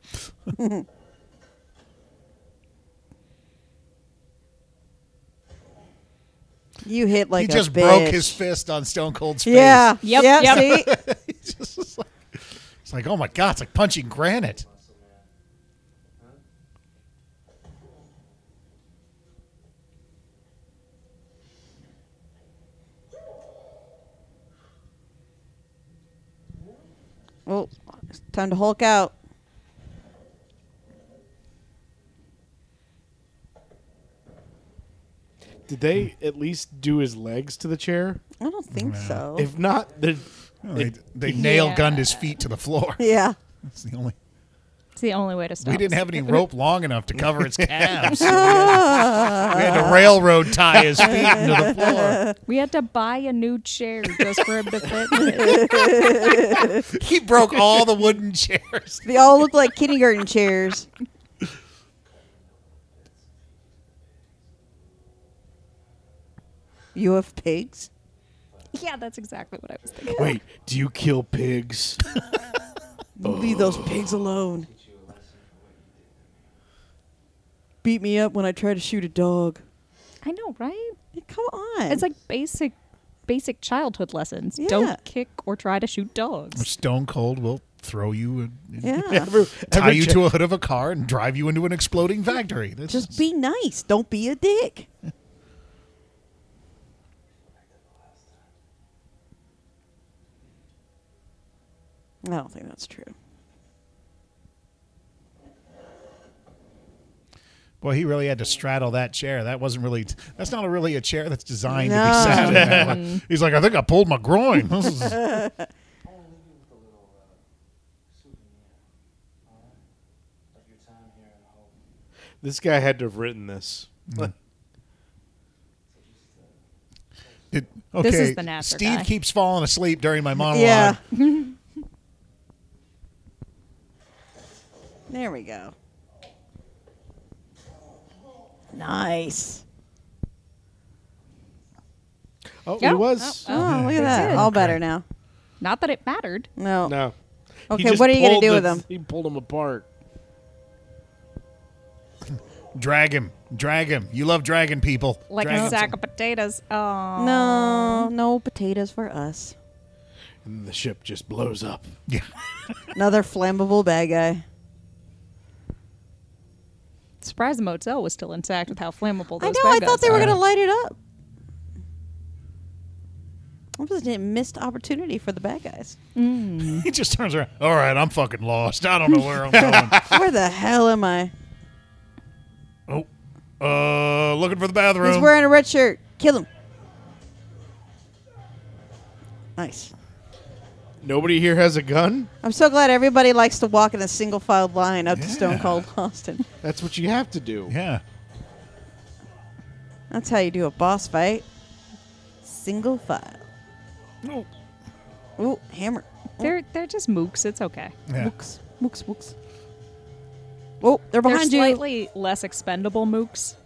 Speaker 3: you hit like
Speaker 1: he
Speaker 3: a
Speaker 1: just broke
Speaker 3: bitch.
Speaker 1: his fist on Stone Cold's face.
Speaker 3: Yeah.
Speaker 4: Yep,
Speaker 3: Yeah,
Speaker 4: yep.
Speaker 3: See?
Speaker 1: It's just it's like, it's like, oh my god, it's like punching granite.
Speaker 3: Well, it's time to Hulk out.
Speaker 2: Did they at least do his legs to the chair?
Speaker 3: I don't think so.
Speaker 2: If not, the
Speaker 1: Oh, They, they nail gunned his feet to the (laughs) floor.
Speaker 3: yeah.
Speaker 1: That's the only.
Speaker 4: It's the only way to stop.
Speaker 1: We didn't
Speaker 4: us.
Speaker 1: have any rope long enough to cover (laughs) his calves. so we, had, we had to railroad tie his feet into the floor.
Speaker 4: We had to buy a new chair just for him to fit.
Speaker 3: (laughs)
Speaker 4: in.
Speaker 1: He broke all the wooden chairs.
Speaker 3: They all look like kindergarten chairs. You have pigs?
Speaker 4: yeah, that's exactly what I was thinking.
Speaker 2: wait, do you kill pigs?
Speaker 3: Leave those pigs alone. Beat me up when I try to shoot a dog.
Speaker 4: I know, right?
Speaker 3: Yeah, Come on.
Speaker 4: It's like basic, basic childhood lessons.
Speaker 3: Yeah.
Speaker 4: Don't kick or try to shoot dogs.
Speaker 1: Stone Cold will throw you and
Speaker 3: (laughs) yeah.
Speaker 2: Ever-
Speaker 1: tie
Speaker 2: ever
Speaker 1: you
Speaker 2: check-
Speaker 1: to a hood of a car and drive you into an exploding factory. That's
Speaker 3: Just be nice. Don't be a dick. I don't think that's true.
Speaker 1: boy, he really had to straddle that chair. That wasn't really. That's not a really a chair that's designed to be
Speaker 3: No.
Speaker 1: sat in. That
Speaker 3: (laughs)
Speaker 1: way. He's like, I think I pulled my groin. (laughs) This is-
Speaker 8: I want to leave you with a little uh, souvenir, all right? Of your time here in Hope.
Speaker 2: This guy had to have written this.
Speaker 1: It- okay,
Speaker 4: This is the Nasser
Speaker 1: Steve
Speaker 4: guy.
Speaker 1: keeps falling asleep during my monologue.
Speaker 3: Yeah. there we go. Nice.
Speaker 2: Oh,
Speaker 4: Yeah.
Speaker 2: it was.
Speaker 3: Oh, look at that. All better now.
Speaker 4: Not that it mattered.
Speaker 3: No.
Speaker 2: No. He
Speaker 3: Okay,
Speaker 2: just
Speaker 3: what are you gonna
Speaker 2: pulled
Speaker 3: do with
Speaker 2: the-
Speaker 3: him?
Speaker 2: He pulled him apart.
Speaker 1: Drag him, drag him. You love dragging people.
Speaker 4: Like
Speaker 1: Drag
Speaker 4: a
Speaker 1: him.
Speaker 4: sack of potatoes. Oh
Speaker 3: No, no potatoes for us.
Speaker 2: And the ship just blows up.
Speaker 1: Yeah.
Speaker 3: Another flammable bad guy.
Speaker 4: Surprise the motel was still intact with how flammable
Speaker 3: I
Speaker 4: those
Speaker 3: know. I
Speaker 4: bad
Speaker 3: thought
Speaker 4: guys
Speaker 3: they were
Speaker 4: are.
Speaker 3: going to light it up. That was a missed opportunity for the bad (laughs) guys.
Speaker 1: he just turns around. All right, I'm fucking lost. I don't know where I'm
Speaker 4: (laughs)
Speaker 1: going.
Speaker 3: Where the hell am I?
Speaker 1: oh, uh, looking for the bathroom.
Speaker 3: He's wearing a red shirt. Kill him. Nice.
Speaker 2: Nobody here has a gun?
Speaker 3: I'm so glad everybody likes to walk in a single filed line up to Stone
Speaker 1: Yeah.
Speaker 3: Cold Austin.
Speaker 2: That's what you have to do.
Speaker 1: yeah.
Speaker 3: That's how you do a boss fight. Single file.
Speaker 1: Oh.
Speaker 3: Ooh, hammer.
Speaker 4: They're they're just mooks. It's okay.
Speaker 1: Yeah.
Speaker 3: Mooks, mooks, mooks. Oh, they're behind
Speaker 4: they're
Speaker 3: you.
Speaker 4: slightly less expendable mooks.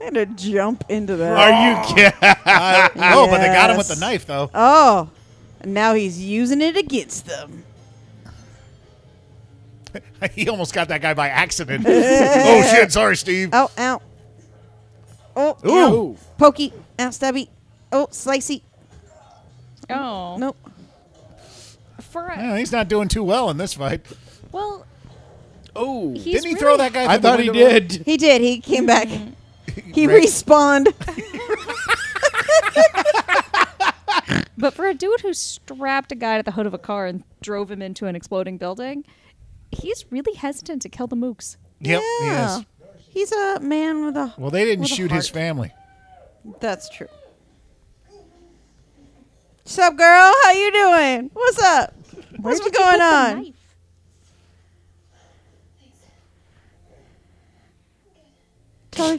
Speaker 3: I'm going to jump into that.
Speaker 2: Are you
Speaker 4: (laughs)
Speaker 2: kidding?
Speaker 1: Oh, but they got him with the
Speaker 3: Yes.
Speaker 1: knife though.
Speaker 3: Oh, and now he's using it against them.
Speaker 4: Uh,
Speaker 1: (laughs) he almost got that guy by
Speaker 4: (laughs)
Speaker 1: accident. oh shit! Sorry, Steve.
Speaker 4: Uh,
Speaker 3: Oh, ow. Oh, ow.
Speaker 2: Ooh.
Speaker 3: Pokey. Ow, stabby. Oh, slicey.
Speaker 4: Oh,
Speaker 3: Nope.
Speaker 4: For a,
Speaker 1: Yeah, he's not doing too well in this fight.
Speaker 4: well,
Speaker 2: Oh.
Speaker 1: Didn't
Speaker 4: he's
Speaker 1: he
Speaker 4: really,
Speaker 1: throw that guy?
Speaker 2: I
Speaker 1: through the
Speaker 2: thought he
Speaker 1: window?
Speaker 2: did.
Speaker 3: He did. He came
Speaker 1: (laughs)
Speaker 3: back. He
Speaker 1: Great.
Speaker 3: respawned.
Speaker 4: But for a dude who strapped a guy to the hood of a car and drove him into an exploding building, he's really hesitant to kill the mooks.
Speaker 1: Yep, he is.
Speaker 3: Yeah. He's a man with a.
Speaker 1: Well, they didn't
Speaker 3: with a
Speaker 1: shoot his
Speaker 3: heart.
Speaker 1: family.
Speaker 3: That's true. What's up, girl? How you doing? What's up? What's been going on? Totally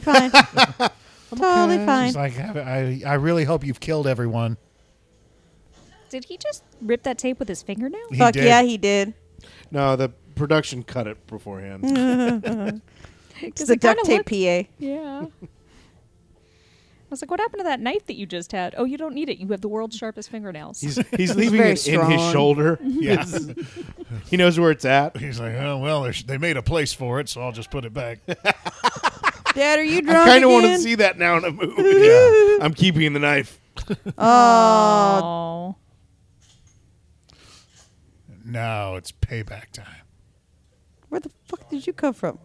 Speaker 1: (laughs)
Speaker 3: fine. totally fine.
Speaker 1: He's like, I, I, I really hope you've killed everyone.
Speaker 4: Did he just rip that tape with his fingernail?
Speaker 1: He
Speaker 3: Fuck
Speaker 1: did.
Speaker 3: yeah, he did.
Speaker 2: No, the production cut it
Speaker 3: Mm.
Speaker 2: beforehand.
Speaker 3: It's
Speaker 4: Because
Speaker 3: a duct tape PA.
Speaker 4: (laughs) Yeah. I was like, what happened to that knife that you just had? Oh, you don't need it. You have the world's sharpest fingernails.
Speaker 2: he's he's leaving
Speaker 3: very
Speaker 2: it in his (laughs)
Speaker 3: strong.
Speaker 2: shoulder.
Speaker 1: Yeah.
Speaker 2: He knows where it's (laughs) at.
Speaker 1: He's like, oh well, they sh- they made a place for it, so I'll just put it
Speaker 4: (laughs)
Speaker 1: back.
Speaker 3: Dad, are you
Speaker 2: I
Speaker 3: drunk
Speaker 2: kind of want to
Speaker 3: again?
Speaker 2: see that now in a (laughs) movie. yeah. I'm keeping the knife.
Speaker 4: oh.
Speaker 1: now it's payback time.
Speaker 3: Where the fuck did you come from?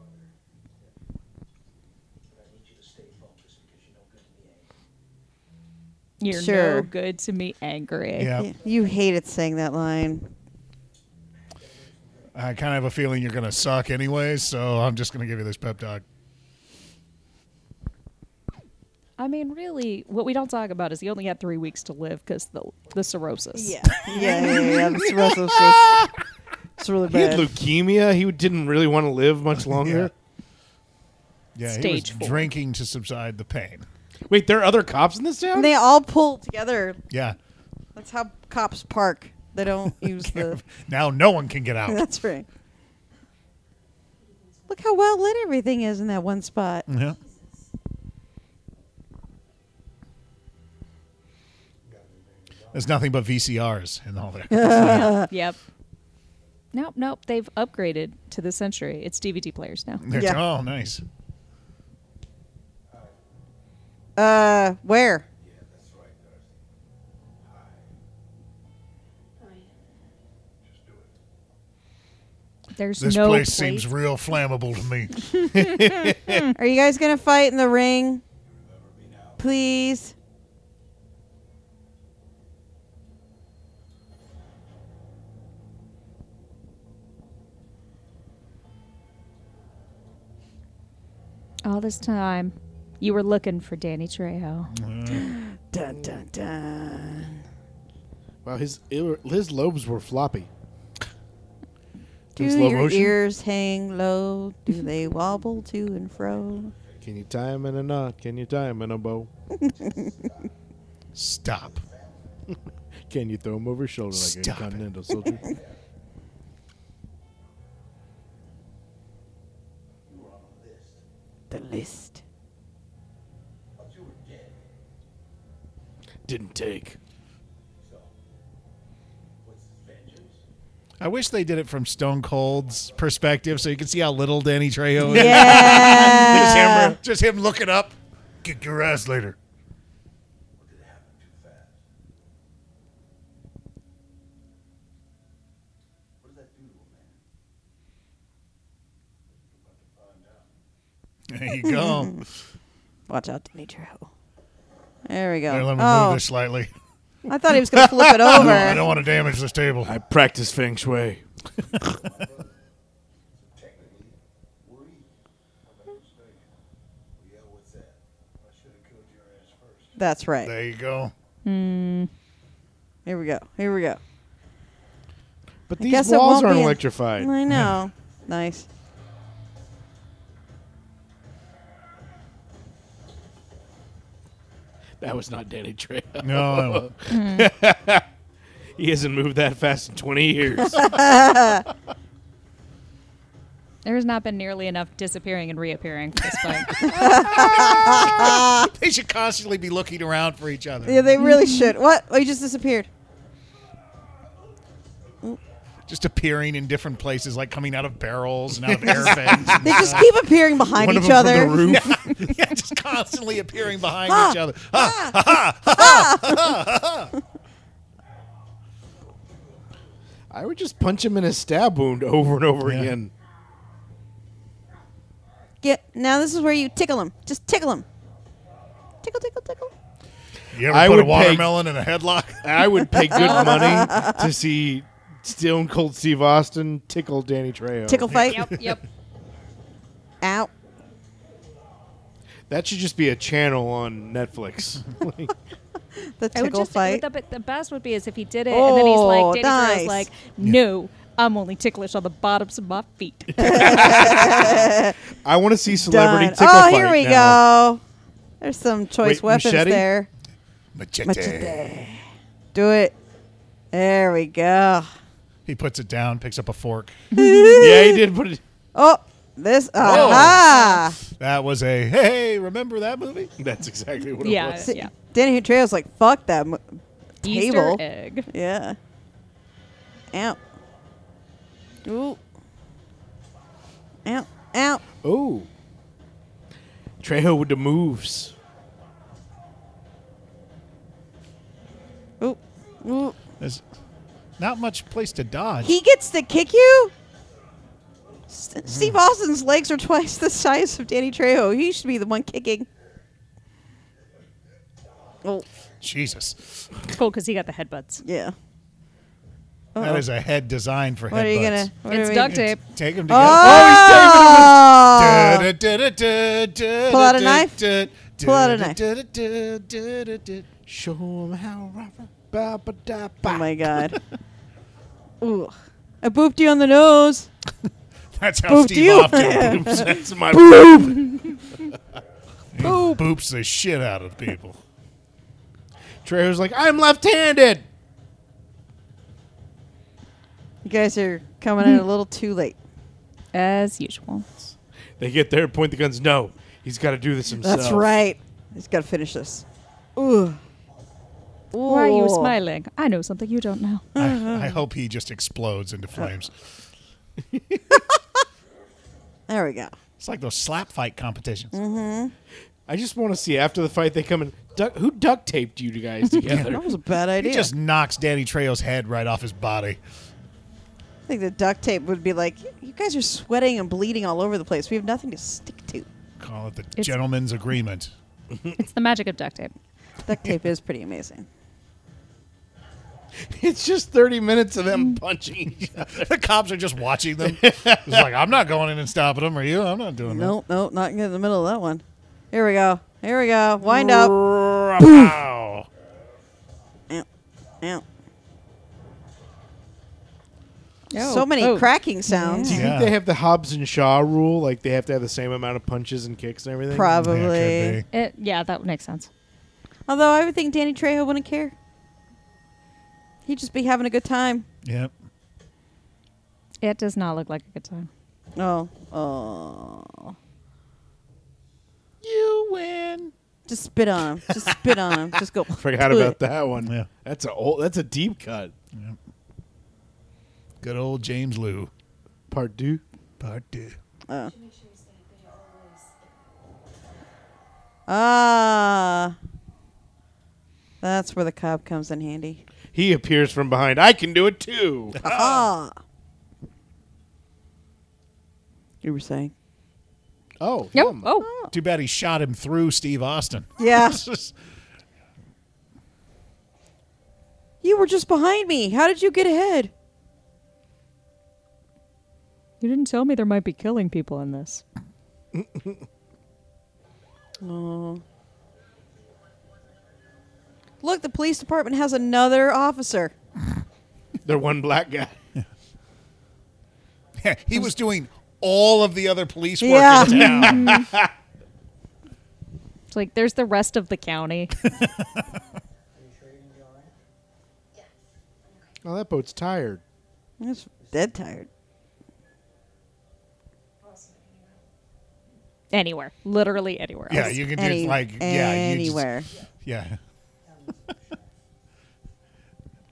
Speaker 4: You're
Speaker 3: Sure.
Speaker 4: no good to me angry.
Speaker 1: Yeah,
Speaker 3: Yeah, You hated saying that line.
Speaker 1: I kind of have a feeling you're gonna suck anyway, so I'm just gonna give you this pep talk.
Speaker 4: I mean, really, what we don't talk about is he only had three weeks to live because the, the
Speaker 3: (laughs)
Speaker 4: cirrhosis.
Speaker 3: yeah, yeah, yeah. yeah. This Russell's just, it's really
Speaker 2: He had
Speaker 3: bad.
Speaker 2: leukemia. He didn't really want to live much longer.
Speaker 1: Yeah,
Speaker 4: Stage
Speaker 1: he was
Speaker 4: four.
Speaker 1: drinking to subside the pain.
Speaker 2: Wait, there are other cops in this town?
Speaker 3: And they all pull together.
Speaker 1: Yeah,
Speaker 3: That's how cops park. They
Speaker 2: (laughs)
Speaker 3: don't use (laughs) the.
Speaker 1: (laughs) now no one can get
Speaker 4: (laughs)
Speaker 1: out.
Speaker 3: That's right. Look how well lit everything is in that one spot.
Speaker 1: yeah. There's nothing but VCRs in all
Speaker 4: (laughs)
Speaker 1: there.
Speaker 4: Yep. Nope, nope. They've upgraded to this century. It's DVD players now.
Speaker 1: They're-
Speaker 3: Yeah.
Speaker 1: Oh, nice.
Speaker 3: Uh,
Speaker 2: (laughs)
Speaker 3: where?
Speaker 4: There's
Speaker 1: This
Speaker 4: no
Speaker 1: place
Speaker 4: place.
Speaker 1: seems real flammable to me.
Speaker 3: Are you guys gonna fight in the ring? Please.
Speaker 4: All this time, you were looking for Danny Trejo.
Speaker 3: Dun dun dun.
Speaker 2: Wow, his his lobes were floppy.
Speaker 3: Do
Speaker 2: In slow
Speaker 3: your
Speaker 2: motion?
Speaker 3: ears hang low? Do they wobble to and fro?
Speaker 2: Can you tie him in a knot? Can you tie him in a bow?
Speaker 1: Stop.
Speaker 2: (laughs) Can you throw him over his shoulder like
Speaker 1: Stop it.
Speaker 2: a continental soldier?
Speaker 3: The list.
Speaker 2: (laughs)
Speaker 18: Oh,
Speaker 2: Didn't take.
Speaker 1: I wish they did it from Stone Cold's perspective, so you can see how little Danny Trejo is.
Speaker 3: Yeah.
Speaker 1: (laughs) Just him looking up. Kick your ass later. There you (laughs) go.
Speaker 3: Watch out, Danny Trejo. There we go.
Speaker 1: Here, let me
Speaker 3: oh,
Speaker 1: move this slightly. (laughs)
Speaker 3: I thought he was
Speaker 2: (laughs)
Speaker 3: gonna flip it over.
Speaker 1: I don't want to damage this table.
Speaker 2: I practice feng shui.
Speaker 18: Technically, we're even. If I'm not mistaken. Well, yeah, what's that? I should have killed your ass first.
Speaker 3: That's right.
Speaker 1: There you go.
Speaker 3: Here we go. Here we go.
Speaker 2: But
Speaker 3: I guess
Speaker 2: these
Speaker 3: it
Speaker 2: walls
Speaker 3: won't
Speaker 2: aren't
Speaker 3: be a-
Speaker 2: electrified. (laughs)
Speaker 3: I know. nice.
Speaker 2: That was not Danny Trejo.
Speaker 1: No, (laughs) I won't.
Speaker 2: (laughs) He hasn't moved that fast in 20
Speaker 3: (laughs)
Speaker 2: years.
Speaker 4: There's not been nearly enough disappearing and reappearing for this fight.
Speaker 1: they should constantly be looking around for each other.
Speaker 3: Yeah, they really should. What? Oh, he just disappeared.
Speaker 1: Just appearing in different places, like coming out of barrels and out
Speaker 3: (laughs)
Speaker 1: of air vents.
Speaker 3: They just keep appearing behind
Speaker 2: One of
Speaker 3: each
Speaker 2: them
Speaker 3: other. (laughs)
Speaker 2: from the roof.
Speaker 1: (laughs) yeah, just constantly appearing behind each other.
Speaker 2: I would just punch him in a stab wound over and over again. Oh,
Speaker 3: Get now. This is where you tickle him. Just tickle him. Tickle, tickle, tickle.
Speaker 1: You ever
Speaker 2: I
Speaker 1: put a
Speaker 2: would pay-
Speaker 1: watermelon in a headlock?
Speaker 2: I would pay good money to see Stone Cold Steve Austin tickle Danny Trejo.
Speaker 3: Tickle fight.
Speaker 4: Yep, yep.
Speaker 3: Out.
Speaker 2: That should just be a channel on Netflix. Like,
Speaker 3: The
Speaker 4: I would
Speaker 3: tickle
Speaker 4: just,
Speaker 3: fight.
Speaker 4: The, the best would be is if he did it, and then he's
Speaker 3: Oh,
Speaker 4: like, Danny Trejo's
Speaker 3: nice.
Speaker 4: like, no, I'm only ticklish on the bottoms of my feet.
Speaker 2: I want to see celebrity
Speaker 3: Done.
Speaker 2: tickle
Speaker 3: Oh,
Speaker 2: fight
Speaker 3: here we
Speaker 2: now.
Speaker 3: go. There's some choice
Speaker 2: Wait,
Speaker 3: weapons
Speaker 2: machete?
Speaker 3: there.
Speaker 1: (laughs) Machete.
Speaker 3: Machete. Do it. There we go.
Speaker 1: He puts it down, picks up a fork.
Speaker 2: Yeah, he did put it.
Speaker 3: Oh, this. Aha.
Speaker 1: That was a hey, remember that movie? (laughs)
Speaker 2: That's exactly what it
Speaker 4: yeah,
Speaker 2: was.
Speaker 4: yeah.
Speaker 3: Danny Trejo's like, fuck that. Mo-
Speaker 4: Easter
Speaker 3: table.
Speaker 4: egg.
Speaker 3: Yeah. Ow. Ooh. Ow. Ow.
Speaker 2: Oh. Trejo with the moves.
Speaker 3: Ooh. Ooh.
Speaker 1: There's not much place to dodge.
Speaker 3: He gets to kick you? S-
Speaker 4: Mm-hmm.
Speaker 3: Steve Austin's legs are twice the size of Danny Trejo. He should be the one kicking. Oh,
Speaker 1: Jesus,
Speaker 4: Cool, because he got the headbutts.
Speaker 3: yeah.
Speaker 1: that is a head designed for
Speaker 3: What are you
Speaker 1: headbutts.
Speaker 3: gonna? what
Speaker 4: it's
Speaker 3: are we-
Speaker 4: duct tape.
Speaker 1: Take him
Speaker 3: Oh,
Speaker 1: together.
Speaker 3: he's
Speaker 1: Uh, Pull
Speaker 3: Pull out a knife? Pull out a knife.
Speaker 2: Show him how rubber. Ba, ba, da, ba.
Speaker 3: (laughs) Oh my god. (laughs) Ooh, I booped you on the nose.
Speaker 1: That's how
Speaker 3: Booped
Speaker 1: Steve
Speaker 3: you. (laughs)
Speaker 1: Austin boops,
Speaker 2: That's my
Speaker 1: boops the shit out of people.
Speaker 2: Trejo's like, I'm left handed.
Speaker 3: You guys are coming in a little too late.
Speaker 4: As usual.
Speaker 2: They get there, point the guns. No, he's got to do this himself.
Speaker 3: That's right. He's got to finish this. Ooh.
Speaker 4: Why are you
Speaker 3: Ooh.
Speaker 4: smiling? I know something you don't (laughs) know.
Speaker 3: Uh-huh.
Speaker 1: I, I hope he just explodes into flames.
Speaker 3: There we go.
Speaker 1: It's like those slap fight competitions.
Speaker 3: Mm-hmm.
Speaker 2: I just want to see after the fight they come in. Duck, who duct taped you guys together?
Speaker 3: That was a bad idea.
Speaker 1: He just knocks Danny Trejo's head right off his body.
Speaker 3: I think the duct tape would be like, you guys are sweating and bleeding all over the place. We have nothing to stick to.
Speaker 1: Call it the gentleman's agreement.
Speaker 4: It's the magic of duct tape.
Speaker 3: Duct tape is pretty amazing.
Speaker 2: (laughs) it's just thirty minutes of them
Speaker 3: Mm.
Speaker 2: punching each other.
Speaker 1: the cops are just watching
Speaker 3: (laughs)
Speaker 1: them. It's like I'm not going in and stopping them. Are you? I'm not doing
Speaker 3: Nope, nope, not in the middle of that one. Here we go. Here we go. Wind up.
Speaker 1: Wow.
Speaker 3: Ow, ow.
Speaker 4: Oh,
Speaker 3: So many
Speaker 4: oh.
Speaker 3: cracking sounds.
Speaker 4: Yeah.
Speaker 2: Do you think they have the Hobbs and Shaw rule? Like they have to have the same amount of punches and kicks and everything.
Speaker 3: Probably.
Speaker 1: Yeah, could be.
Speaker 4: It, yeah, that makes sense.
Speaker 3: Although I would think Danny Trejo wouldn't care. He'd just be having a good time.
Speaker 1: Yep.
Speaker 4: It does not look like a good time.
Speaker 3: Oh, oh.
Speaker 1: You win.
Speaker 3: Just spit on him. Just spit on him. Just go.
Speaker 2: Forgot about that one.
Speaker 1: Yeah.
Speaker 2: That's a old. That's a deep cut.
Speaker 1: Good old James Lou.
Speaker 2: Part two.
Speaker 1: Part two.
Speaker 12: Make sure you stay good always.
Speaker 3: (laughs) Ah. That's where the cop comes in handy.
Speaker 2: He appears from behind. I can do it (laughs) too.
Speaker 3: Ah. You were saying?
Speaker 2: oh.
Speaker 4: Yep.
Speaker 2: him.
Speaker 4: Oh.
Speaker 1: Too bad he shot him through Steve Austin. (laughs)
Speaker 3: Yeah.
Speaker 1: It's just-
Speaker 3: (laughs) You were just behind me. How did you get ahead?
Speaker 4: You didn't tell me there might be killing people in this.
Speaker 3: Oh. Look, the police department has another officer.
Speaker 2: They're one black guy.
Speaker 1: he was doing all of the other police work
Speaker 3: Mm. Yeah.
Speaker 1: in town.
Speaker 3: (laughs)
Speaker 1: (laughs)
Speaker 4: It's like there's the rest of the (laughs) county.
Speaker 8: Are you sure you're gonna be all right?
Speaker 2: Oh, that boat's tired.
Speaker 3: I'm just dead tired.
Speaker 4: anywhere. Literally anywhere else.
Speaker 1: yeah, you can do
Speaker 3: Any-
Speaker 1: like yeah,
Speaker 3: anywhere.
Speaker 1: You just, yeah. (laughs)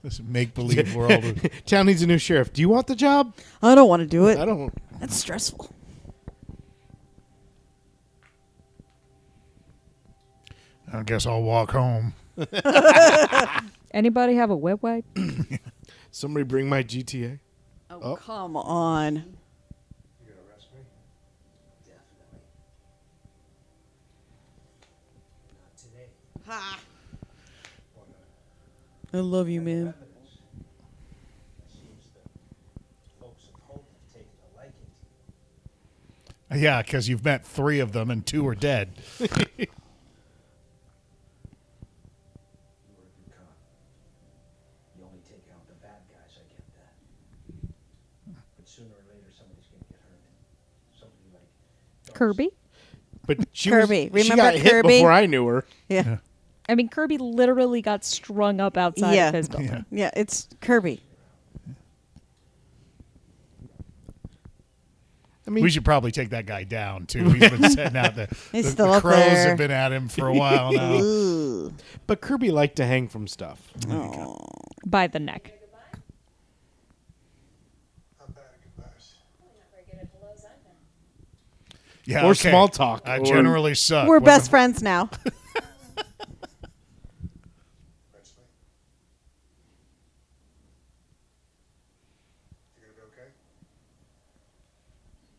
Speaker 1: this make
Speaker 3: (laughs)
Speaker 1: believe world. of-
Speaker 2: (laughs) Town needs a new sheriff. Do you want the job?
Speaker 3: I don't want to do
Speaker 2: I
Speaker 3: it.
Speaker 2: don't.
Speaker 3: That's stressful.
Speaker 1: I guess I'll walk home.
Speaker 4: Anybody have a wet wipe?
Speaker 2: Somebody bring my GTA.
Speaker 3: Oh,
Speaker 2: Oh.
Speaker 3: come on.
Speaker 18: You gonna arrest me? Definitely.
Speaker 3: Ha.
Speaker 19: I love you, man.
Speaker 20: Seems the folks at Hope have taken a liking to you.
Speaker 1: Yeah, because you've met three of them and two are dead.
Speaker 20: You were a good cop. You only take out the bad guys, I get that. But sooner or later, somebody's going to get hurt. Somebody like
Speaker 4: Kirby.
Speaker 2: But she
Speaker 3: Kirby.
Speaker 2: was, she
Speaker 3: Remember
Speaker 2: got hit
Speaker 3: Kirby?
Speaker 2: before I knew her.
Speaker 3: Yeah.
Speaker 1: Yeah.
Speaker 3: yeah.
Speaker 4: I mean, Kirby literally got strung up outside
Speaker 3: Yeah.
Speaker 4: of his building.
Speaker 1: Yeah.
Speaker 3: it's Kirby.
Speaker 2: I mean,
Speaker 1: We should probably take that guy down
Speaker 2: (laughs)
Speaker 1: too. He's been setting out the,
Speaker 3: He's
Speaker 1: the,
Speaker 3: still
Speaker 1: the
Speaker 3: up
Speaker 1: crows
Speaker 3: there.
Speaker 1: have been at him for a while now.
Speaker 3: (laughs) Ooh.
Speaker 2: but Kirby liked to hang from stuff.
Speaker 3: Oh.
Speaker 4: By the neck.
Speaker 18: I'm bad at goodbyes.
Speaker 12: Probably not very good at blows either.
Speaker 1: Yeah,
Speaker 2: Or
Speaker 1: okay.
Speaker 2: small talk,
Speaker 1: I
Speaker 2: or-
Speaker 1: generally suck.
Speaker 3: We're
Speaker 1: What
Speaker 3: best
Speaker 1: the- (laughs)
Speaker 3: friends now.
Speaker 18: Eventually. You gonna be okay?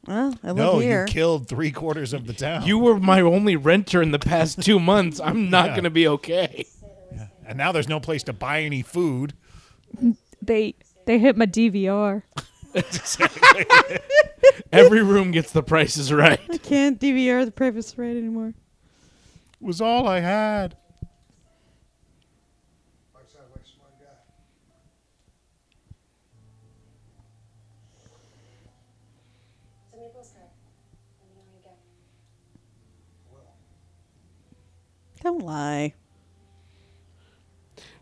Speaker 3: well, I live
Speaker 1: No,
Speaker 3: here.
Speaker 1: you killed three quarters of the town.
Speaker 2: You were my only renter in the past (laughs) two months. I'm not
Speaker 1: Yeah.
Speaker 2: going to be (laughs) okay.
Speaker 1: and now there's no place to buy any food.
Speaker 4: They they hit my DVR.
Speaker 2: Every room gets the prices right.
Speaker 3: I can't DVR the previous right anymore.
Speaker 1: Was all I had. (laughs)
Speaker 18: Mike sounds like a smart guy.
Speaker 12: Send me a postcard. Let me know how you go.
Speaker 18: Well, I
Speaker 3: Don't lie.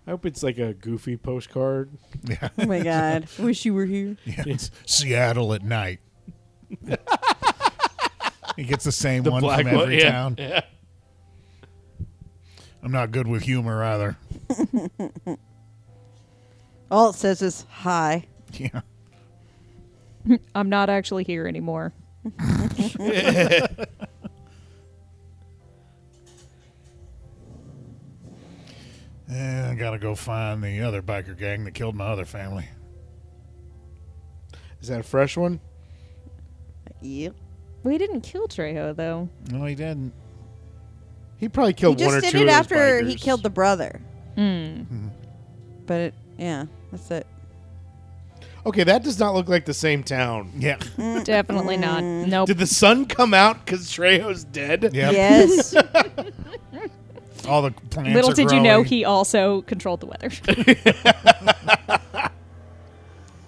Speaker 2: I hope it's like a goofy postcard.
Speaker 1: Yeah.
Speaker 3: Oh my God. (laughs) Wish you were here.
Speaker 1: Yeah, it's Seattle at
Speaker 2: (laughs)
Speaker 1: night. he gets the same one
Speaker 2: black
Speaker 1: from every
Speaker 2: one, yeah,
Speaker 1: town.
Speaker 2: yeah.
Speaker 1: I'm not good with humor either. (laughs)
Speaker 3: All it says is hi.
Speaker 1: Yeah.
Speaker 4: I'm not actually here anymore.
Speaker 1: Eh, I gotta go find the other biker gang that killed my other family.
Speaker 2: Is that a fresh one?
Speaker 3: Yep.
Speaker 4: We didn't kill Trejo though.
Speaker 1: No, he didn't.
Speaker 2: He probably
Speaker 3: He
Speaker 2: killed one
Speaker 3: just
Speaker 2: or
Speaker 3: did
Speaker 2: two.
Speaker 3: it
Speaker 2: of those
Speaker 3: after he
Speaker 2: bikers.
Speaker 3: killed the brother. Mm-hmm.
Speaker 4: Hmm.
Speaker 3: But it, yeah, that's it.
Speaker 2: Okay, that does not look like the same town.
Speaker 1: Yeah.
Speaker 4: Definitely not.
Speaker 1: Mm.
Speaker 4: Nope.
Speaker 2: Did the sun come out because Trejo's dead?
Speaker 1: Yep.
Speaker 2: (laughs)
Speaker 3: Yes.
Speaker 1: All the plants.
Speaker 4: Little
Speaker 1: are
Speaker 4: did you know
Speaker 1: growing.
Speaker 4: he also controlled the weather.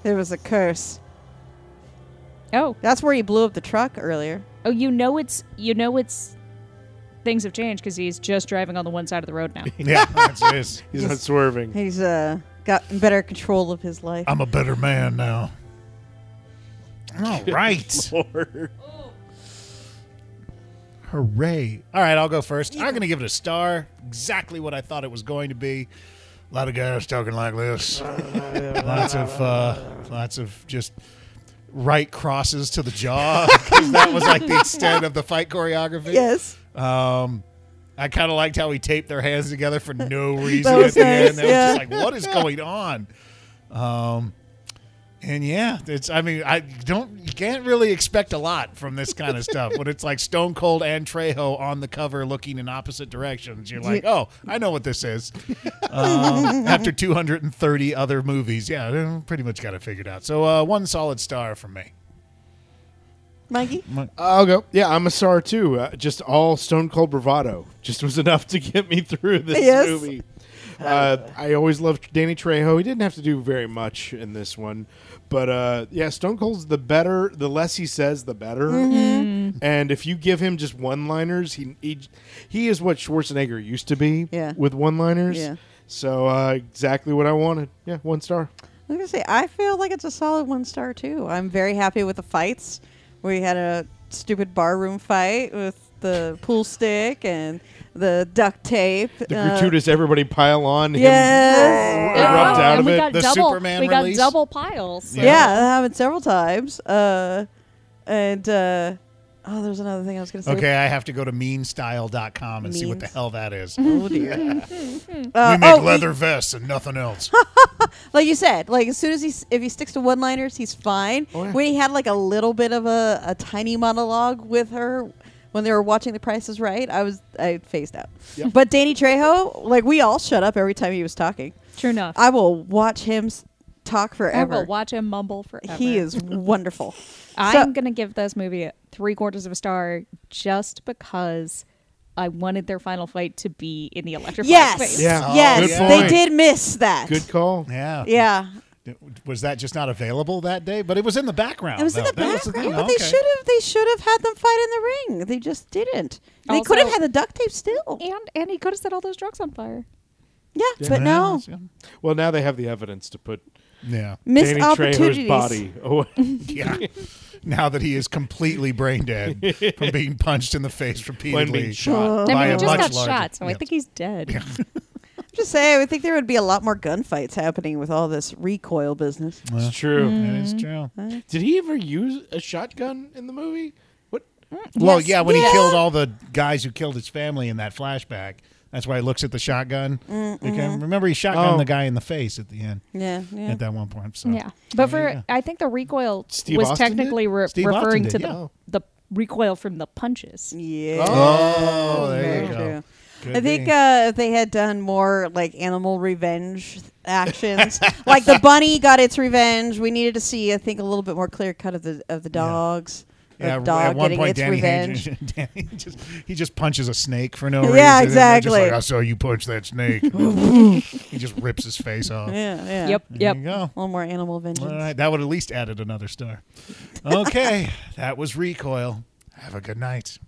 Speaker 3: there was a curse.
Speaker 4: oh.
Speaker 3: That's where he blew up the truck earlier.
Speaker 4: Oh, you know it's you know it's things have changed because he's just driving on the one side of the road
Speaker 1: (laughs)
Speaker 4: now.
Speaker 1: Yeah, that's his.
Speaker 2: He's not swerving.
Speaker 3: He's uh gotten better control of his life.
Speaker 1: I'm a better man now. All right.
Speaker 2: Lord.
Speaker 1: Hooray. All right, I'll go first. I'm going to give it a star. Exactly what I thought it was going to be. A lot of guys talking like this. lots of uh, lots of just right crosses to the jaw. (laughs) 'cause that was like the extent of the fight choreography.
Speaker 3: yes.
Speaker 1: Um, I kind of liked how he taped their hands together for
Speaker 3: (laughs)
Speaker 1: no reason
Speaker 3: was
Speaker 1: at the
Speaker 3: nice,
Speaker 1: end. That
Speaker 3: yeah.
Speaker 1: was just like, what is going on? Um, and yeah, it's. I mean, I don't. You can't really expect a lot from this kind
Speaker 3: (laughs)
Speaker 1: of stuff when it's like Stone Cold and Trejo on the cover looking in opposite directions. You're like, oh, I know what this is.
Speaker 3: (laughs)
Speaker 1: Um, after 230 other movies, yeah, they pretty much got it figured out. So uh, one solid star from me.
Speaker 3: Mikey?
Speaker 2: I'll go. Yeah, I'm a star too. Uh, just all stone cold bravado just was (laughs) enough to get me through this
Speaker 3: Yes.
Speaker 2: movie. Uh, I always loved Danny Trejo. He didn't have to do very much in this one, but uh, yeah, Stone Cold's the better. The less he says, the better.
Speaker 3: Mm-hmm.
Speaker 2: And if you give him just one-liners, he he, he is what Schwarzenegger used to be.
Speaker 3: Yeah.
Speaker 2: with one-liners.
Speaker 3: Yeah.
Speaker 2: So uh, exactly what I wanted. Yeah, one star.
Speaker 3: I was gonna say I feel like it's a solid one star too. I'm very happy with the fights. We had a stupid barroom fight with the pool stick and the duct tape.
Speaker 2: The
Speaker 3: uh,
Speaker 2: gratuitous everybody pile on him
Speaker 3: Yes.
Speaker 2: It rubbed
Speaker 4: Oh,
Speaker 2: out
Speaker 4: and
Speaker 2: of
Speaker 4: we
Speaker 2: it.
Speaker 4: got
Speaker 1: The
Speaker 4: double,
Speaker 1: Superman
Speaker 4: we got
Speaker 1: release.
Speaker 4: double piles. so-
Speaker 3: Yeah. that happened several times. Uh, and uh, oh, there's another thing I was gonna say.
Speaker 1: Okay, I have to go to meanstyle.com and see what the
Speaker 3: Means.
Speaker 1: hell that is.
Speaker 3: Oh dear. (laughs) Uh,
Speaker 1: we make
Speaker 3: oh,
Speaker 1: leather vests and nothing else.
Speaker 3: like you said, like as soon as he s- if he sticks to one liners, he's fine.
Speaker 2: Oh, yeah.
Speaker 3: When he had like a little bit of a, a tiny monologue with her when they were watching The Price is Right, I was I phased out. But Danny Trejo, like we all shut up every time he was talking.
Speaker 4: Sure enough.
Speaker 3: I will watch him s- talk
Speaker 4: I
Speaker 3: forever.
Speaker 4: will watch him mumble forever.
Speaker 3: He is
Speaker 4: (laughs)
Speaker 3: wonderful.
Speaker 4: I'm
Speaker 3: So-
Speaker 4: gonna give this movie three quarters of a star just because I wanted their final fight to be in the electrified
Speaker 3: Yes.
Speaker 4: space.
Speaker 2: Yeah. Oh,
Speaker 3: Yes.
Speaker 2: good
Speaker 3: They
Speaker 2: point.
Speaker 3: did miss that.
Speaker 2: Good call.
Speaker 1: Yeah.
Speaker 3: Yeah.
Speaker 1: Was that just not available that day? But it was in the
Speaker 2: Oh,
Speaker 1: background.
Speaker 3: It was in
Speaker 1: though.
Speaker 3: the
Speaker 1: That was the
Speaker 3: background,
Speaker 1: thing.
Speaker 3: but they
Speaker 1: Okay.
Speaker 3: should have. They should have had them fight in the ring. They just didn't. They
Speaker 4: Also-
Speaker 3: could have had the duct tape still.
Speaker 4: And and he could have set all those drugs on fire.
Speaker 3: Yeah, but no,
Speaker 2: Well, now they have the evidence to put
Speaker 3: (laughs)
Speaker 1: Yeah.
Speaker 3: missed
Speaker 2: Danny Trejo's
Speaker 3: opportunities.
Speaker 2: body (laughs) Oh, away.
Speaker 1: Yeah. now that he is completely brain dead from being punched in the face
Speaker 2: when
Speaker 1: repeatedly
Speaker 2: being shot.
Speaker 1: by
Speaker 4: I mean,
Speaker 1: a
Speaker 4: he just
Speaker 1: much
Speaker 4: got
Speaker 1: larger.
Speaker 4: shot, so I
Speaker 1: yeah.
Speaker 4: think he's dead.
Speaker 3: Just say, I would think there would be a lot more gunfights happening with all this recoil business.
Speaker 2: It's true.
Speaker 1: That is true.
Speaker 3: Mm.
Speaker 2: Did he ever use a shotgun in the movie? What?
Speaker 1: Well, yeah, when he killed all the guys who killed his family in that flashback, that's why he looks at the shotgun. Okay, remember he shotgunned
Speaker 2: Oh.
Speaker 1: the guy in the face at the end.
Speaker 3: Yeah, yeah.
Speaker 1: At that one point, so
Speaker 4: Yeah, but for
Speaker 1: yeah.
Speaker 4: I think the recoil
Speaker 2: Steve
Speaker 4: was
Speaker 2: Austin did?
Speaker 4: technically re-
Speaker 1: Steve Austin
Speaker 4: referring
Speaker 1: did,
Speaker 4: to
Speaker 1: yeah.
Speaker 4: the the recoil from the punches.
Speaker 3: Yeah.
Speaker 1: Oh, there
Speaker 3: very
Speaker 1: you go.
Speaker 3: true.
Speaker 1: Could
Speaker 3: I think
Speaker 1: be.
Speaker 3: uh, if they had done more like animal revenge
Speaker 1: (laughs)
Speaker 3: actions, like the bunny got its revenge, we needed to see, I think, a little bit more clear cut of the of the dogs.
Speaker 1: yeah,
Speaker 3: The dog
Speaker 1: at one
Speaker 3: getting
Speaker 1: point,
Speaker 3: its
Speaker 1: Danny, (laughs)
Speaker 3: revenge.
Speaker 1: Hage- Danny just he just punches a snake for no reason.
Speaker 3: Yeah,
Speaker 1: and they're just
Speaker 3: exactly.
Speaker 1: like, I saw you punch that
Speaker 3: (laughs)
Speaker 1: snake. he just rips his face off.
Speaker 3: Yeah, yeah.
Speaker 4: Yep,
Speaker 1: There
Speaker 4: yep.
Speaker 1: you go.
Speaker 3: A little more animal
Speaker 1: All
Speaker 3: vengeance.
Speaker 1: right, that would at least added another star. Okay, that was recoil. Have a good night.